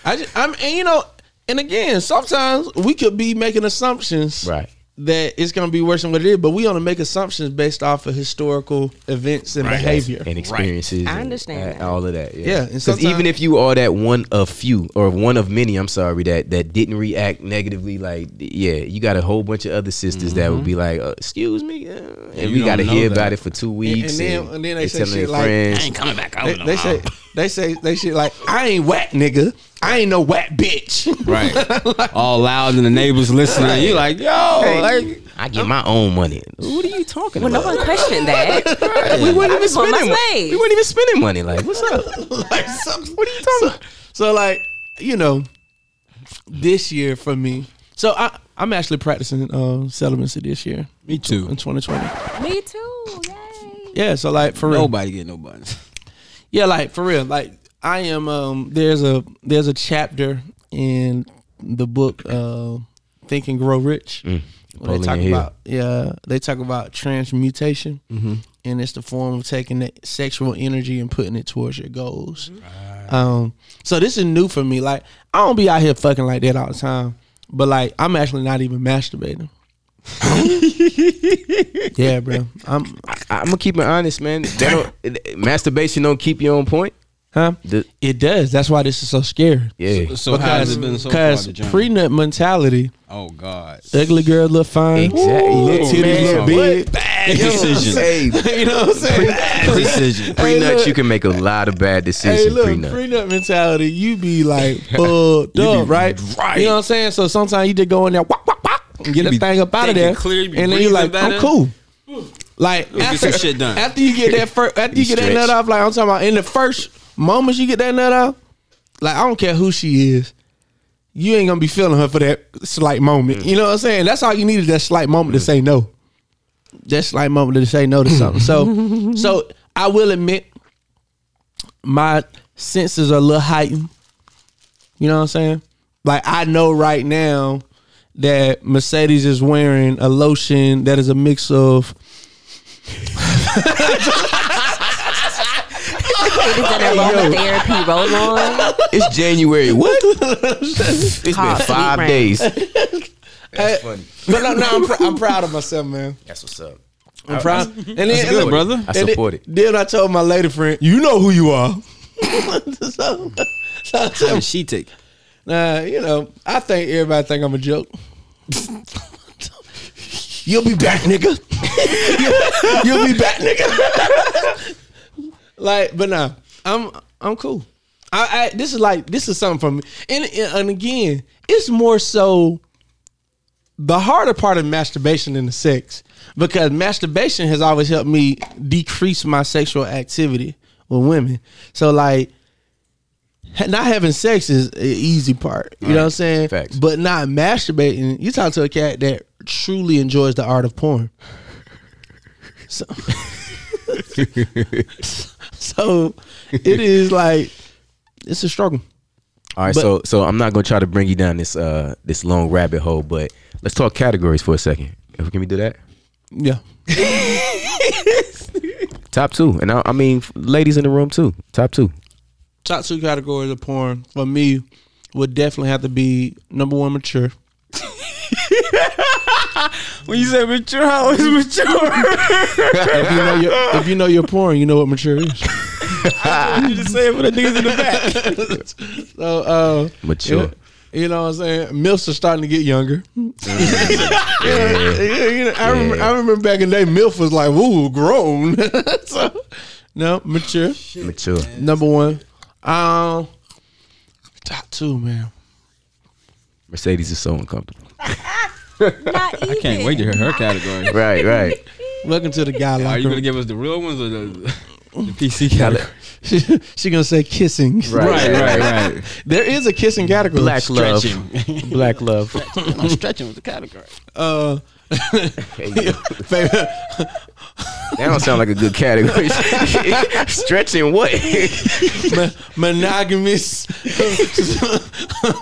[SPEAKER 2] I just, I'm, and you know, and again, sometimes we could be making assumptions
[SPEAKER 3] Right.
[SPEAKER 2] that it's gonna be worse than what it is, but we only make assumptions based off of historical events and behavior.
[SPEAKER 3] and experiences.
[SPEAKER 4] I
[SPEAKER 3] and,
[SPEAKER 4] understand
[SPEAKER 3] uh,
[SPEAKER 4] that.
[SPEAKER 3] all of that.
[SPEAKER 2] Yeah,
[SPEAKER 3] Yeah,
[SPEAKER 2] and
[SPEAKER 3] because
[SPEAKER 2] sometime-
[SPEAKER 3] even if you are that one of few or one of many, I'm sorry that that didn't react negatively. Like, yeah, you got a whole bunch of other sisters that would be like, uh, "Excuse me," uh, and
[SPEAKER 1] you
[SPEAKER 3] we
[SPEAKER 1] don't
[SPEAKER 3] got to
[SPEAKER 1] know
[SPEAKER 3] hear
[SPEAKER 1] that.
[SPEAKER 3] about it for two weeks,
[SPEAKER 2] then-
[SPEAKER 3] and,
[SPEAKER 2] and then they say
[SPEAKER 3] telling their
[SPEAKER 2] shit like,
[SPEAKER 3] friends.
[SPEAKER 1] coming back
[SPEAKER 2] They,
[SPEAKER 1] over.
[SPEAKER 2] they say they say they shit like I ain't whack nigga. I ain't no whack *laughs* bitch.
[SPEAKER 1] right, all loud, and the neighbors listening. You like,
[SPEAKER 2] *laughs*
[SPEAKER 1] yo, like,
[SPEAKER 3] I get my own *laughs* money. What are you talking
[SPEAKER 4] Well, no
[SPEAKER 3] about?
[SPEAKER 4] one questioned that.
[SPEAKER 3] we weren't even
[SPEAKER 4] just want my
[SPEAKER 3] spending.
[SPEAKER 4] space.
[SPEAKER 3] We weren't even spending money. Like, what's up? like, so- what are you talking? about?
[SPEAKER 2] So like, you know, this year for me. So I I'm actually practicing um celibacy this year
[SPEAKER 1] me
[SPEAKER 2] in
[SPEAKER 1] too.
[SPEAKER 2] 2020.
[SPEAKER 4] Me too. Yay.
[SPEAKER 2] Yeah, so like for real.
[SPEAKER 1] Nobody get no buns.
[SPEAKER 2] Yeah, like for real. Like I am um there's a there's a chapter in the book uh Think and Grow Rich. where they
[SPEAKER 3] Napoleon
[SPEAKER 2] talk
[SPEAKER 3] Hill.
[SPEAKER 2] about yeah, they talk about transmutation and it's the form of taking that sexual energy and putting it towards your goals. Um so this is new for me. Like I don't be out here fucking like that all the time. But like I'm actually not even masturbating. yeah, bro. I'm
[SPEAKER 3] I, am gonna keep it honest, man. They don't, masturbation don't keep you on point.
[SPEAKER 2] huh?
[SPEAKER 3] The-
[SPEAKER 2] It does. That's why this is so scary.
[SPEAKER 3] yeah.
[SPEAKER 1] So how has it been so far?
[SPEAKER 2] Because
[SPEAKER 1] The journey?
[SPEAKER 2] prenup mentality,
[SPEAKER 1] oh *laughs* God,
[SPEAKER 2] ugly girl look fine,
[SPEAKER 3] Exactly.
[SPEAKER 2] little
[SPEAKER 1] Ooh,
[SPEAKER 2] titties
[SPEAKER 1] man,
[SPEAKER 2] look big.
[SPEAKER 1] bad decision.
[SPEAKER 2] you know what I'm saying?
[SPEAKER 1] Precision.
[SPEAKER 3] Prenuts,
[SPEAKER 2] look.
[SPEAKER 3] you can make a lot of bad decisions.
[SPEAKER 2] Hey, look,
[SPEAKER 3] prenup.
[SPEAKER 2] prenup mentality, you be
[SPEAKER 1] *laughs*
[SPEAKER 2] like fucked
[SPEAKER 1] be
[SPEAKER 2] up, right?
[SPEAKER 1] right.
[SPEAKER 2] You know what I'm saying? So sometimes you just go in there, wop, wop, wop, and get
[SPEAKER 1] You
[SPEAKER 2] the
[SPEAKER 1] be
[SPEAKER 2] thing up out of
[SPEAKER 1] thinking
[SPEAKER 2] there,
[SPEAKER 1] clear, you be
[SPEAKER 2] and then you
[SPEAKER 1] breathing
[SPEAKER 2] like, I'm
[SPEAKER 1] better.
[SPEAKER 2] cool. Like
[SPEAKER 1] get
[SPEAKER 2] after,
[SPEAKER 1] some shit done.
[SPEAKER 2] after you get that first, after you,
[SPEAKER 3] You
[SPEAKER 2] get that nut
[SPEAKER 3] stretch.
[SPEAKER 2] off, like I'm talking about, in the first moments you get that nut off, like I don't care who she is, you ain't gonna be feeling her for that slight moment. You know what I'm saying? That's all you needed that slight moment to say no. That slight moment to say no to something. So, so I will admit, my senses are a little heightened. You know what I'm saying? Like I know right now that Mercedes is wearing a lotion that is a mix of
[SPEAKER 4] Is that aroma therapy roll *laughs* on?
[SPEAKER 3] It's January. What? It's been
[SPEAKER 4] Hot
[SPEAKER 3] five
[SPEAKER 4] sleep
[SPEAKER 3] days.
[SPEAKER 2] That's
[SPEAKER 3] funny.
[SPEAKER 2] But no, no, I'm, pr- I'm proud of myself, man. *laughs*
[SPEAKER 3] That's what's up.
[SPEAKER 2] I'm proud. And then,
[SPEAKER 3] That's
[SPEAKER 2] and
[SPEAKER 3] good,
[SPEAKER 2] then-
[SPEAKER 3] brother. I
[SPEAKER 2] and
[SPEAKER 3] support it.
[SPEAKER 2] Then I told my lady friend, "You know who you are." *laughs* so, so I
[SPEAKER 1] How
[SPEAKER 2] tell
[SPEAKER 1] did she take?
[SPEAKER 2] Nah, you know, I think everybody think I'm a joke. *laughs* You'll be back, nigga. *laughs* You'll be back, nigga. like, but nah, I'm I'm cool. I, I this is like this is something for me, and and again, it's more so the harder part of masturbation than the sex because masturbation has always helped me decrease my sexual activity with women. So like not having sex is the easy part. You know what I'm saying?
[SPEAKER 3] Facts.
[SPEAKER 2] But not masturbating, you talk to a cat that truly enjoys the art of porn. So, so
[SPEAKER 3] *laughs*
[SPEAKER 2] it is like it's a struggle.
[SPEAKER 3] All right,
[SPEAKER 2] But-
[SPEAKER 3] so so I'm not gonna try to bring you down this uh this long rabbit hole, but let's talk categories for a second. If- Can we do that?
[SPEAKER 2] Yeah.
[SPEAKER 3] Top two, and I, I mean f- ladies in the room too. Top two.
[SPEAKER 2] top two categories of porn for me would definitely have to be number one mature.
[SPEAKER 3] *laughs* When you say mature, how is mature?
[SPEAKER 2] If you know your if you know your porn, you know what
[SPEAKER 3] *laughs*
[SPEAKER 2] mature is.
[SPEAKER 3] you just say it for the niggas in the back.
[SPEAKER 2] *laughs* So uh
[SPEAKER 3] Mature.
[SPEAKER 2] You know what I'm saying? MILFs are starting to get younger. *laughs*
[SPEAKER 3] Yeah.
[SPEAKER 2] Yeah, you know, I, remember,
[SPEAKER 3] Yeah.
[SPEAKER 2] I remember back in the day, MILF was like, woo, grown. *laughs* so, no, mature.
[SPEAKER 3] Mature.
[SPEAKER 2] Number one. Um, top two, man.
[SPEAKER 3] Mercedes is so
[SPEAKER 2] *laughs*
[SPEAKER 3] uncomfortable.
[SPEAKER 4] Not even.
[SPEAKER 1] I can't wait to hear her category.
[SPEAKER 3] Right, right.
[SPEAKER 2] Welcome to the guy
[SPEAKER 1] Are
[SPEAKER 2] locker
[SPEAKER 1] you gonna
[SPEAKER 2] room.
[SPEAKER 1] give us the real ones or the, the PC category?
[SPEAKER 2] *laughs* she gonna say kissing.
[SPEAKER 1] *laughs* Right, right, right.
[SPEAKER 2] There is a kissing category.
[SPEAKER 3] Black love.
[SPEAKER 1] *laughs* Stretching.
[SPEAKER 3] Black love.
[SPEAKER 1] I'm stretching with the category.
[SPEAKER 2] Uh, *laughs* favorite,
[SPEAKER 3] That don't sound like a good category. *laughs* Stretching what?
[SPEAKER 2] mon- *laughs* monogamous,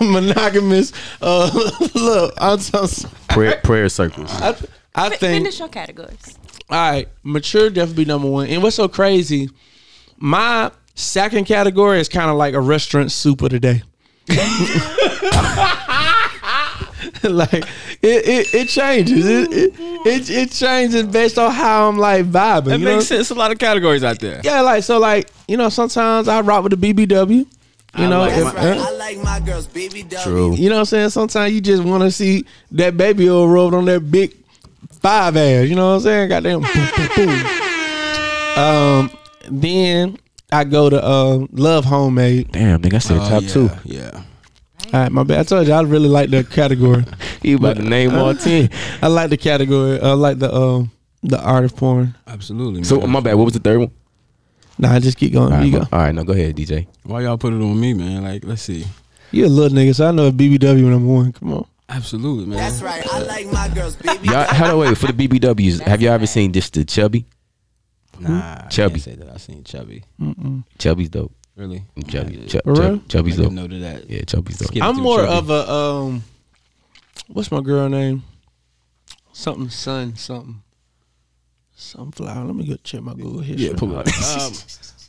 [SPEAKER 2] *laughs* monogamous. Uh, *laughs* look, I'm so,
[SPEAKER 3] *laughs* Prayer, prayer circles.
[SPEAKER 2] I, I
[SPEAKER 4] Fi-
[SPEAKER 2] think
[SPEAKER 4] Finish your categories.
[SPEAKER 2] all right, mature definitely be number one. And what's so crazy, my second category is kind of like a restaurant super today. *laughs* like it, it, it changes. It, it, it, it changes based on how I'm like vibing.
[SPEAKER 1] That
[SPEAKER 2] you know?
[SPEAKER 1] *laughs* makes sense. A lot of categories out there.
[SPEAKER 2] Yeah, like so, like you know, sometimes I rock with the BBW. You know,
[SPEAKER 1] like
[SPEAKER 2] if-
[SPEAKER 7] That's right. I like my girls, baby W.
[SPEAKER 3] True.
[SPEAKER 2] you know what I'm saying. Sometimes you just want to see that baby oil rubbed on that big five ass. You know what I'm saying? Goddamn. boom, boom, boom. Um, then I go to um, Love Homemade.
[SPEAKER 3] Damn, nigga, I said
[SPEAKER 1] Oh,
[SPEAKER 3] top
[SPEAKER 1] yeah,
[SPEAKER 3] two.
[SPEAKER 1] Yeah.
[SPEAKER 2] All right, my bad. I told you I really like that category.
[SPEAKER 3] *laughs* You about to name all ten.
[SPEAKER 2] *laughs* I like the category. I like the um the art of porn.
[SPEAKER 1] Absolutely.
[SPEAKER 3] So
[SPEAKER 1] man.
[SPEAKER 3] my bad. What was the third one?
[SPEAKER 2] Nah, just keep going.
[SPEAKER 3] All right,
[SPEAKER 2] you go.
[SPEAKER 3] all right, no, go ahead, DJ.
[SPEAKER 1] Why y'all put it on me, man? Like, let's see.
[SPEAKER 2] You a little nigga, so I know BBW number one. Come on.
[SPEAKER 1] Absolutely, man.
[SPEAKER 7] That's right. I like my girls, baby
[SPEAKER 3] Y'all,
[SPEAKER 7] W.
[SPEAKER 3] how do wait for the BBWs? Have y'all ever seen just the chubby?
[SPEAKER 1] Nah, I
[SPEAKER 3] Chubby.
[SPEAKER 1] can't say that. I seen chubby.
[SPEAKER 3] Chubby's dope.
[SPEAKER 1] Really?
[SPEAKER 3] Chubby,
[SPEAKER 1] I
[SPEAKER 3] chub,
[SPEAKER 2] For real?
[SPEAKER 3] chub, chubby's
[SPEAKER 1] didn't
[SPEAKER 3] dope.
[SPEAKER 1] know that.
[SPEAKER 3] Yeah, chubby's dope.
[SPEAKER 1] Skip
[SPEAKER 2] I'm
[SPEAKER 1] through
[SPEAKER 2] more
[SPEAKER 1] chubby.
[SPEAKER 2] of a um, what's my girl name? Something sun something. Sunflower. Let me go check my Google history.
[SPEAKER 1] Yeah, pull up.
[SPEAKER 2] *laughs*
[SPEAKER 1] um,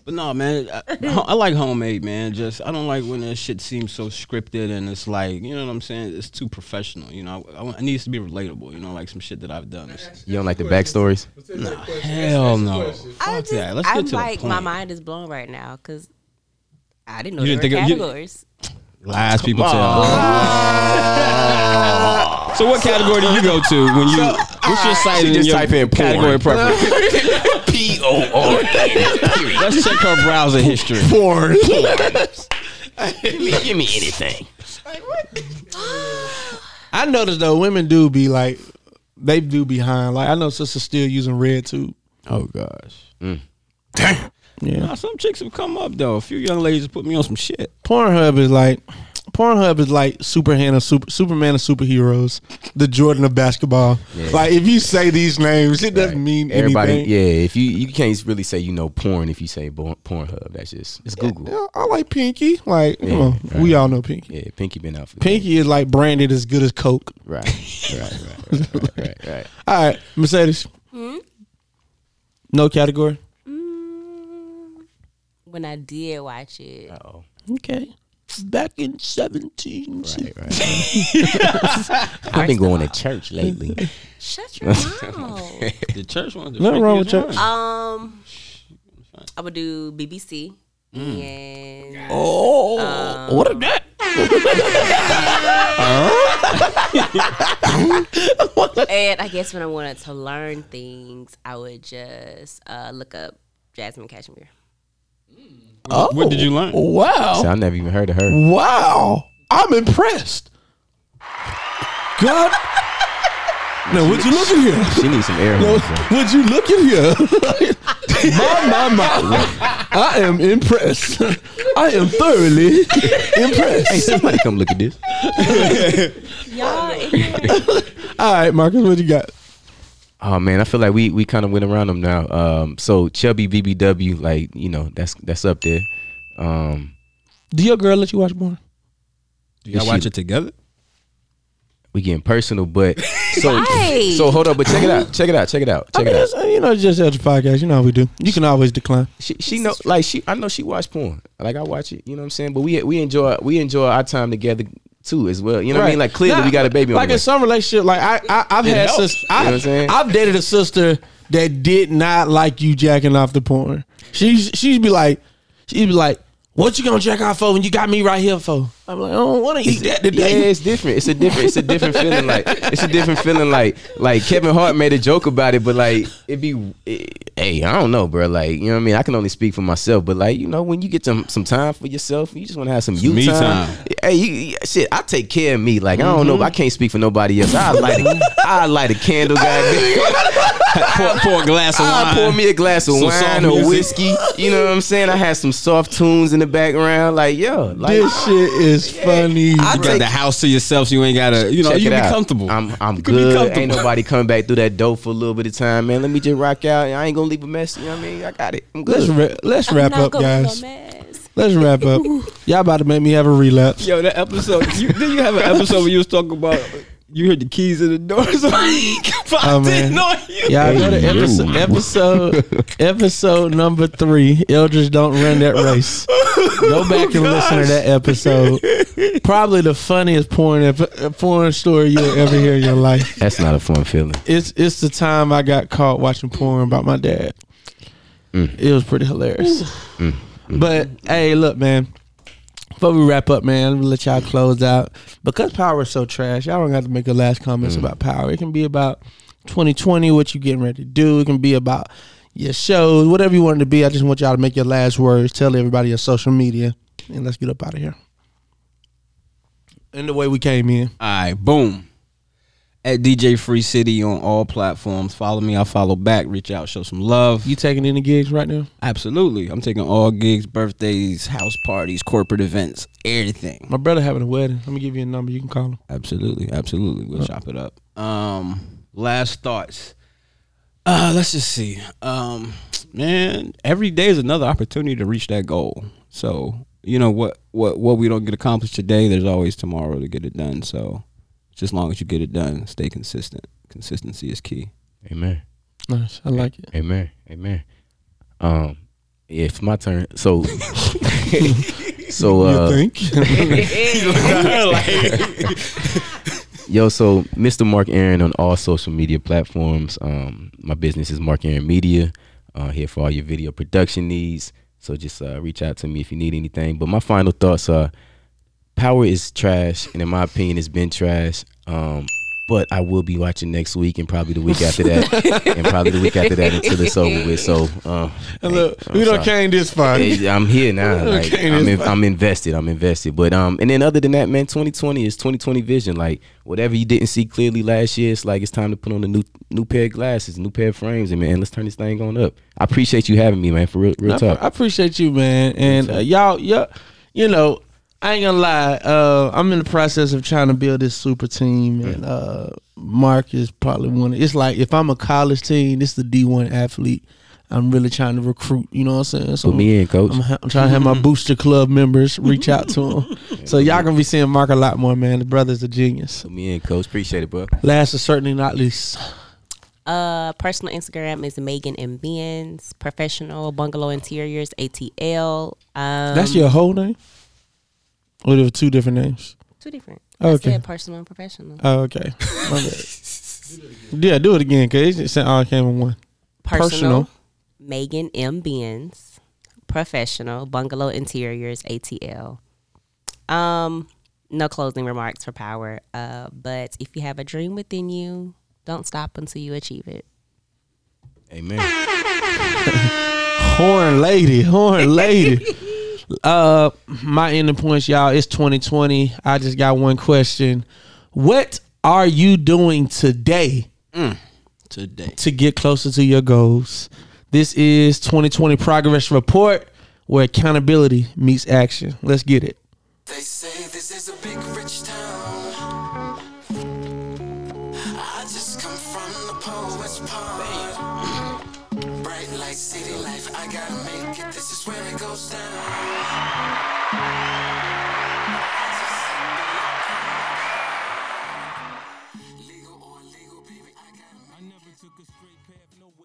[SPEAKER 1] but no, man, I, I like homemade, man. Just I don't like when that shit seems so scripted and it's like, you know what I'm saying? It's too professional. You know, I, I, want- it needs to be relatable. You know, like some shit that I've done. It's-
[SPEAKER 3] *laughs* You don't like the backstories?
[SPEAKER 1] Nah, hell no. Fuck
[SPEAKER 4] I just,
[SPEAKER 1] that. Let's
[SPEAKER 4] I'm
[SPEAKER 1] get to
[SPEAKER 4] like,
[SPEAKER 1] the point.
[SPEAKER 4] my mind is blown right now because I didn't know
[SPEAKER 1] You
[SPEAKER 4] there were
[SPEAKER 1] didn't think of- you-
[SPEAKER 4] categories.
[SPEAKER 1] Last people tell. so what category do you go to when you? what's your site
[SPEAKER 3] She
[SPEAKER 1] and
[SPEAKER 3] just
[SPEAKER 1] your
[SPEAKER 3] type in porn.
[SPEAKER 1] category preference?
[SPEAKER 3] P O R N.
[SPEAKER 1] Let's check her browser history.
[SPEAKER 2] Porn.
[SPEAKER 3] Give me, give me anything.
[SPEAKER 2] *laughs* I noticed though, women do be like, they do behind. Like I know sisters still using red tube.
[SPEAKER 1] Oh gosh.
[SPEAKER 3] Mm.
[SPEAKER 2] Yeah.
[SPEAKER 1] Nah, some chicks have come up though. A few young ladies put me on some shit.
[SPEAKER 2] Pornhub is like, Pornhub is like Superman of super Superman of superheroes, the Jordan of basketball. Like if you say these names, it doesn't mean
[SPEAKER 3] Everybody,
[SPEAKER 2] anything.
[SPEAKER 3] yeah. If you you can't really say you know porn if you say born, Pornhub, that's just it's Google. Yeah,
[SPEAKER 2] Yeah, I like Pinky. Like you
[SPEAKER 3] Yeah,
[SPEAKER 2] know, we
[SPEAKER 3] right.
[SPEAKER 2] all know Pinky.
[SPEAKER 3] Pinky been out for the game.
[SPEAKER 2] Pinky is like branded as good as Coke.
[SPEAKER 3] Right, right, right, right, right, right, right.
[SPEAKER 2] All right, Mercedes. No category.
[SPEAKER 4] When I did watch it,
[SPEAKER 3] Oh,
[SPEAKER 2] Okay. Back in seventeen.
[SPEAKER 3] right, right. *laughs* I've been going to church lately.
[SPEAKER 1] *laughs*
[SPEAKER 4] shut your mouth.
[SPEAKER 1] The church one. The
[SPEAKER 2] Nothing wrong with
[SPEAKER 1] freakiest
[SPEAKER 2] church.
[SPEAKER 1] one.
[SPEAKER 4] Um, I would do BBC
[SPEAKER 1] Mm.
[SPEAKER 4] and
[SPEAKER 2] Oh, what is that?
[SPEAKER 4] and I guess when I wanted to learn things, I would just uh, look up Jasmine Cashmere.
[SPEAKER 2] Oh,
[SPEAKER 1] What did you learn?
[SPEAKER 2] Wow.
[SPEAKER 3] So I've never even heard of her.
[SPEAKER 2] Wow. I'm impressed. *laughs* God. No, would you look in here?
[SPEAKER 3] She needs some air.
[SPEAKER 2] No,
[SPEAKER 3] horns, bro.
[SPEAKER 2] would you look in here? *laughs* my, my, my. I am impressed. I am thoroughly
[SPEAKER 3] Hey,
[SPEAKER 2] impressed.
[SPEAKER 3] somebody come look at
[SPEAKER 2] *laughs*
[SPEAKER 3] this.
[SPEAKER 4] Y'all,
[SPEAKER 2] All right, Marcus, what you got?
[SPEAKER 3] Oh man, I feel like we we kind of went around them now. Um, so chubby BBW, like you know, that's that's up there. Um,
[SPEAKER 2] Do your girl let you watch porn?
[SPEAKER 1] Do y'all
[SPEAKER 3] Is
[SPEAKER 1] watch
[SPEAKER 3] she-
[SPEAKER 1] it together?
[SPEAKER 3] we getting personal, but so
[SPEAKER 4] Right.
[SPEAKER 3] so hold up, but check it out, check it out, check it out,
[SPEAKER 2] I
[SPEAKER 3] check
[SPEAKER 2] mean,
[SPEAKER 3] it out.
[SPEAKER 2] it's, uh, you know, it's just after podcast. You know how we do. You can always decline.
[SPEAKER 3] She she know like she I know she watch porn, like I watch it, you know what I'm saying. But we we enjoy we enjoy our time together too as well. You know what I mean? Like clearly
[SPEAKER 2] Nah,
[SPEAKER 3] we got a baby on
[SPEAKER 2] Like
[SPEAKER 3] the way.
[SPEAKER 2] in some relationship, like I, I I've had
[SPEAKER 3] helps.
[SPEAKER 2] sis,
[SPEAKER 3] You know
[SPEAKER 2] I,
[SPEAKER 3] what I'm saying?
[SPEAKER 2] I've dated a sister that did not like you jacking off the porn. She she'd be like, she'd be like, "What you gonna jack off for when you got me right here for?" I'm like, "I don't want to eat that
[SPEAKER 3] Yeah,
[SPEAKER 2] today."
[SPEAKER 3] it's different. It's a different. It's a different feeling. Like it's a different feeling. Like like Kevin Hart made a joke about it, but like it be. It, hey, I don't know, bro. Like you know what I mean. I can only speak for myself, but like you know, when you get some some time for yourself, you just want to have some you
[SPEAKER 1] me
[SPEAKER 3] time.
[SPEAKER 1] time.
[SPEAKER 3] Hey, you, you- shit, I take care of me. Like I don't
[SPEAKER 2] Mm-hmm.
[SPEAKER 3] know, I can't speak for nobody else. I light a, I light a candle,
[SPEAKER 2] *laughs*
[SPEAKER 3] goddamn.
[SPEAKER 1] pour, pour a glass of
[SPEAKER 3] I
[SPEAKER 1] wine.
[SPEAKER 3] Ah, pour me a glass of
[SPEAKER 1] Some soft
[SPEAKER 3] wine or
[SPEAKER 1] music.
[SPEAKER 3] whiskey. You know what I'm saying? I had some soft tunes in the background. Like yo, like
[SPEAKER 2] this shit is funny.
[SPEAKER 3] I
[SPEAKER 1] You got
[SPEAKER 3] take
[SPEAKER 1] the house to yourself. So you ain't gotta. You know,
[SPEAKER 3] Check
[SPEAKER 1] you
[SPEAKER 3] it
[SPEAKER 1] can be
[SPEAKER 3] out.
[SPEAKER 1] comfortable.
[SPEAKER 3] I'm I'm
[SPEAKER 1] You can be
[SPEAKER 3] good.
[SPEAKER 1] comfortable.
[SPEAKER 3] Ain't nobody coming back through that door for a little bit of time, man. Let me just rock out. I ain't gonna leave a mess. You know what I mean? I got it. I'm
[SPEAKER 2] let's
[SPEAKER 3] good.
[SPEAKER 2] ra- let's wrap
[SPEAKER 4] I'm not
[SPEAKER 2] up,
[SPEAKER 4] gonna be
[SPEAKER 2] guys.
[SPEAKER 4] no mess.
[SPEAKER 2] Let's wrap up. Y'all about to make me have a relapse.
[SPEAKER 1] Yo, that episode. You, did you have an episode where you was talking about you heard the keys in the door? *laughs* So he
[SPEAKER 2] Oh,
[SPEAKER 1] popped
[SPEAKER 2] man.
[SPEAKER 1] in on you.
[SPEAKER 2] Y'all go to episode, episode episode number three. Eldridge don't run that race. Go back and listen to that episode. Probably the funniest porn ep- uh, porn story you'll ever hear in your life.
[SPEAKER 3] That's not a fun feeling.
[SPEAKER 2] It's it's the time I got caught watching porn by my dad. It was pretty hilarious. But hey, look, man. Before we wrap up, man, I'm gonna let y'all close out. Because power is so trash, y'all don't have to make a last comments about power. It can be about 2020, what you getting ready to do. It can be about your shows, whatever you want it to be. I just want y'all to make your last words. Tell everybody your social media, and let's get up out of here. And the way we came in.
[SPEAKER 1] All right, boom. At DJ Free City on all platforms. Follow me. I follow back. Reach out. Show some love.
[SPEAKER 2] You taking any gigs right now?
[SPEAKER 1] Absolutely. I'm taking all gigs, birthdays, house parties, corporate events, everything.
[SPEAKER 2] My brother having a wedding. Let me give you a number. You can call him.
[SPEAKER 1] Absolutely. Absolutely. We'll chop it up. Um, last thoughts. Uh, let's just see. Um, man, every day is another opportunity to reach that goal. So, you know what what what we don't get accomplished today, there's always tomorrow to get it done. So, just as long as you get it done, stay consistent. Consistency is key.
[SPEAKER 3] Amen.
[SPEAKER 2] Nice. I like it.
[SPEAKER 3] Amen. Amen. Um, yeah, it's my turn. *laughs* So, so uh, Yo, so Mr. Mark Aaron on all social media platforms. Um, my business is Mark Aaron Media. Uh, here for all your video production needs. So just uh, reach out to me if you need anything. But my final thoughts are: Power is trash, and in my opinion, it's been trash. Um, but I will be watching next week, and probably the week after that, and probably the week after that until it's over with. So
[SPEAKER 2] *laughs*
[SPEAKER 3] uh,
[SPEAKER 2] *laughs* Look,
[SPEAKER 3] I'm
[SPEAKER 2] we
[SPEAKER 3] sorry.
[SPEAKER 2] don't came this far. *laughs*
[SPEAKER 3] Hey, I'm here now. Like
[SPEAKER 2] Okay,
[SPEAKER 3] I'm,
[SPEAKER 2] that's
[SPEAKER 3] in,
[SPEAKER 2] fine.
[SPEAKER 3] I'm invested. I'm invested. But um, and then other than that, man, 2020 is 2020 vision. Like whatever you didn't see clearly last year, it's like it's time to put on a new new pair of glasses, new pair of frames, and man, let's turn this thing on up. I appreciate you having me, man. For real, real
[SPEAKER 2] I,
[SPEAKER 3] talk.
[SPEAKER 2] I appreciate you, man. And uh, y'all, yeah, you know, I ain't gonna lie. Uh, I'm in the process of trying to build this super team, and uh, Mark is probably one. It's like if I'm a college team, this is the D1 athlete. I'm really trying to recruit. You know what I'm saying? So
[SPEAKER 3] Put me in, coach.
[SPEAKER 2] I'm, ha- I'm trying to have my booster club members reach out
[SPEAKER 3] *laughs*
[SPEAKER 2] to him. So y'all gonna be seeing Mark a lot more, man. The brother's a genius.
[SPEAKER 3] Put me in, coach. Appreciate it, bro.
[SPEAKER 2] Last but certainly not least,
[SPEAKER 4] Uh, personal Instagram is Megan and Benz. Professional Bungalow Interiors ATL. Um,
[SPEAKER 2] that's your whole name. Or there were two different names.
[SPEAKER 4] two different.
[SPEAKER 2] Oh, Okay.
[SPEAKER 4] I said personal and professional.
[SPEAKER 2] Oh, okay. My bad. yeah, do it again because it just said all came in one. personal.
[SPEAKER 4] Megan M Benz. Professional Bungalow Interiors ATL. Um, no closing remarks for power. Uh, but if you have a dream within you, don't stop until you achieve it.
[SPEAKER 3] Amen.
[SPEAKER 2] Horn lady, horn lady. *laughs* uh, my ending points, y'all. It's 2020. I just got one question. What are you doing today
[SPEAKER 1] today.
[SPEAKER 2] to get closer to your goals? This is 2020 Progress Report, where accountability meets action. Let's get it.
[SPEAKER 5] They say this is a big rich town. I just come from the poet's pond. Bright light, city life, I gotta make it. This is where it goes down. Legal or illegal, baby, I gotta make
[SPEAKER 6] I
[SPEAKER 5] it.
[SPEAKER 6] never took a straight path nowhere.